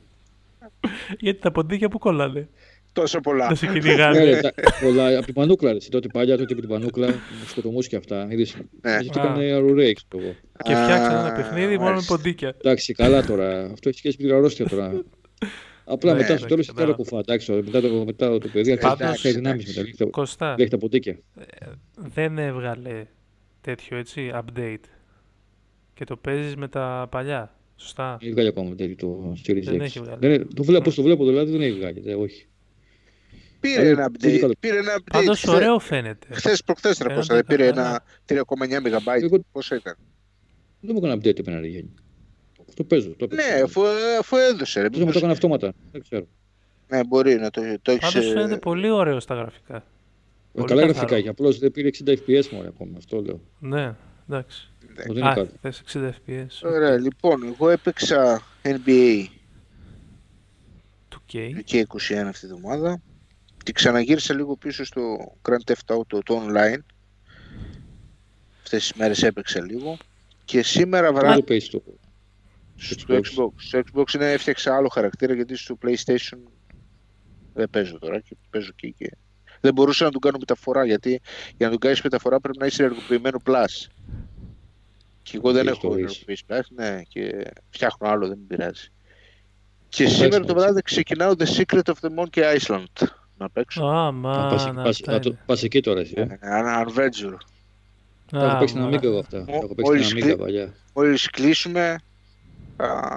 [SPEAKER 1] Γιατί τα ποντίκια που κολλάνε.
[SPEAKER 2] Τόσο πολλά.
[SPEAKER 1] Να σε
[SPEAKER 3] Ναι, ρε,
[SPEAKER 1] κυνηγάνε.
[SPEAKER 3] τα- πολλά, από την Πανούκλα, ρε, εσύ, τότε παλιά, τότε από την Πανούκλα, σκοτωμούς και αυτά, είδες,
[SPEAKER 2] Ναι.
[SPEAKER 3] γιατί
[SPEAKER 1] Α.
[SPEAKER 3] έκανε αρουρέ, ξέρω εγώ.
[SPEAKER 1] και φτιάξαν ένα
[SPEAKER 2] Α,
[SPEAKER 1] παιχνίδι μόνο με
[SPEAKER 2] μάλιστα.
[SPEAKER 1] ποντίκια.
[SPEAKER 3] Εντάξει, καλά τώρα, αυτό έχει σχέση με την αρρώστια τώρα. Απλά
[SPEAKER 1] Ναι,
[SPEAKER 3] μετά στο
[SPEAKER 1] ναι,
[SPEAKER 3] τέλος
[SPEAKER 1] ναι,
[SPEAKER 3] ήταν άλλο
[SPEAKER 1] κατάλαβα.
[SPEAKER 3] κουφά, εντάξει, τώρα, μετά το, μετά το παιδί αρχίζει
[SPEAKER 1] Πάντως-
[SPEAKER 3] να έχει δυνάμεις μετά, λέει, τα-
[SPEAKER 1] Κωστά,
[SPEAKER 3] λέει τα ποτίκια.
[SPEAKER 1] δεν έβγαλε τέτοιο έτσι update. Και το παίζεις με τα παλιά. Σωστά.
[SPEAKER 2] Ε,
[SPEAKER 3] Δεν έχει βγάλει ακόμα τέτοιο το Series
[SPEAKER 1] Δεν
[SPEAKER 3] X.
[SPEAKER 1] έχει βγάλει.
[SPEAKER 3] Δεν είναι- το βλέπω, πώς το βλέπω δηλαδή δεν έχει βγάλει, δε, όχι.
[SPEAKER 2] Πήρε ένα
[SPEAKER 3] Πολύ
[SPEAKER 2] update.
[SPEAKER 3] καλό.
[SPEAKER 2] Πήρε ένα update.
[SPEAKER 1] Πάντως
[SPEAKER 2] χθε-
[SPEAKER 1] ωραίο φαίνεται.
[SPEAKER 2] Χθες προχθές ρε
[SPEAKER 1] Φαίνεται
[SPEAKER 2] πόσα, δεν πήρε
[SPEAKER 1] καθαρά.
[SPEAKER 2] ένα 3,9 MB.
[SPEAKER 3] Εγώ-
[SPEAKER 2] Πόσο ήταν.
[SPEAKER 3] Δεν μου έκανε update εμένα, ρε Γιάννη. Το παίζω, το παίζω.
[SPEAKER 2] Ναι, αφού, αφού έδωσε ρε.
[SPEAKER 3] Ίσως μου το έκανε αυτόματα, δεν ξέρω.
[SPEAKER 2] Ναι, μπορεί να το, το έχεις...
[SPEAKER 1] Πάντως
[SPEAKER 2] ε,
[SPEAKER 1] φαίνεται πολύ ωραίο στα γραφικά. Πολύ
[SPEAKER 3] καλά
[SPEAKER 1] καθαρό.
[SPEAKER 3] γραφικά είχε. Απλώς δεν πήρε 60 FPS μόνο ακόμα. Αυτό λέω.
[SPEAKER 1] Ναι, εντάξει.
[SPEAKER 3] Δεν είναι
[SPEAKER 1] Α,
[SPEAKER 3] κάτι.
[SPEAKER 1] θες 60 FPS.
[SPEAKER 2] Ωραία, λοιπόν, εγώ έπαιξα NBA
[SPEAKER 1] 2K.
[SPEAKER 2] και 21 αυτή τη εβδομάδα και ξαναγύρισα λίγο πίσω στο Grand Theft Auto το online. Αυτές τις μέρες έπαιξα λίγο και σήμερα
[SPEAKER 3] Δεν
[SPEAKER 2] βράδυ
[SPEAKER 3] το παίζει το.
[SPEAKER 2] στο
[SPEAKER 3] Xbox.
[SPEAKER 2] Xbox. Στο Xbox είναι, έφτιαξα άλλο χαρακτήρα γιατί στο PlayStation δεν παίζω τώρα και παίζω και, και... Δεν μπορούσα να τον κάνω μεταφορά γιατί για να τον κάνεις μεταφορά πρέπει να είσαι ενεργοποιημένο Plus. Και εγώ δεν
[SPEAKER 3] Και
[SPEAKER 2] έχω
[SPEAKER 3] το είσαι.
[SPEAKER 2] ενεργοποιήσει Plus, ναι, και φτιάχνω άλλο, δεν με πειράζει. Και σήμερα το
[SPEAKER 3] εντάξει.
[SPEAKER 2] βράδυ ξεκινάω The Secret of the Monkey Island να παίξω.
[SPEAKER 1] Α,
[SPEAKER 3] Να
[SPEAKER 1] μα,
[SPEAKER 3] πας-
[SPEAKER 1] να
[SPEAKER 3] πας-
[SPEAKER 1] αυτά
[SPEAKER 3] να το-
[SPEAKER 1] είναι.
[SPEAKER 3] πας εκεί τώρα εσύ. ε.
[SPEAKER 2] Ε, Ένα adventure.
[SPEAKER 1] Α,
[SPEAKER 3] Τα έχω παίξει ένα
[SPEAKER 1] μα.
[SPEAKER 3] μήκα εγώ αυτά. Τα έχω παίξει
[SPEAKER 2] Μόλις
[SPEAKER 3] ένα
[SPEAKER 2] κλει-
[SPEAKER 3] μήκα παλιά.
[SPEAKER 2] Μόλις κλείσουμε, α,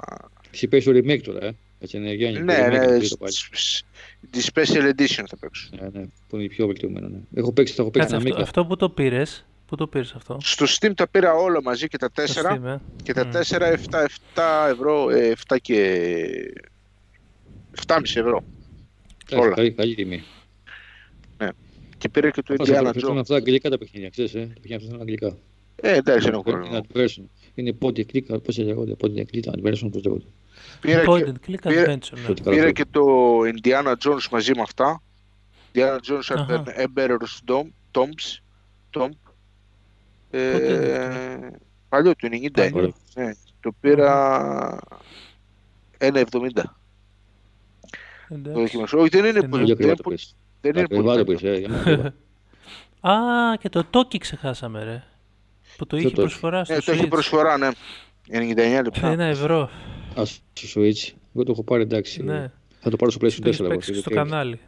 [SPEAKER 3] Εσύ παίζει το remake τώρα, ε. Έτσι είναι Γιάννη. το
[SPEAKER 2] ναι,
[SPEAKER 3] remake,
[SPEAKER 2] ναι,
[SPEAKER 3] το τρίτο πάλι.
[SPEAKER 2] σ- σ- τη Special Edition θα παίξω.
[SPEAKER 3] Ναι, ναι, που είναι πιο βελτιωμένο. Ναι. Έχω παίξει, τα έχω παίξει
[SPEAKER 1] Κάτσε,
[SPEAKER 3] ένα
[SPEAKER 1] αυτό,
[SPEAKER 3] μήκα.
[SPEAKER 1] αυτό που το πήρες, που το πήρες αυτό.
[SPEAKER 2] Στο Steam τα πήρα όλα μαζί και τα
[SPEAKER 1] Το
[SPEAKER 2] 4
[SPEAKER 1] Steam, ε.
[SPEAKER 2] και τα
[SPEAKER 1] Μμ.
[SPEAKER 2] 4 7, 7 ευρώ, ε, 7 και 7,5 ευρώ.
[SPEAKER 3] Εντάξει,
[SPEAKER 2] όλα.
[SPEAKER 3] Καλή, καλή τιμή.
[SPEAKER 2] Και πήρα και το
[SPEAKER 3] Θα
[SPEAKER 2] Indiana
[SPEAKER 3] παρακολουθούν
[SPEAKER 2] Jones.
[SPEAKER 3] αυτά αγγλικά τα παιχνίδια, ξέρεις, ε. Τα παιχνίδια αυτά είναι αγγλικά.
[SPEAKER 2] Ε, εντάξει, δεν έχω
[SPEAKER 3] Πρέπει
[SPEAKER 2] πρόβλημα.
[SPEAKER 3] να το παίξουν. Είναι point and click, πώς λέγονται, point and click, adversion, πώς λέγονται.
[SPEAKER 2] Πήρα
[SPEAKER 1] Point
[SPEAKER 2] και,
[SPEAKER 1] and click
[SPEAKER 2] πήρα-
[SPEAKER 1] adventure, ναι.
[SPEAKER 3] Σχετικά.
[SPEAKER 2] πήρα και το Indiana Jones μαζί με αυτά. Indiana Jones and
[SPEAKER 1] Αχα.
[SPEAKER 2] the Emperor's Dom- Tombs. Tomb.
[SPEAKER 1] Πότε είναι
[SPEAKER 2] Ε, παλιό του 90.
[SPEAKER 1] Παλιό.
[SPEAKER 2] Ναι, το πήρα 1,70. Το
[SPEAKER 1] Εντάξει.
[SPEAKER 2] δοκιμάσα. Όχι, δεν είναι
[SPEAKER 1] Εννοώ.
[SPEAKER 2] πολύ.
[SPEAKER 3] Για
[SPEAKER 2] Δεν
[SPEAKER 3] ακριβά
[SPEAKER 2] είναι
[SPEAKER 3] το
[SPEAKER 2] πολύ-
[SPEAKER 3] πες.
[SPEAKER 2] δεν
[SPEAKER 3] Για
[SPEAKER 2] είναι
[SPEAKER 3] ακριβά το
[SPEAKER 2] πολύ.
[SPEAKER 3] πες, ε, για να
[SPEAKER 1] Ναι.
[SPEAKER 3] ακριβά.
[SPEAKER 1] Α, και το Toki ξεχάσαμε, ρε. Που το
[SPEAKER 3] Ποιο
[SPEAKER 1] είχε
[SPEAKER 3] Toki?
[SPEAKER 1] προσφορά στο Ναι,
[SPEAKER 2] Ναι, το έχει
[SPEAKER 1] Switch.
[SPEAKER 2] προσφορά, ναι. 99 λεπτά.
[SPEAKER 1] Ένα ευρώ.
[SPEAKER 3] Ας στο Switch, εγώ το έχω πάρει εντάξει.
[SPEAKER 1] Ναι.
[SPEAKER 3] Θα το πάρω στο PlayStation
[SPEAKER 1] Το έχεις
[SPEAKER 3] 4. εγώ,
[SPEAKER 1] παίξει στο
[SPEAKER 3] γιατί-
[SPEAKER 1] κανάλι.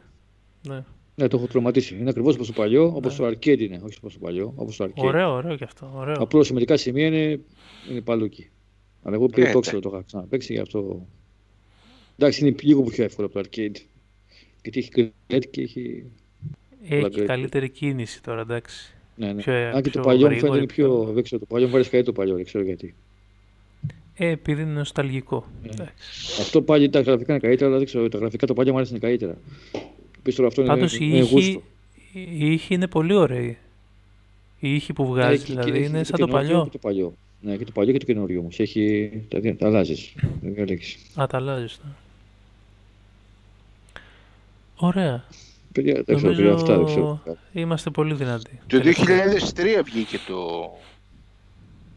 [SPEAKER 1] Ναι.
[SPEAKER 3] Ναι, το έχω τρομαντήσει. Είναι ακριβώς όπως το παλιό, όπως
[SPEAKER 1] Ναι.
[SPEAKER 3] το arcade είναι. Όχι όπως το παλιό, όπως το arcade.
[SPEAKER 1] Ωραίο, ωραίο κι αυτό. Ωραίο.
[SPEAKER 3] Απλώς σε μερικά σημεία είναι, είναι παλούκι. Αλλά εγώ πριν
[SPEAKER 2] Ε,
[SPEAKER 3] το
[SPEAKER 2] εντάξει.
[SPEAKER 3] ξέρω, το είχα ξαναπέξει γι' αυτό. Εντάξει, είναι λίγο πιο εύκολο από το arcade. Γιατί έχει κρυφτεί και έχει.
[SPEAKER 1] Έχει
[SPEAKER 3] Λαγκρέτη.
[SPEAKER 1] καλύτερη κίνηση τώρα, εντάξει.
[SPEAKER 3] Ναι, ναι.
[SPEAKER 1] Πιο-
[SPEAKER 3] Αν και
[SPEAKER 1] πιο
[SPEAKER 3] το παλιό μου
[SPEAKER 1] γρήγορη,
[SPEAKER 3] φαίνεται είναι πιο. Δεν ξέρω, το παλιό μου βάζει κάτι το παλιό, δεν ξέρω γιατί.
[SPEAKER 1] Ε, επειδή είναι νοσταλγικό.
[SPEAKER 3] Ναι.
[SPEAKER 1] Εντάξει.
[SPEAKER 3] Αυτό πάλι τα γραφικά είναι καλύτερα, αλλά δεν ξέρω. Τα γραφικά το παλιό μου άρεσε είναι καλύτερα. Πίσω τώρα αυτό είναι.
[SPEAKER 1] Πάντως η
[SPEAKER 3] είναι Ε, γούστο.
[SPEAKER 1] ήχη, η ήχη είναι πολύ ωραίοι. Η ήχη που
[SPEAKER 3] Ναι,
[SPEAKER 1] βγάζει
[SPEAKER 3] και- και
[SPEAKER 1] δηλαδή
[SPEAKER 3] έχει
[SPEAKER 1] είναι
[SPEAKER 3] και
[SPEAKER 1] σαν το
[SPEAKER 3] καινούριο
[SPEAKER 1] παλιό.
[SPEAKER 3] Και το παλιό. Ναι, και το παλιό και το καινούριο όμως. Έχει. Τα, τα αλλάζεις. Δεν διαλέγει.
[SPEAKER 1] Α, τα αλλάζεις, ναι. Ωραία.
[SPEAKER 3] Παιδιά, δεν ξέρω, παιδιά,
[SPEAKER 1] Νομίζω
[SPEAKER 3] αυτά δεν ξέρω.
[SPEAKER 1] Είμαστε πολύ δυνατοί.
[SPEAKER 2] Το
[SPEAKER 1] Τελευταία.
[SPEAKER 2] 2003 βγήκε το.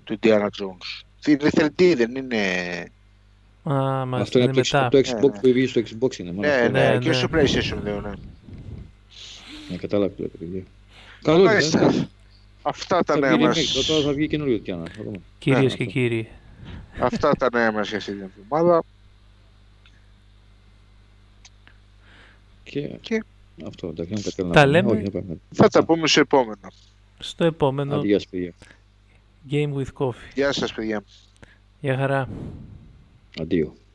[SPEAKER 2] το Indiana Jones. Είναι 3D, δεν είναι.
[SPEAKER 1] Α, μάλιστα,
[SPEAKER 3] Αυτό είναι
[SPEAKER 1] είναι
[SPEAKER 3] από το,
[SPEAKER 1] μετά.
[SPEAKER 3] από το
[SPEAKER 2] Ναι,
[SPEAKER 3] Xbox
[SPEAKER 2] ναι.
[SPEAKER 3] που βγήκε στο Xbox είναι μάλλον.
[SPEAKER 2] Ναι,
[SPEAKER 3] αυτό.
[SPEAKER 2] ναι,
[SPEAKER 1] ναι,
[SPEAKER 2] και
[SPEAKER 1] ναι.
[SPEAKER 2] στο PlayStation λέω, ναι.
[SPEAKER 3] Ναι, κατάλαβα το παιδιά. Καλό είναι.
[SPEAKER 2] Μάλιστα.
[SPEAKER 3] ε.
[SPEAKER 2] Αυτά
[SPEAKER 3] Θα
[SPEAKER 2] τα νέα
[SPEAKER 3] βγει
[SPEAKER 2] μας.
[SPEAKER 3] remake, Τώρα θα βγει καινούριο Τιάννα. θα δούμε.
[SPEAKER 1] Κυρίες
[SPEAKER 3] Ναι,
[SPEAKER 1] και
[SPEAKER 3] αυτό.
[SPEAKER 1] κύριοι,
[SPEAKER 2] Αυτά τα νέα μας για αυτή την εβδομάδα.
[SPEAKER 3] Και...
[SPEAKER 2] Και-
[SPEAKER 3] Αυτό, εντάξει, δεν κατάλαβα.
[SPEAKER 1] Τα λέμε.
[SPEAKER 3] Όχι, δεν πάμε.
[SPEAKER 2] Θα τα πούμε στο επόμενο.
[SPEAKER 1] στο επόμενο
[SPEAKER 3] Αντί για σπίτια.
[SPEAKER 1] Game with Coffee.
[SPEAKER 2] Γεια σας, παιδιά.
[SPEAKER 1] Γεια χαρά.
[SPEAKER 3] Αντίο.